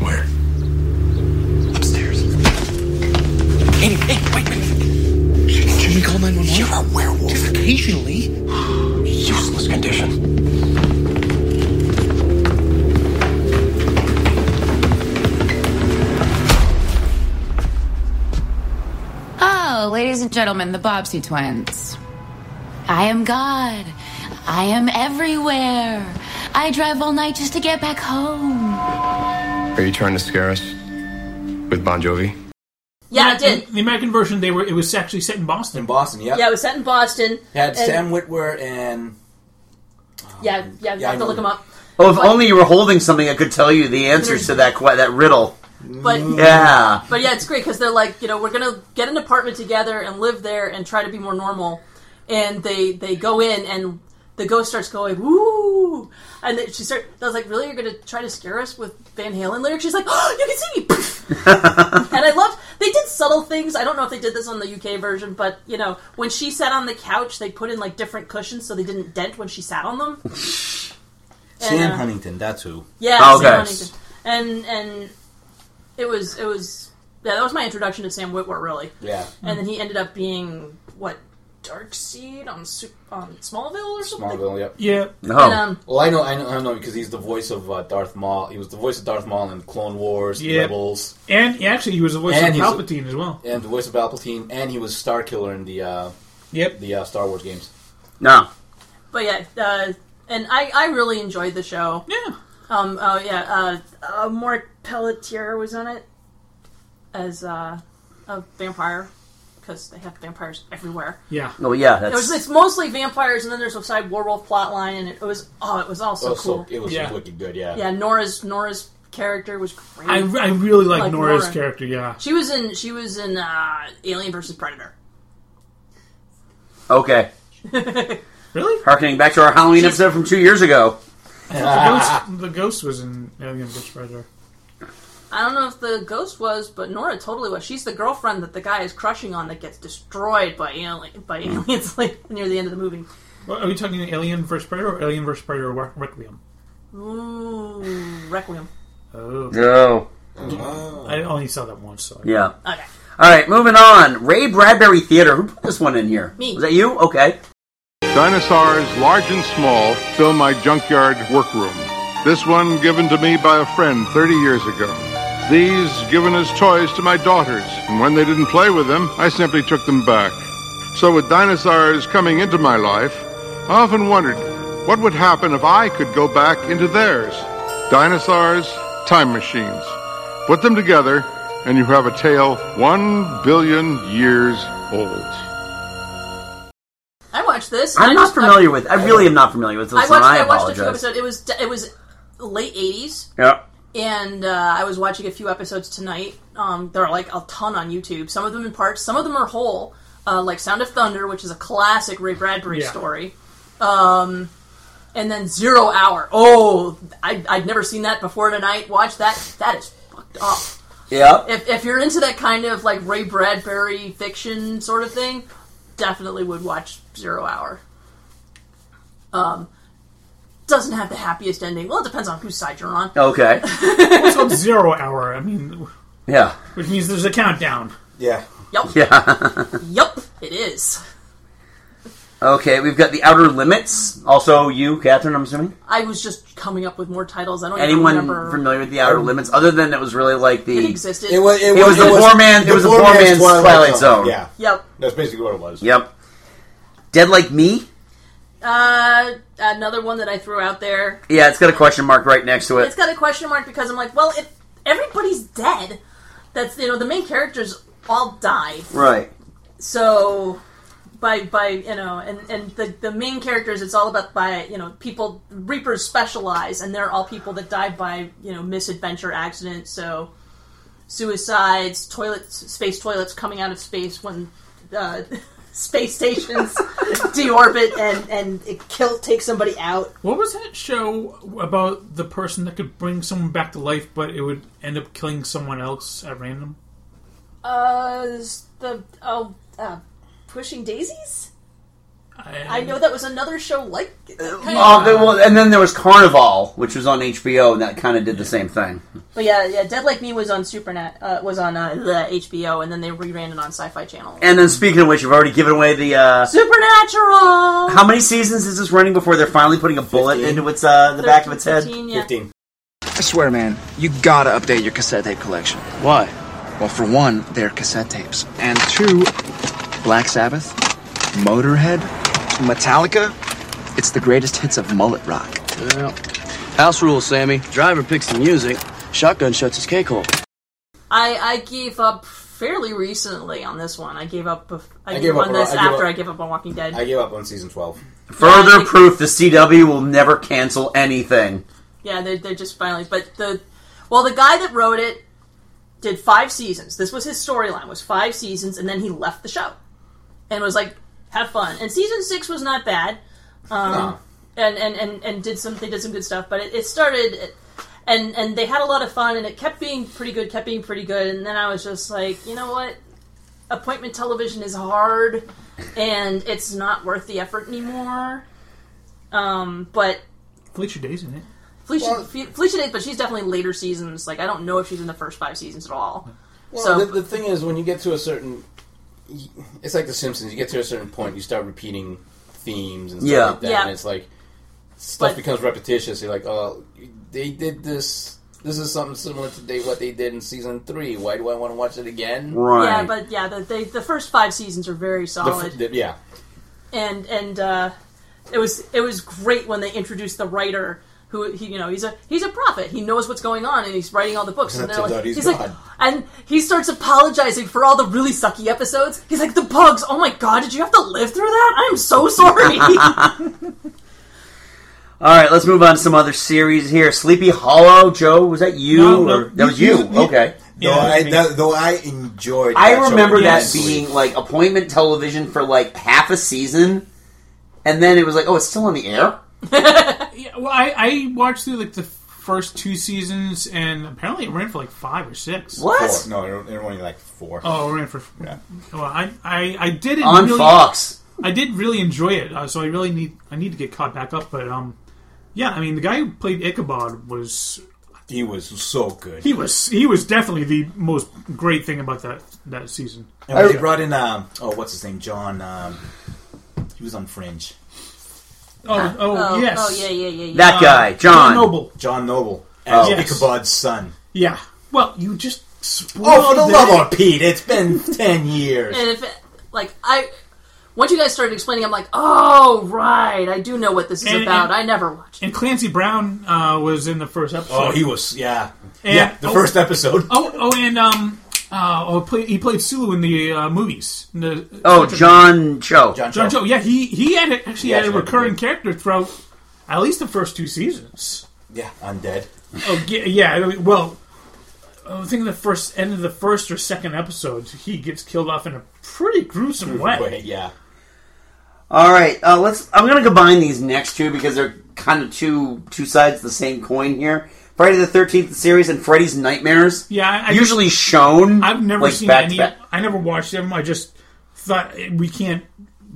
[SPEAKER 17] Where? Upstairs. Amy, hey, wait, wait. Can we call 911? You're a werewolf. Just
[SPEAKER 10] <gasps>
[SPEAKER 17] occasionally. Useless condition.
[SPEAKER 14] Oh, ladies and gentlemen, the Bobbsey twins. I am God. I am everywhere. I drive all night just to get back home.
[SPEAKER 18] Are you trying to scare us? With Bon Jovi?
[SPEAKER 4] Yeah, it
[SPEAKER 3] did. The American version, they were it was actually set in Boston. In
[SPEAKER 6] Boston,
[SPEAKER 4] Yeah, it was set in Boston.
[SPEAKER 6] Had
[SPEAKER 4] and-
[SPEAKER 6] Sam Witwer and
[SPEAKER 4] Yeah, yeah, you
[SPEAKER 6] I
[SPEAKER 4] have to
[SPEAKER 6] know.
[SPEAKER 4] look him up.
[SPEAKER 2] Oh, if only you were holding something, I could tell you the answers to that que- that riddle.
[SPEAKER 4] But
[SPEAKER 2] Yeah.
[SPEAKER 4] but yeah, it's great because they're like, you know, we're gonna get an apartment together and live there and try to be more normal. And they they go in and the ghost starts going woo, and then she start. I was like, really, you're gonna try to scare us with Van Halen lyrics? She's like, oh, you can see me. Poof. and I love they did subtle things. I don't know if they did this on the UK version, but you know, when she sat on the couch, they put in like different cushions so they didn't dent when she sat on them. And,
[SPEAKER 6] Sam
[SPEAKER 4] uh,
[SPEAKER 6] Huntington. That's who.
[SPEAKER 4] Yeah,
[SPEAKER 6] Oh,
[SPEAKER 4] Sam Huntington. And and it was it was yeah, that was my introduction to Sam Witwer really.
[SPEAKER 6] Yeah.
[SPEAKER 4] And then he ended up being what Dark Seed on Su- on Smallville or something.
[SPEAKER 6] Smallville, yep.
[SPEAKER 3] Yeah.
[SPEAKER 4] No.
[SPEAKER 2] Oh.
[SPEAKER 4] And, um,
[SPEAKER 6] well, I know, I know, I know, because he's the voice of uh, Darth Maul. He was the voice of Darth Maul in Clone Wars,
[SPEAKER 3] Yeah.
[SPEAKER 6] Rebels,
[SPEAKER 3] And actually, he was the voice
[SPEAKER 6] And
[SPEAKER 3] of
[SPEAKER 6] he's-
[SPEAKER 3] Palpatine as well.
[SPEAKER 6] and the voice of Palpatine, and he was Star Killer in the uh,
[SPEAKER 3] yep
[SPEAKER 6] the uh, Star Wars games.
[SPEAKER 2] No,
[SPEAKER 4] But yeah, uh, and I I really enjoyed the show.
[SPEAKER 3] Yeah.
[SPEAKER 4] Um. Oh yeah. Uh. uh Mort Pelletier was on it as uh, a vampire because they have vampires everywhere.
[SPEAKER 3] Yeah.
[SPEAKER 2] Oh yeah,
[SPEAKER 4] It was,
[SPEAKER 2] that's
[SPEAKER 4] it's mostly vampires, and then there's a side werewolf plotline, and it was oh, it was all so
[SPEAKER 6] Oh,
[SPEAKER 4] cool.
[SPEAKER 6] it was
[SPEAKER 4] yeah.
[SPEAKER 6] wicked good, yeah.
[SPEAKER 4] Nora's Nora's character was great.
[SPEAKER 3] I, I really like, Nora's character. Yeah.
[SPEAKER 4] She was in she was in uh, Alien versus Predator.
[SPEAKER 2] okay.
[SPEAKER 3] really?
[SPEAKER 2] Harkening back to our Halloween episode from two years ago.
[SPEAKER 3] I thought <laughs> the, ghost, the ghost was in Alien vs Predator.
[SPEAKER 4] I don't know if the ghost was, but Nora totally was. She's the girlfriend that the guy is crushing on that gets destroyed by alien by <laughs> aliens like near the end of the movie.
[SPEAKER 3] Well, are we talking Alien vs Predator or Alien vs Predator Re- Requiem?
[SPEAKER 4] Ooh, Requiem.
[SPEAKER 3] Oh.
[SPEAKER 2] No.
[SPEAKER 3] I only saw that once. So I-
[SPEAKER 2] Yeah.
[SPEAKER 4] Okay.
[SPEAKER 2] All right, moving on. Ray Bradbury Theater. Who put this one in here?
[SPEAKER 4] Me.
[SPEAKER 2] Was that you? Okay.
[SPEAKER 20] Dinosaurs, large and small, fill my junkyard workroom. This one given to me by a friend 30 years ago. These given as toys to my daughters, and when they didn't play with them, I simply took them back. So, with dinosaurs coming into my life, I often wondered what would happen if I could go back into theirs. Dinosaurs, time machines. Put them together, and you have a tale one billion years old.
[SPEAKER 4] I watched this.
[SPEAKER 2] I'm
[SPEAKER 4] I
[SPEAKER 2] not
[SPEAKER 4] just- uh,
[SPEAKER 2] familiar with. I really am not familiar with this
[SPEAKER 4] I
[SPEAKER 2] one.
[SPEAKER 4] watched.
[SPEAKER 2] I
[SPEAKER 4] I watched a few
[SPEAKER 2] apologize.
[SPEAKER 4] episodes. It was it was late '80s.
[SPEAKER 2] Yeah.
[SPEAKER 4] and uh, I was watching a few episodes tonight. Um, there are like a ton on YouTube. Some of them in parts, some of them are whole. Uh, like Sound of Thunder, which is a classic Ray Bradbury
[SPEAKER 21] Yeah.
[SPEAKER 4] story. Um, and then Zero Hour. Oh, I, I'd never seen that before tonight. Watch that. That is fucked up.
[SPEAKER 2] Yeah.
[SPEAKER 4] If, if you're into that kind of like Ray Bradbury fiction sort of thing, definitely would watch Zero Hour. Um, doesn't have the happiest ending. Well, it depends on whose side you're on. <laughs>
[SPEAKER 2] Okay.
[SPEAKER 3] Well, it's called Zero Hour. I mean,
[SPEAKER 2] Yeah.
[SPEAKER 3] which means there's a countdown.
[SPEAKER 6] Yeah.
[SPEAKER 4] Yep. <laughs>
[SPEAKER 2] Yeah.
[SPEAKER 4] Yep. It is.
[SPEAKER 2] okay, we've got The Outer Limits. Also, you, Catherine, I'm assuming.
[SPEAKER 4] I was just coming up with more titles. I don't even
[SPEAKER 2] Anyone
[SPEAKER 4] remember.
[SPEAKER 2] familiar with The Outer Limits other than it was really like the.
[SPEAKER 4] It existed.
[SPEAKER 2] It was, the poor man. It was the poor man's Twilight, Zone.
[SPEAKER 6] Yeah.
[SPEAKER 4] Yep.
[SPEAKER 6] That's basically what it was.
[SPEAKER 2] Yep. Dead Like Me?
[SPEAKER 4] Uh, another one that I threw out there.
[SPEAKER 2] Yeah, it's got a question mark right next to
[SPEAKER 4] It's
[SPEAKER 2] it.
[SPEAKER 4] got a question mark because I'm like, well, if everybody's dead, that's you know the main characters all died.
[SPEAKER 2] Right.
[SPEAKER 4] So by by you know and and the the main characters it's all about by you know people reapers specialize and they're all people that die by you know misadventure accidents so suicides toilets space toilets coming out of space when uh, <laughs> space <laughs> stations deorbit and and it kill take somebody out.
[SPEAKER 3] What was that show about the person that could bring someone back to life, but it would end up killing someone else at random?
[SPEAKER 4] Uh, is the oh, uh, pushing daisies.
[SPEAKER 3] I,
[SPEAKER 4] know that was another show like. kind
[SPEAKER 2] Oh,
[SPEAKER 4] of-
[SPEAKER 2] there was- and then there was Carnival, which was on HBO, and that kind of did the same thing.
[SPEAKER 4] But yeah, yeah, Dead Like Me was on Supernat, uh, was on uh, the HBO, and then they reran it on Sci-Fi Channel.
[SPEAKER 2] And then, speaking of which, you've already given away the. Uh,
[SPEAKER 4] Supernatural.
[SPEAKER 2] how many seasons is this running before they're finally putting a bullet into its uh, the back of its head?
[SPEAKER 4] 15, yeah. 15.
[SPEAKER 17] I swear, man, you gotta update your cassette tape collection. Why? Well, for one, they're cassette tapes. And two, Black Sabbath, Motorhead, Metallica. It's the greatest hits of mullet rock.
[SPEAKER 1] Well, house rules, Sammy. Driver picks the music. Shotgun shuts his cake hole.
[SPEAKER 4] I I gave up fairly recently on this one. I gave up. bef- I,
[SPEAKER 6] I
[SPEAKER 4] gave,
[SPEAKER 6] gave
[SPEAKER 4] up
[SPEAKER 6] up
[SPEAKER 4] on
[SPEAKER 6] a-
[SPEAKER 4] this
[SPEAKER 6] I gave
[SPEAKER 4] after
[SPEAKER 6] up-
[SPEAKER 4] I gave up on Walking Dead.
[SPEAKER 6] I gave up on season twelve.
[SPEAKER 2] Further proof the CW will never cancel anything.
[SPEAKER 4] yeah, they're, they're just finally. But the well, the guy that wrote it did five seasons. This was his storyline was five seasons, and then he left the show and was like, "Have fun." And season six was not bad. Um,
[SPEAKER 6] No.
[SPEAKER 4] and, and, and, and did some they did some good stuff, but it, it started and and they had a lot of fun and it kept being pretty good, kept being pretty good, and then I was just like, you know what? Appointment television is hard and it's not worth the effort anymore. Um, but
[SPEAKER 3] Felicia Days in it.
[SPEAKER 4] Felicia, Fe- Felicia Days, but she's definitely later seasons. Like I don't know if she's in the first five seasons at all.
[SPEAKER 6] Well,
[SPEAKER 4] so
[SPEAKER 6] the, the thing is, when you get to a certain, it's like The Simpsons. You get to a certain point, you start repeating themes and stuff
[SPEAKER 2] Yeah.
[SPEAKER 6] like that,
[SPEAKER 4] Yeah.
[SPEAKER 6] and it's like stuff
[SPEAKER 4] But-
[SPEAKER 6] becomes repetitious. You're like, oh, they did this. This is something similar to they- what they did in season three. Why do I want to watch it again?
[SPEAKER 4] yeah, but yeah, the, they, the first five seasons are very
[SPEAKER 6] The f-
[SPEAKER 4] solid,
[SPEAKER 6] the- yeah,
[SPEAKER 4] and and uh, it was it was great when they introduced the writer who he you know he's a he's a prophet. He knows what's going on, and he's writing all the books. And they're
[SPEAKER 6] Turns
[SPEAKER 4] like,
[SPEAKER 6] out he's
[SPEAKER 4] like,
[SPEAKER 6] God.
[SPEAKER 4] and he starts apologizing for all the really sucky episodes. He's like, the bugs. Oh my god, did you have to live through that? I'm so sorry. Oh,
[SPEAKER 2] All right, let's move on to some other series here. Sleepy Hollow, Joe, was that you?
[SPEAKER 8] No, no.
[SPEAKER 2] or, that was you. okay.
[SPEAKER 8] Though I that, though I enjoyed.
[SPEAKER 2] I
[SPEAKER 8] that show
[SPEAKER 2] remember that
[SPEAKER 8] immensely.
[SPEAKER 2] being like appointment television for like half a season, and then it was like, oh, it's still on the air.
[SPEAKER 3] Yeah, well, I, I watched through like the first two seasons, and apparently it ran for like five or six.
[SPEAKER 6] Four. No, it only like four.
[SPEAKER 3] Oh, it ran for.
[SPEAKER 6] Yeah.
[SPEAKER 3] Well, I I, I did it
[SPEAKER 2] On
[SPEAKER 3] really,
[SPEAKER 2] Fox.
[SPEAKER 3] I did really enjoy it, uh, so I really need I need to get caught back up. But um, yeah, I mean the guy who played Ichabod was
[SPEAKER 8] he was so good.
[SPEAKER 3] he was he was definitely the most great thing about that that season.
[SPEAKER 8] And when they brought in um oh what's his name John um he was on Fringe.
[SPEAKER 3] oh,
[SPEAKER 8] Ah.
[SPEAKER 3] oh,
[SPEAKER 4] Oh,
[SPEAKER 3] yes,
[SPEAKER 4] oh, yeah, yeah, yeah, yeah.
[SPEAKER 2] That
[SPEAKER 3] Uh,
[SPEAKER 2] guy, John.
[SPEAKER 3] Noble.
[SPEAKER 8] John Noble as
[SPEAKER 3] Oh. Yes.
[SPEAKER 8] Ichabod's son.
[SPEAKER 3] Yeah. Well, you just spoiled
[SPEAKER 8] Oh, for the
[SPEAKER 3] it.
[SPEAKER 8] love of <laughs> Pete! It's been ten years.
[SPEAKER 4] And if it, like I, once you guys started explaining, I'm like, oh right, I do know what this is
[SPEAKER 3] And-
[SPEAKER 4] about.
[SPEAKER 3] and-
[SPEAKER 4] I never watched.
[SPEAKER 3] And Clancy Brown uh, was in the first episode.
[SPEAKER 8] Oh, he was yeah
[SPEAKER 3] And-
[SPEAKER 8] yeah the
[SPEAKER 3] oh.
[SPEAKER 8] first episode.
[SPEAKER 3] Oh, oh, and um, uh, oh, play, he played Sulu in the uh, movies. In the,
[SPEAKER 2] Oh, John Cho.
[SPEAKER 3] John, Cho. Yeah, he he had a, actually
[SPEAKER 8] He
[SPEAKER 3] had a
[SPEAKER 8] actually
[SPEAKER 3] recurring character throughout at least the first two seasons.
[SPEAKER 8] Yeah, undead.
[SPEAKER 3] Oh, yeah. yeah I mean, well, I think in the first end of the first or second episode, he gets killed off in a pretty gruesome way.
[SPEAKER 6] yeah.
[SPEAKER 2] All right, uh, let's. I'm going to combine these next two because they're kind of two two sides of the same coin here. Friday the Thirteenth series and Freddy's Nightmares.
[SPEAKER 3] Yeah, I- I
[SPEAKER 2] usually shown.
[SPEAKER 3] I've never
[SPEAKER 2] like,
[SPEAKER 3] seen
[SPEAKER 2] back to
[SPEAKER 3] any.
[SPEAKER 2] back.
[SPEAKER 3] I never watched them. I just thought eh, we can't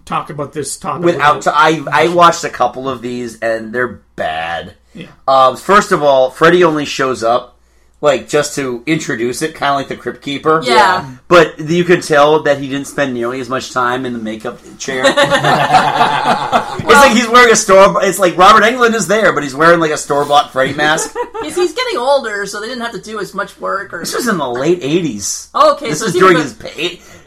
[SPEAKER 3] talk about this topic
[SPEAKER 2] without. I I watched a couple of these and they're bad.
[SPEAKER 3] Yeah.
[SPEAKER 2] Um, first of all, Freddy only shows up like just to introduce it, kind of like the Crypt Keeper.
[SPEAKER 4] Yeah. Yeah.
[SPEAKER 2] But you could tell that he didn't spend nearly as much time in the makeup
[SPEAKER 4] <laughs>
[SPEAKER 2] chair. it's like he's wearing a store. It's like Robert Englund is there, but he's wearing like a store bought Freddy mask.
[SPEAKER 4] He's, he's getting older, so they didn't have to do as much work. Or
[SPEAKER 2] this was in the late eighties.
[SPEAKER 4] Oh, Okay,
[SPEAKER 2] this
[SPEAKER 4] so
[SPEAKER 2] was
[SPEAKER 4] it's even
[SPEAKER 2] during
[SPEAKER 4] the-
[SPEAKER 2] his. pa-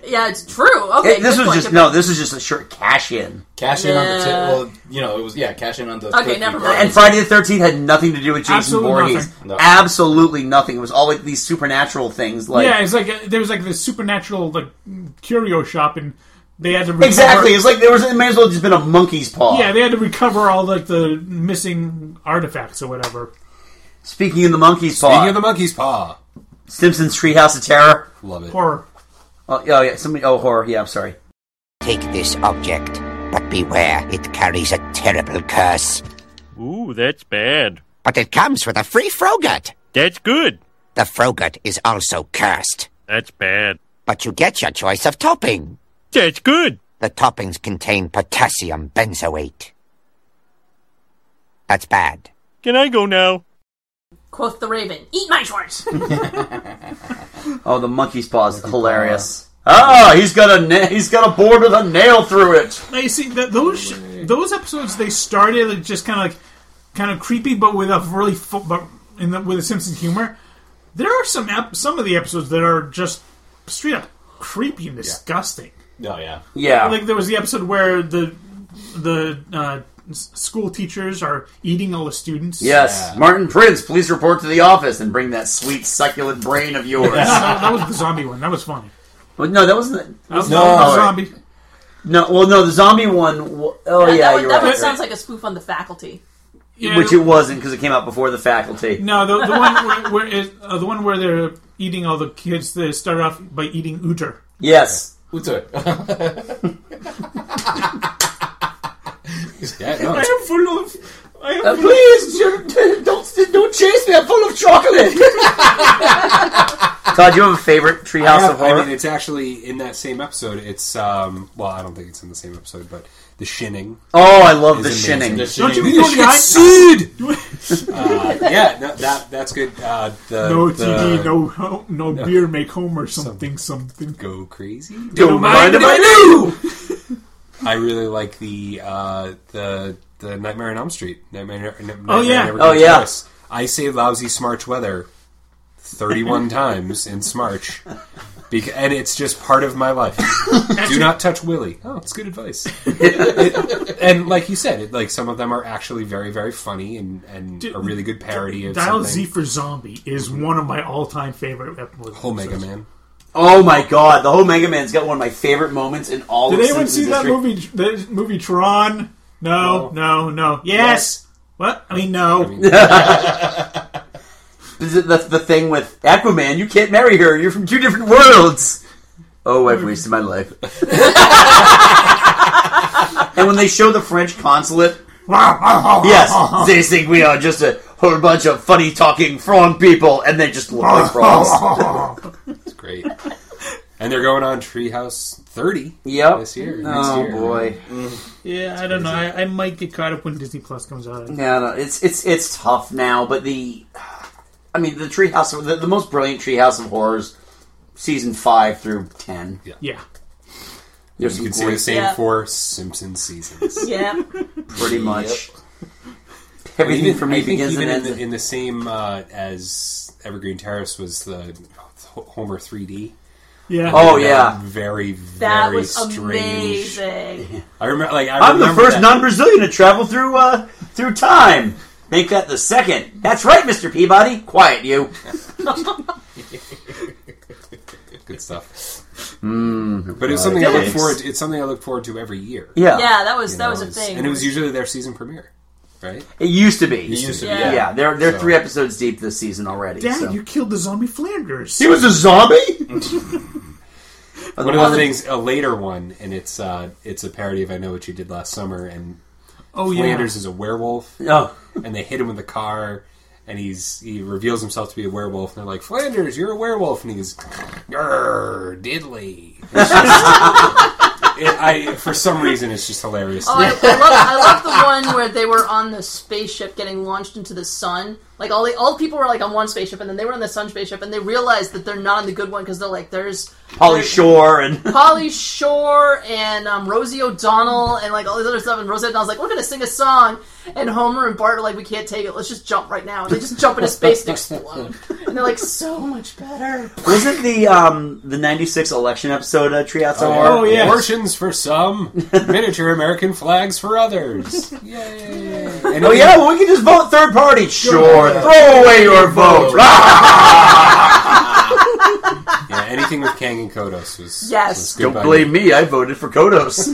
[SPEAKER 2] It,
[SPEAKER 4] yeah, it's true. Okay,
[SPEAKER 2] it- this
[SPEAKER 4] good
[SPEAKER 2] was
[SPEAKER 4] point.
[SPEAKER 2] just no. This was just a short cash in.
[SPEAKER 6] Cash in on the tip.
[SPEAKER 4] Yeah.
[SPEAKER 6] Well, you know, it was yeah. Cash in on the.
[SPEAKER 4] Okay,
[SPEAKER 6] cookie
[SPEAKER 4] never
[SPEAKER 6] jar.
[SPEAKER 4] mind.
[SPEAKER 2] And Friday the Thirteenth had nothing to do with Jason
[SPEAKER 3] Absolutely
[SPEAKER 2] Voorhees.
[SPEAKER 3] nothing. No.
[SPEAKER 2] Absolutely nothing. It was all like these supernatural things. Like
[SPEAKER 3] yeah, it's like uh, there was like this supernatural like curio shop, and they had to recover,
[SPEAKER 2] exactly. It's like there was. It may as well just been a monkey's paw.
[SPEAKER 3] yeah, they had to recover all like the missing artifacts or whatever.
[SPEAKER 2] Speaking of the monkey's paw.
[SPEAKER 5] Speaking of the monkey's paw,
[SPEAKER 2] Simpsons Treehouse of Terror.
[SPEAKER 5] Love it.
[SPEAKER 3] Horror.
[SPEAKER 2] Oh, oh yeah. Somebody. Oh horror. Yeah. I'm sorry.
[SPEAKER 21] Take this object, but beware, it carries a terrible curse.
[SPEAKER 24] Ooh, that's bad.
[SPEAKER 21] But it comes with a free Frogut.
[SPEAKER 24] That's good.
[SPEAKER 21] The Frogut is also cursed.
[SPEAKER 24] That's bad.
[SPEAKER 21] But you get your choice of topping.
[SPEAKER 24] That's good.
[SPEAKER 21] The toppings contain potassium benzoate. That's bad.
[SPEAKER 24] Can I go now?
[SPEAKER 4] Quoth the raven, "Eat
[SPEAKER 2] <laughs>
[SPEAKER 4] my shorts."
[SPEAKER 2] Oh, the monkey's paw is hilarious. Ah, he's got a na- he's got a board with a nail through it.
[SPEAKER 3] Now you see that those sh- those episodes they started like, just kind of like kind of creepy, but with a really fu- but in the, with a Simpsons humor. There are some ep- some of the episodes that are just straight up creepy and disgusting.
[SPEAKER 5] Oh yeah.
[SPEAKER 3] like there was the episode where the the uh, s- school teachers are eating all the students.
[SPEAKER 2] Yes, Martin Prince, please report to the office and bring that sweet succulent brain of yours.
[SPEAKER 3] that, that was the zombie one. That was funny.
[SPEAKER 2] Well, no, that wasn't.
[SPEAKER 3] That was
[SPEAKER 2] no,
[SPEAKER 3] the one with the
[SPEAKER 2] oh,
[SPEAKER 3] zombie.
[SPEAKER 2] No, well, no, the zombie one. w- Oh yeah,
[SPEAKER 4] that one,
[SPEAKER 2] you're
[SPEAKER 4] that
[SPEAKER 2] right.
[SPEAKER 4] one
[SPEAKER 2] right.
[SPEAKER 4] sounds like a spoof on the faculty.
[SPEAKER 2] Which it wasn't because it came out before the faculty.
[SPEAKER 3] No, the, the one where, where is, uh, the one where they're eating all the kids. They start off by eating Uter.
[SPEAKER 2] Yes.
[SPEAKER 6] Uter.
[SPEAKER 3] I am full of. I am
[SPEAKER 17] Uh,
[SPEAKER 3] full
[SPEAKER 2] please,
[SPEAKER 3] of,
[SPEAKER 2] don't don't chase me. I'm full of chocolate. Todd, you have a favorite Treehouse
[SPEAKER 5] I have-
[SPEAKER 2] of Horror?
[SPEAKER 5] I mean, it's actually in that same episode. It's um, well, I don't think it's in the same episode, but the shinning.
[SPEAKER 2] Oh, I love
[SPEAKER 5] is
[SPEAKER 2] the shinning.
[SPEAKER 5] The
[SPEAKER 2] Don't you
[SPEAKER 5] Shinning.
[SPEAKER 2] go
[SPEAKER 5] Shit
[SPEAKER 2] behind- <laughs>
[SPEAKER 5] sued! uh, yeah, no, that that's good. Uh, the,
[SPEAKER 3] no
[SPEAKER 5] the,
[SPEAKER 3] TV, no ho- no beer, make home or something, something.
[SPEAKER 5] Go crazy.
[SPEAKER 3] Don't mind if I
[SPEAKER 5] <laughs> I really like the uh, the the Nightmare on Elm Street. Nightmare. Nightmare
[SPEAKER 3] Oh, yeah.
[SPEAKER 5] Never
[SPEAKER 2] Oh,
[SPEAKER 5] Gets
[SPEAKER 2] yeah.
[SPEAKER 5] Worse. I say lousy smarch weather thirty one times in smarch. Beca- and it's just part of my life. Do not touch Willy. Oh, it's good advice. It- and like you said, it, like some of them are actually very, very funny and, and a really good parody of
[SPEAKER 3] Dial
[SPEAKER 5] something.
[SPEAKER 3] Z for Zombie is one of my all-time favorite episodes.
[SPEAKER 5] Whole Mega Man.
[SPEAKER 2] Oh my god, the whole Mega Man's got one of my favorite moments in all
[SPEAKER 3] Did
[SPEAKER 2] of
[SPEAKER 3] anyone
[SPEAKER 2] Simpsons
[SPEAKER 3] see that
[SPEAKER 2] history.
[SPEAKER 3] movie? The movie Tron? No, no, no. Yes. What? I mean, no. <laughs>
[SPEAKER 2] This is the, the thing with Aquaman, you can't marry her, you're from two different worlds. Oh, I've wasted my life. <laughs> and when they show the French consulate,
[SPEAKER 5] <laughs>
[SPEAKER 2] yes, they think we are just a whole bunch of funny talking frog people, and they just look like frogs.
[SPEAKER 5] It's great. And they're going on Treehouse 30
[SPEAKER 2] Yep.
[SPEAKER 5] this year.
[SPEAKER 2] Oh,
[SPEAKER 5] <laughs> next year.
[SPEAKER 2] boy.
[SPEAKER 3] yeah, I don't know. I, I might get caught up when Disney Plus comes out.
[SPEAKER 2] Yeah, no, it's it's it's tough now, but the, I mean, the Treehouse, of- the, the most brilliant Treehouse of Horrors, season five through ten.
[SPEAKER 3] Yeah.
[SPEAKER 5] You
[SPEAKER 2] There's some
[SPEAKER 5] can say
[SPEAKER 2] great-
[SPEAKER 5] the same
[SPEAKER 2] Yeah.
[SPEAKER 5] for Simpsons seasons.
[SPEAKER 4] Yeah.
[SPEAKER 2] Pretty much.
[SPEAKER 5] <laughs>
[SPEAKER 2] Everything
[SPEAKER 5] Even-
[SPEAKER 2] for me
[SPEAKER 5] I think
[SPEAKER 2] begins
[SPEAKER 5] even
[SPEAKER 2] and
[SPEAKER 5] in
[SPEAKER 2] ends-
[SPEAKER 5] the, in the same uh, as Evergreen Terrace was the oh, Homer 3D.
[SPEAKER 3] Yeah.
[SPEAKER 2] Oh,
[SPEAKER 5] That
[SPEAKER 2] yeah.
[SPEAKER 5] Very
[SPEAKER 4] That
[SPEAKER 5] very
[SPEAKER 4] was
[SPEAKER 5] strange.
[SPEAKER 4] amazing.
[SPEAKER 5] I remember like I
[SPEAKER 2] I'm the
[SPEAKER 5] remember
[SPEAKER 2] first
[SPEAKER 5] that.
[SPEAKER 2] non-Brazilian to travel through uh, through time. Make that the second. That's right, Mr. Peabody. Quiet you.
[SPEAKER 5] good stuff.
[SPEAKER 2] Mm,
[SPEAKER 5] But it's
[SPEAKER 2] right.
[SPEAKER 5] something I look
[SPEAKER 2] Yes.
[SPEAKER 5] forward. It's something I look forward to every year.
[SPEAKER 2] Yeah.
[SPEAKER 4] Yeah, that was- that was a
[SPEAKER 5] it's-
[SPEAKER 4] thing.
[SPEAKER 5] and it was usually their season premiere, right?
[SPEAKER 2] It used to be.
[SPEAKER 5] It used to be,
[SPEAKER 2] Yeah,
[SPEAKER 5] yeah.
[SPEAKER 2] they're they're
[SPEAKER 5] So-
[SPEAKER 2] three episodes deep this season already.
[SPEAKER 3] Dad,
[SPEAKER 2] so.
[SPEAKER 3] you killed the zombie Flanders.
[SPEAKER 2] He was a zombie.
[SPEAKER 5] One of the things, a later one, and it's uh, it's a parody of "I Know What You Did Last Summer," and
[SPEAKER 3] Oh, yeah.
[SPEAKER 5] Flanders is a werewolf.
[SPEAKER 2] Oh.
[SPEAKER 5] and they hit him with a car, and he's he reveals himself to be a werewolf, and they're like, "Flanders, you're a werewolf," and he goes, "Grrr, diddly." It's just- <laughs> it- I for some reason it's just hilarious. to
[SPEAKER 4] Oh,
[SPEAKER 5] me.
[SPEAKER 4] I, I, love, I love the one where they were on the spaceship getting launched into the sun. Like all the all the people were like on one spaceship, and then they were on the sun spaceship, and they realized that they're not on the good one because they're like there's
[SPEAKER 2] Polly Shore and
[SPEAKER 4] Polly Shore and um, Rosie O'Donnell and like all this other stuff. And Rosie O'Donnell's like, we're gonna sing a song, and Homer and Bart are like, we can't take it. Let's just jump right now. And they just jump into space and explode. And they're like, so much better.
[SPEAKER 2] Wasn't the um the '96 election episode uh, Treehouse of Horror?
[SPEAKER 5] Oh, yeah. Abortions for some, miniature American flags
[SPEAKER 4] <laughs>
[SPEAKER 5] for others.
[SPEAKER 2] And oh yeah, well, we can just vote third party. Sure,
[SPEAKER 5] Yeah.
[SPEAKER 2] throw away your vote. <laughs>
[SPEAKER 5] Yeah, anything with Kang and Kodos was
[SPEAKER 4] Yes.
[SPEAKER 5] was good
[SPEAKER 2] Don't
[SPEAKER 5] by
[SPEAKER 2] blame me. I voted for
[SPEAKER 5] <laughs>
[SPEAKER 2] Kodos.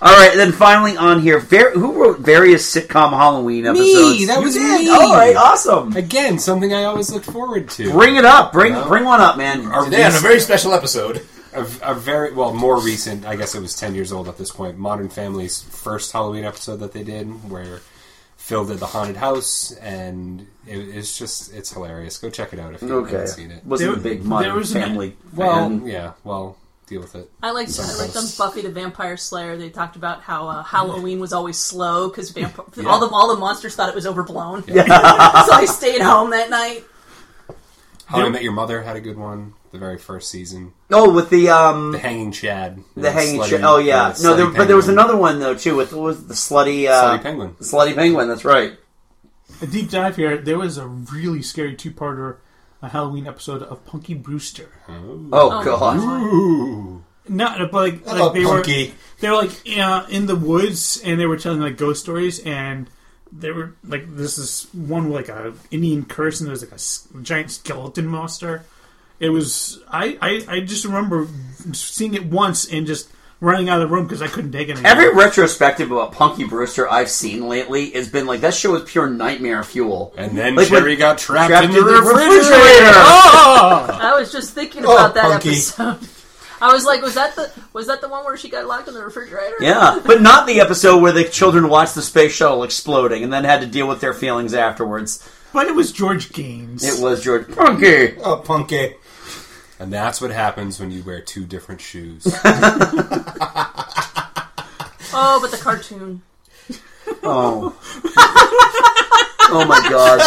[SPEAKER 2] All right, then finally on here, var- who wrote various sitcom Halloween episodes?
[SPEAKER 5] Me, that
[SPEAKER 2] You
[SPEAKER 5] was
[SPEAKER 2] did?
[SPEAKER 5] me.
[SPEAKER 2] All right, awesome.
[SPEAKER 5] Again, something I always looked forward to.
[SPEAKER 2] Bring it up. Bring bring one up, man.
[SPEAKER 5] Today on a
[SPEAKER 2] very special episode.
[SPEAKER 5] a, a very well more recent. I guess it was ten years old at this point. Modern Family's first Halloween episode that they did, where Phil did the haunted house, and it, it's just it's hilarious. Go check it out if you
[SPEAKER 2] Okay.
[SPEAKER 5] haven't seen it.
[SPEAKER 2] Wasn't There- a big Modern there was an- Family
[SPEAKER 5] well,
[SPEAKER 2] fan.
[SPEAKER 5] yeah. Well, deal with it.
[SPEAKER 4] I liked I
[SPEAKER 5] Sometimes.
[SPEAKER 4] liked on Buffy the Vampire Slayer. They talked about how uh, Halloween was always slow because
[SPEAKER 5] Yeah.
[SPEAKER 4] all the all the monsters thought it was overblown.
[SPEAKER 5] Yeah.
[SPEAKER 4] <laughs> so I stayed home that night.
[SPEAKER 5] How I Met Your Mother had a good one. The very first season.
[SPEAKER 2] Oh, with the um,
[SPEAKER 5] the Hanging Chad,
[SPEAKER 2] the hanging.
[SPEAKER 5] slutty-
[SPEAKER 2] Ch- oh yeah,
[SPEAKER 5] the
[SPEAKER 2] no,
[SPEAKER 5] slutty
[SPEAKER 2] there, but there was
[SPEAKER 5] penguin.
[SPEAKER 2] another one though too with what was it, the slutty uh,
[SPEAKER 5] Slutty penguin.
[SPEAKER 2] The slutty penguin. That's right.
[SPEAKER 3] A deep dive here. There was a really scary two-parter, a Halloween episode of Punky Brewster.
[SPEAKER 5] Oh,
[SPEAKER 2] <laughs> Oh, God.
[SPEAKER 3] Not but like,
[SPEAKER 8] I
[SPEAKER 3] like
[SPEAKER 8] love
[SPEAKER 3] they
[SPEAKER 8] Punky.
[SPEAKER 3] were they were like uh, in the woods and they were telling like ghost stories and they were like this is one with like a Indian curse and there's like a s- giant skeleton monster. It was I, I I just remember seeing it once and just running out of the room because I couldn't take it. anymore.
[SPEAKER 2] Every retrospective about Punky Brewster I've seen lately has been like that show is pure nightmare fuel.
[SPEAKER 5] And then
[SPEAKER 2] like,
[SPEAKER 5] Jerry
[SPEAKER 2] when-
[SPEAKER 5] got trapped, in the refrigerator.
[SPEAKER 2] Oh!
[SPEAKER 4] I was just thinking
[SPEAKER 2] Oh,
[SPEAKER 4] about that
[SPEAKER 2] Punky.
[SPEAKER 4] episode. <laughs> I was like, was that the was that the one where she got locked in the refrigerator?
[SPEAKER 2] Yeah, but not the episode where the children watched the space shuttle exploding and then had to deal with their feelings afterwards.
[SPEAKER 3] But it was George Gaines.
[SPEAKER 2] It was George Punky.
[SPEAKER 8] Oh, Punky.
[SPEAKER 5] And that's what happens when you wear two different shoes.
[SPEAKER 4] Oh, but the cartoon.
[SPEAKER 2] Oh. <laughs> oh my god.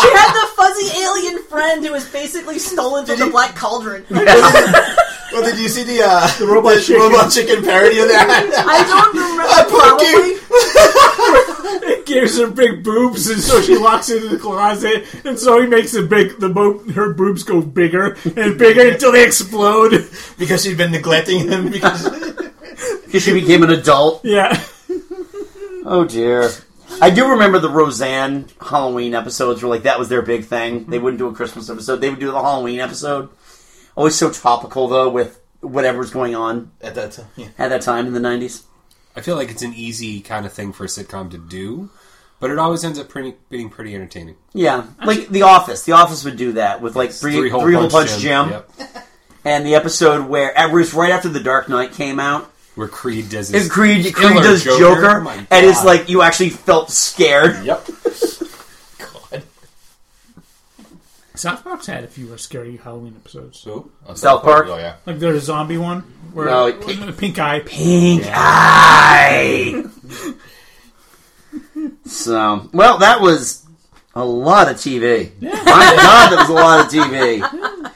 [SPEAKER 4] She had the fuzzy alien friend who was basically stolen from the
[SPEAKER 2] <laughs>
[SPEAKER 4] Black Cauldron.
[SPEAKER 8] Well, did you see the uh, the robot chicken. parody of that?
[SPEAKER 4] I don't remember.
[SPEAKER 3] It gives her big boobs, and so she locks it in the closet, and so he makes the big the bo- her boobs go bigger and bigger until they explode <laughs>
[SPEAKER 8] because she's been neglecting him. Because
[SPEAKER 2] Because she became an adult.
[SPEAKER 3] Yeah.
[SPEAKER 2] Oh dear. I do remember the Roseanne Halloween episodes were like that was their big
[SPEAKER 5] Mm-hmm.
[SPEAKER 2] thing. They wouldn't do a Christmas episode, they would do the Halloween episode. Always so topical though with whatever's going on
[SPEAKER 8] at that time. Yeah.
[SPEAKER 2] at that time in the 90s.
[SPEAKER 5] I feel like it's an easy kind of thing for a sitcom to do, but it always ends up pretty, being pretty entertaining.
[SPEAKER 2] Yeah, like The Office. The Office would do that with like three, three,
[SPEAKER 5] Three
[SPEAKER 2] hole,
[SPEAKER 5] Hole
[SPEAKER 2] punch,
[SPEAKER 5] Punch
[SPEAKER 2] Jim,
[SPEAKER 5] Jim,
[SPEAKER 2] and the episode where it was right after The Dark Knight came out.
[SPEAKER 5] Where Creed does his
[SPEAKER 2] And Creed,
[SPEAKER 5] killer
[SPEAKER 2] Creed does
[SPEAKER 5] Joker.
[SPEAKER 2] Joker,
[SPEAKER 5] Oh my
[SPEAKER 2] and it's
[SPEAKER 5] God.
[SPEAKER 2] like you actually felt scared.
[SPEAKER 5] Yep.
[SPEAKER 3] South Park's had a few scary Halloween episodes.
[SPEAKER 5] So
[SPEAKER 2] South South Park? Park? Oh, yeah.
[SPEAKER 3] like there's a zombie one where
[SPEAKER 2] No,
[SPEAKER 3] uh, pink, eye,
[SPEAKER 2] Pink eye. So, well, that was a lot of TV. My God, that was a lot of TV.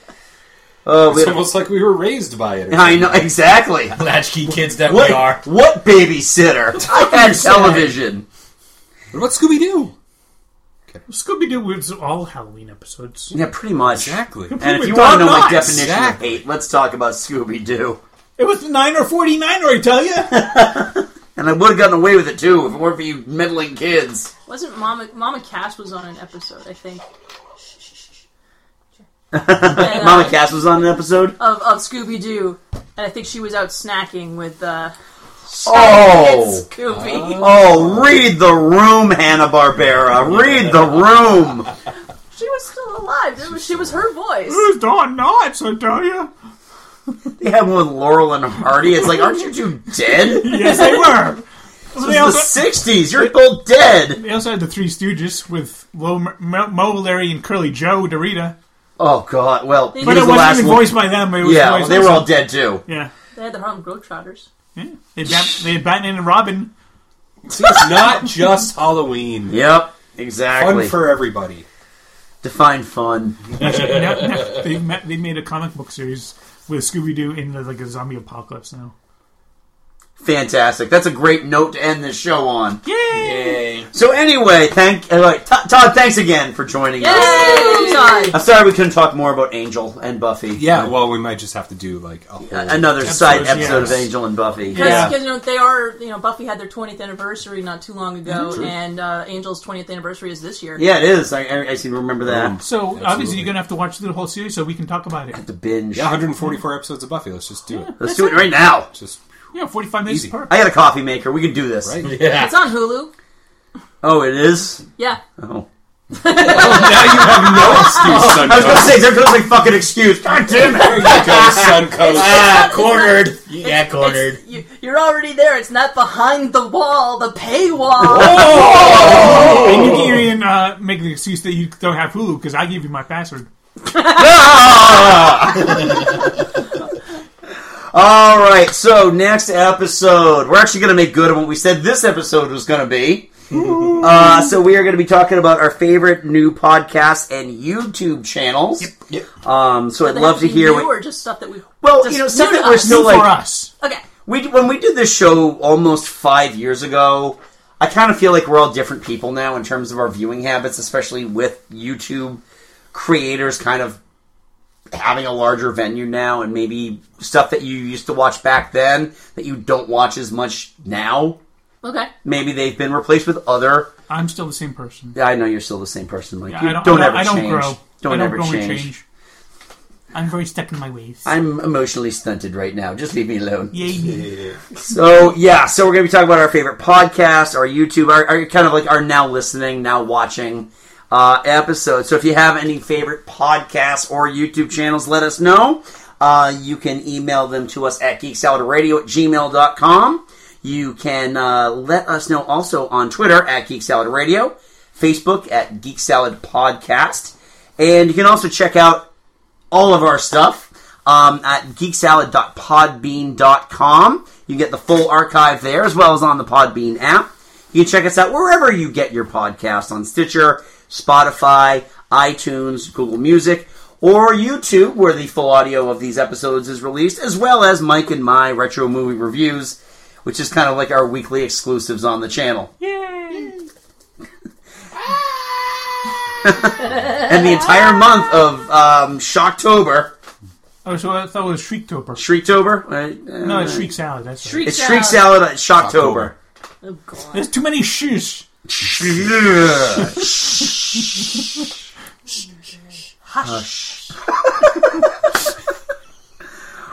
[SPEAKER 2] Oh,
[SPEAKER 5] It's almost like we were raised by it.
[SPEAKER 2] <laughs>
[SPEAKER 5] or
[SPEAKER 2] I know exactly.
[SPEAKER 8] Latchkey kids that
[SPEAKER 2] what,
[SPEAKER 8] we are.
[SPEAKER 2] What babysitter? I had television.
[SPEAKER 5] What about Scooby Doo?
[SPEAKER 3] Scooby Doo was all Halloween episodes.
[SPEAKER 2] Yeah, pretty much. <laughs>
[SPEAKER 5] Exactly.
[SPEAKER 2] And if you want to know my definition
[SPEAKER 3] Exactly.
[SPEAKER 2] of hate, let's talk about Scooby Doo.
[SPEAKER 3] it was nine or forty nine, or I tell you. <laughs>
[SPEAKER 2] And I would have gotten away with it too if it weren't for you meddling kids.
[SPEAKER 4] Wasn't Mama Mama Cass was on an episode? I think
[SPEAKER 2] Mama Cass was on an episode.
[SPEAKER 4] of of Scooby Doo, and I think she was out snacking with. Uh,
[SPEAKER 2] Oh.
[SPEAKER 4] It's Scooby.
[SPEAKER 2] Oh, read the room, Hanna Barbera. Read the room.
[SPEAKER 4] She was still alive. It was, she was her
[SPEAKER 3] <laughs>
[SPEAKER 4] voice.
[SPEAKER 3] Who's Don Knotts? I tell you.
[SPEAKER 2] They had one with Laurel and Hardy. It's like, aren't you two dead?
[SPEAKER 3] Yes, they <laughs> were.
[SPEAKER 2] This was the sixties. You're both dead.
[SPEAKER 3] They also had the Three Stooges with Lo, Mo, Mo, Larry, and Curly Joe Dorita.
[SPEAKER 2] Oh God! Well,
[SPEAKER 4] But
[SPEAKER 2] he
[SPEAKER 4] it
[SPEAKER 2] was the
[SPEAKER 3] wasn't
[SPEAKER 2] last
[SPEAKER 3] even
[SPEAKER 2] one-
[SPEAKER 3] voiced by them, it was
[SPEAKER 2] yeah,
[SPEAKER 3] voiced
[SPEAKER 2] they were
[SPEAKER 3] by
[SPEAKER 2] all
[SPEAKER 3] some-
[SPEAKER 2] dead too.
[SPEAKER 3] Yeah,
[SPEAKER 4] They had the Harlem Globetrotters.
[SPEAKER 3] they had, Bat- they had Batman and Robin.
[SPEAKER 5] See, it's not just Halloween.
[SPEAKER 2] Yep, exactly.
[SPEAKER 5] Fun for everybody.
[SPEAKER 2] Define fun.
[SPEAKER 3] Actually, now, <laughs> now they, ma- they made a comic book series with Scooby Doo in the, like a zombie apocalypse now.
[SPEAKER 2] Fantastic. That's a great note to end this show on.
[SPEAKER 8] Yay!
[SPEAKER 2] So anyway, thank uh, like, Todd. Todd, thanks again for joining us.
[SPEAKER 4] Todd.
[SPEAKER 2] I'm sorry we couldn't talk more about Angel and Buffy.
[SPEAKER 5] Yeah, well, we might just have to do like a whole
[SPEAKER 2] another side
[SPEAKER 5] Episodes,
[SPEAKER 2] episode of
[SPEAKER 5] yes.
[SPEAKER 2] Angel and Buffy.
[SPEAKER 4] Because you know, they are, you know, Buffy had their 20th anniversary not too long ago,
[SPEAKER 2] Mhm, true.
[SPEAKER 4] and uh, Angel's 20th anniversary is this year.
[SPEAKER 2] Yeah, it is. I, I, I seem to remember that.
[SPEAKER 3] So obviously you're gonna have to watch through the whole series so we can talk about it.
[SPEAKER 2] the binge.
[SPEAKER 5] Yeah, 144 episodes of Buffy. Let's just do it.
[SPEAKER 2] Let's do it right now.
[SPEAKER 5] Just <laughs>
[SPEAKER 3] Yeah, 45 minutes per.
[SPEAKER 2] I got a coffee maker. We can do this.
[SPEAKER 5] Right.
[SPEAKER 4] It's on Hulu.
[SPEAKER 2] Oh, it is.
[SPEAKER 4] Yeah.
[SPEAKER 2] Oh.
[SPEAKER 5] now you have no excuse,
[SPEAKER 2] <laughs>
[SPEAKER 5] Suncoast.
[SPEAKER 2] I was gonna say there goes my <laughs> fucking excuse. God damn it!
[SPEAKER 5] There you go,
[SPEAKER 2] <laughs>
[SPEAKER 5] Suncoast.
[SPEAKER 2] Ah,
[SPEAKER 6] cornered.
[SPEAKER 2] Yeah, cornered.
[SPEAKER 4] You, you're already there. It's not behind the wall, the paywall.
[SPEAKER 2] Oh,
[SPEAKER 3] And you can't even uh, make the excuse that you don't have Hulu because I gave you my password.
[SPEAKER 2] All right, so next episode, we're actually going to make good on what we said this episode was going to be. Uh, so we are going to be talking about our favorite new podcasts and YouTube channels. Yep. Um, so I'd
[SPEAKER 4] They
[SPEAKER 2] love
[SPEAKER 4] have
[SPEAKER 2] to hear
[SPEAKER 4] new
[SPEAKER 2] what
[SPEAKER 4] or just stuff that we
[SPEAKER 2] well,
[SPEAKER 4] just
[SPEAKER 2] you know,
[SPEAKER 4] new
[SPEAKER 2] stuff
[SPEAKER 4] to
[SPEAKER 2] that we're
[SPEAKER 4] us.
[SPEAKER 2] still like
[SPEAKER 4] Okay.
[SPEAKER 2] We when we did this show almost five years ago, I kind of feel like we're all different people now in terms of our viewing habits, especially with YouTube creators kind of having a larger venue now, and maybe stuff that you used to watch back then that you don't watch as much now.
[SPEAKER 4] Okay.
[SPEAKER 2] Maybe they've been replaced with other.
[SPEAKER 3] I'm still the same person.
[SPEAKER 2] Yeah, I know you're still the same person. Like
[SPEAKER 3] Yeah,
[SPEAKER 2] you
[SPEAKER 3] I
[SPEAKER 2] don't,
[SPEAKER 3] don't, I
[SPEAKER 2] ever
[SPEAKER 3] I don't
[SPEAKER 2] change.
[SPEAKER 3] grow.
[SPEAKER 2] Don't,
[SPEAKER 3] I don't
[SPEAKER 2] ever
[SPEAKER 3] grow and
[SPEAKER 2] change.
[SPEAKER 3] change. I'm very stuck in my ways.
[SPEAKER 2] I'm emotionally stunted right now. Just leave me alone.
[SPEAKER 3] Yay.
[SPEAKER 2] So yeah, so we're gonna be talking about our favorite podcasts, our YouTube, our, our kind of like our now listening, now watching uh, episodes. So if you have any favorite podcasts or YouTube channels, let us know. Uh, you can email them to us at geeksaladradio at gmail.com. You can uh, let us know also on Twitter at Geek Salad Radio, Facebook at Geek Salad Podcast, and you can also check out all of our stuff um, at geeksalad.podbean.com. You get the full archive there as well as on the Podbean app. You can check us out wherever you get your podcast on Stitcher, Spotify, iTunes, Google Music, or YouTube, where the full audio of these episodes is released, as well as Mike and my retro movie reviews, which is kind of like our weekly exclusives on the channel. And the entire month of um, Shocktober.
[SPEAKER 3] Oh, so I thought it was Shriektober.
[SPEAKER 2] Shriektober? Uh,
[SPEAKER 3] No, it's Shriek Salad. That's right.
[SPEAKER 2] It's Shriek Salad at Shocktober.
[SPEAKER 4] Oh,
[SPEAKER 3] There's too many shoes.
[SPEAKER 2] Hush.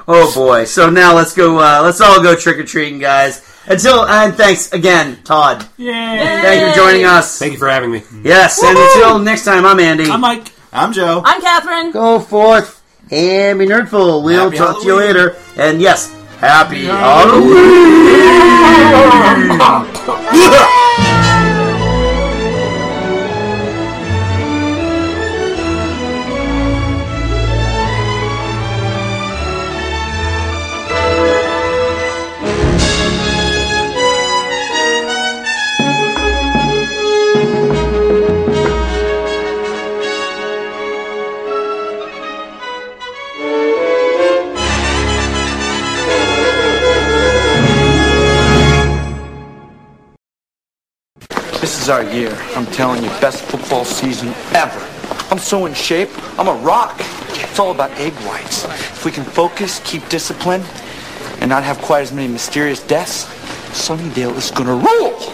[SPEAKER 2] Oh boy! So now let's go. Uh, let's all go trick or treating, guys. Until and thanks again, Todd.
[SPEAKER 3] Yay.
[SPEAKER 2] Thank you for joining us. Thank
[SPEAKER 5] you for having me.
[SPEAKER 2] Yes, and
[SPEAKER 4] Woohoo!
[SPEAKER 2] until next time, I'm Andy. I'm
[SPEAKER 3] Mike.
[SPEAKER 2] I'm Joe.
[SPEAKER 4] I'm Catherine.
[SPEAKER 2] Go forth and be nerdful. We'll
[SPEAKER 4] Happy
[SPEAKER 2] talk to you
[SPEAKER 4] Halloween.
[SPEAKER 2] later. And yes, happy Halloween.
[SPEAKER 9] This is our year. I'm telling you, best football season ever. I'm so in shape, I'm a rock. It's all about egg whites. If we can focus, keep discipline, and not have quite as many mysterious deaths, Sunnydale is gonna rule!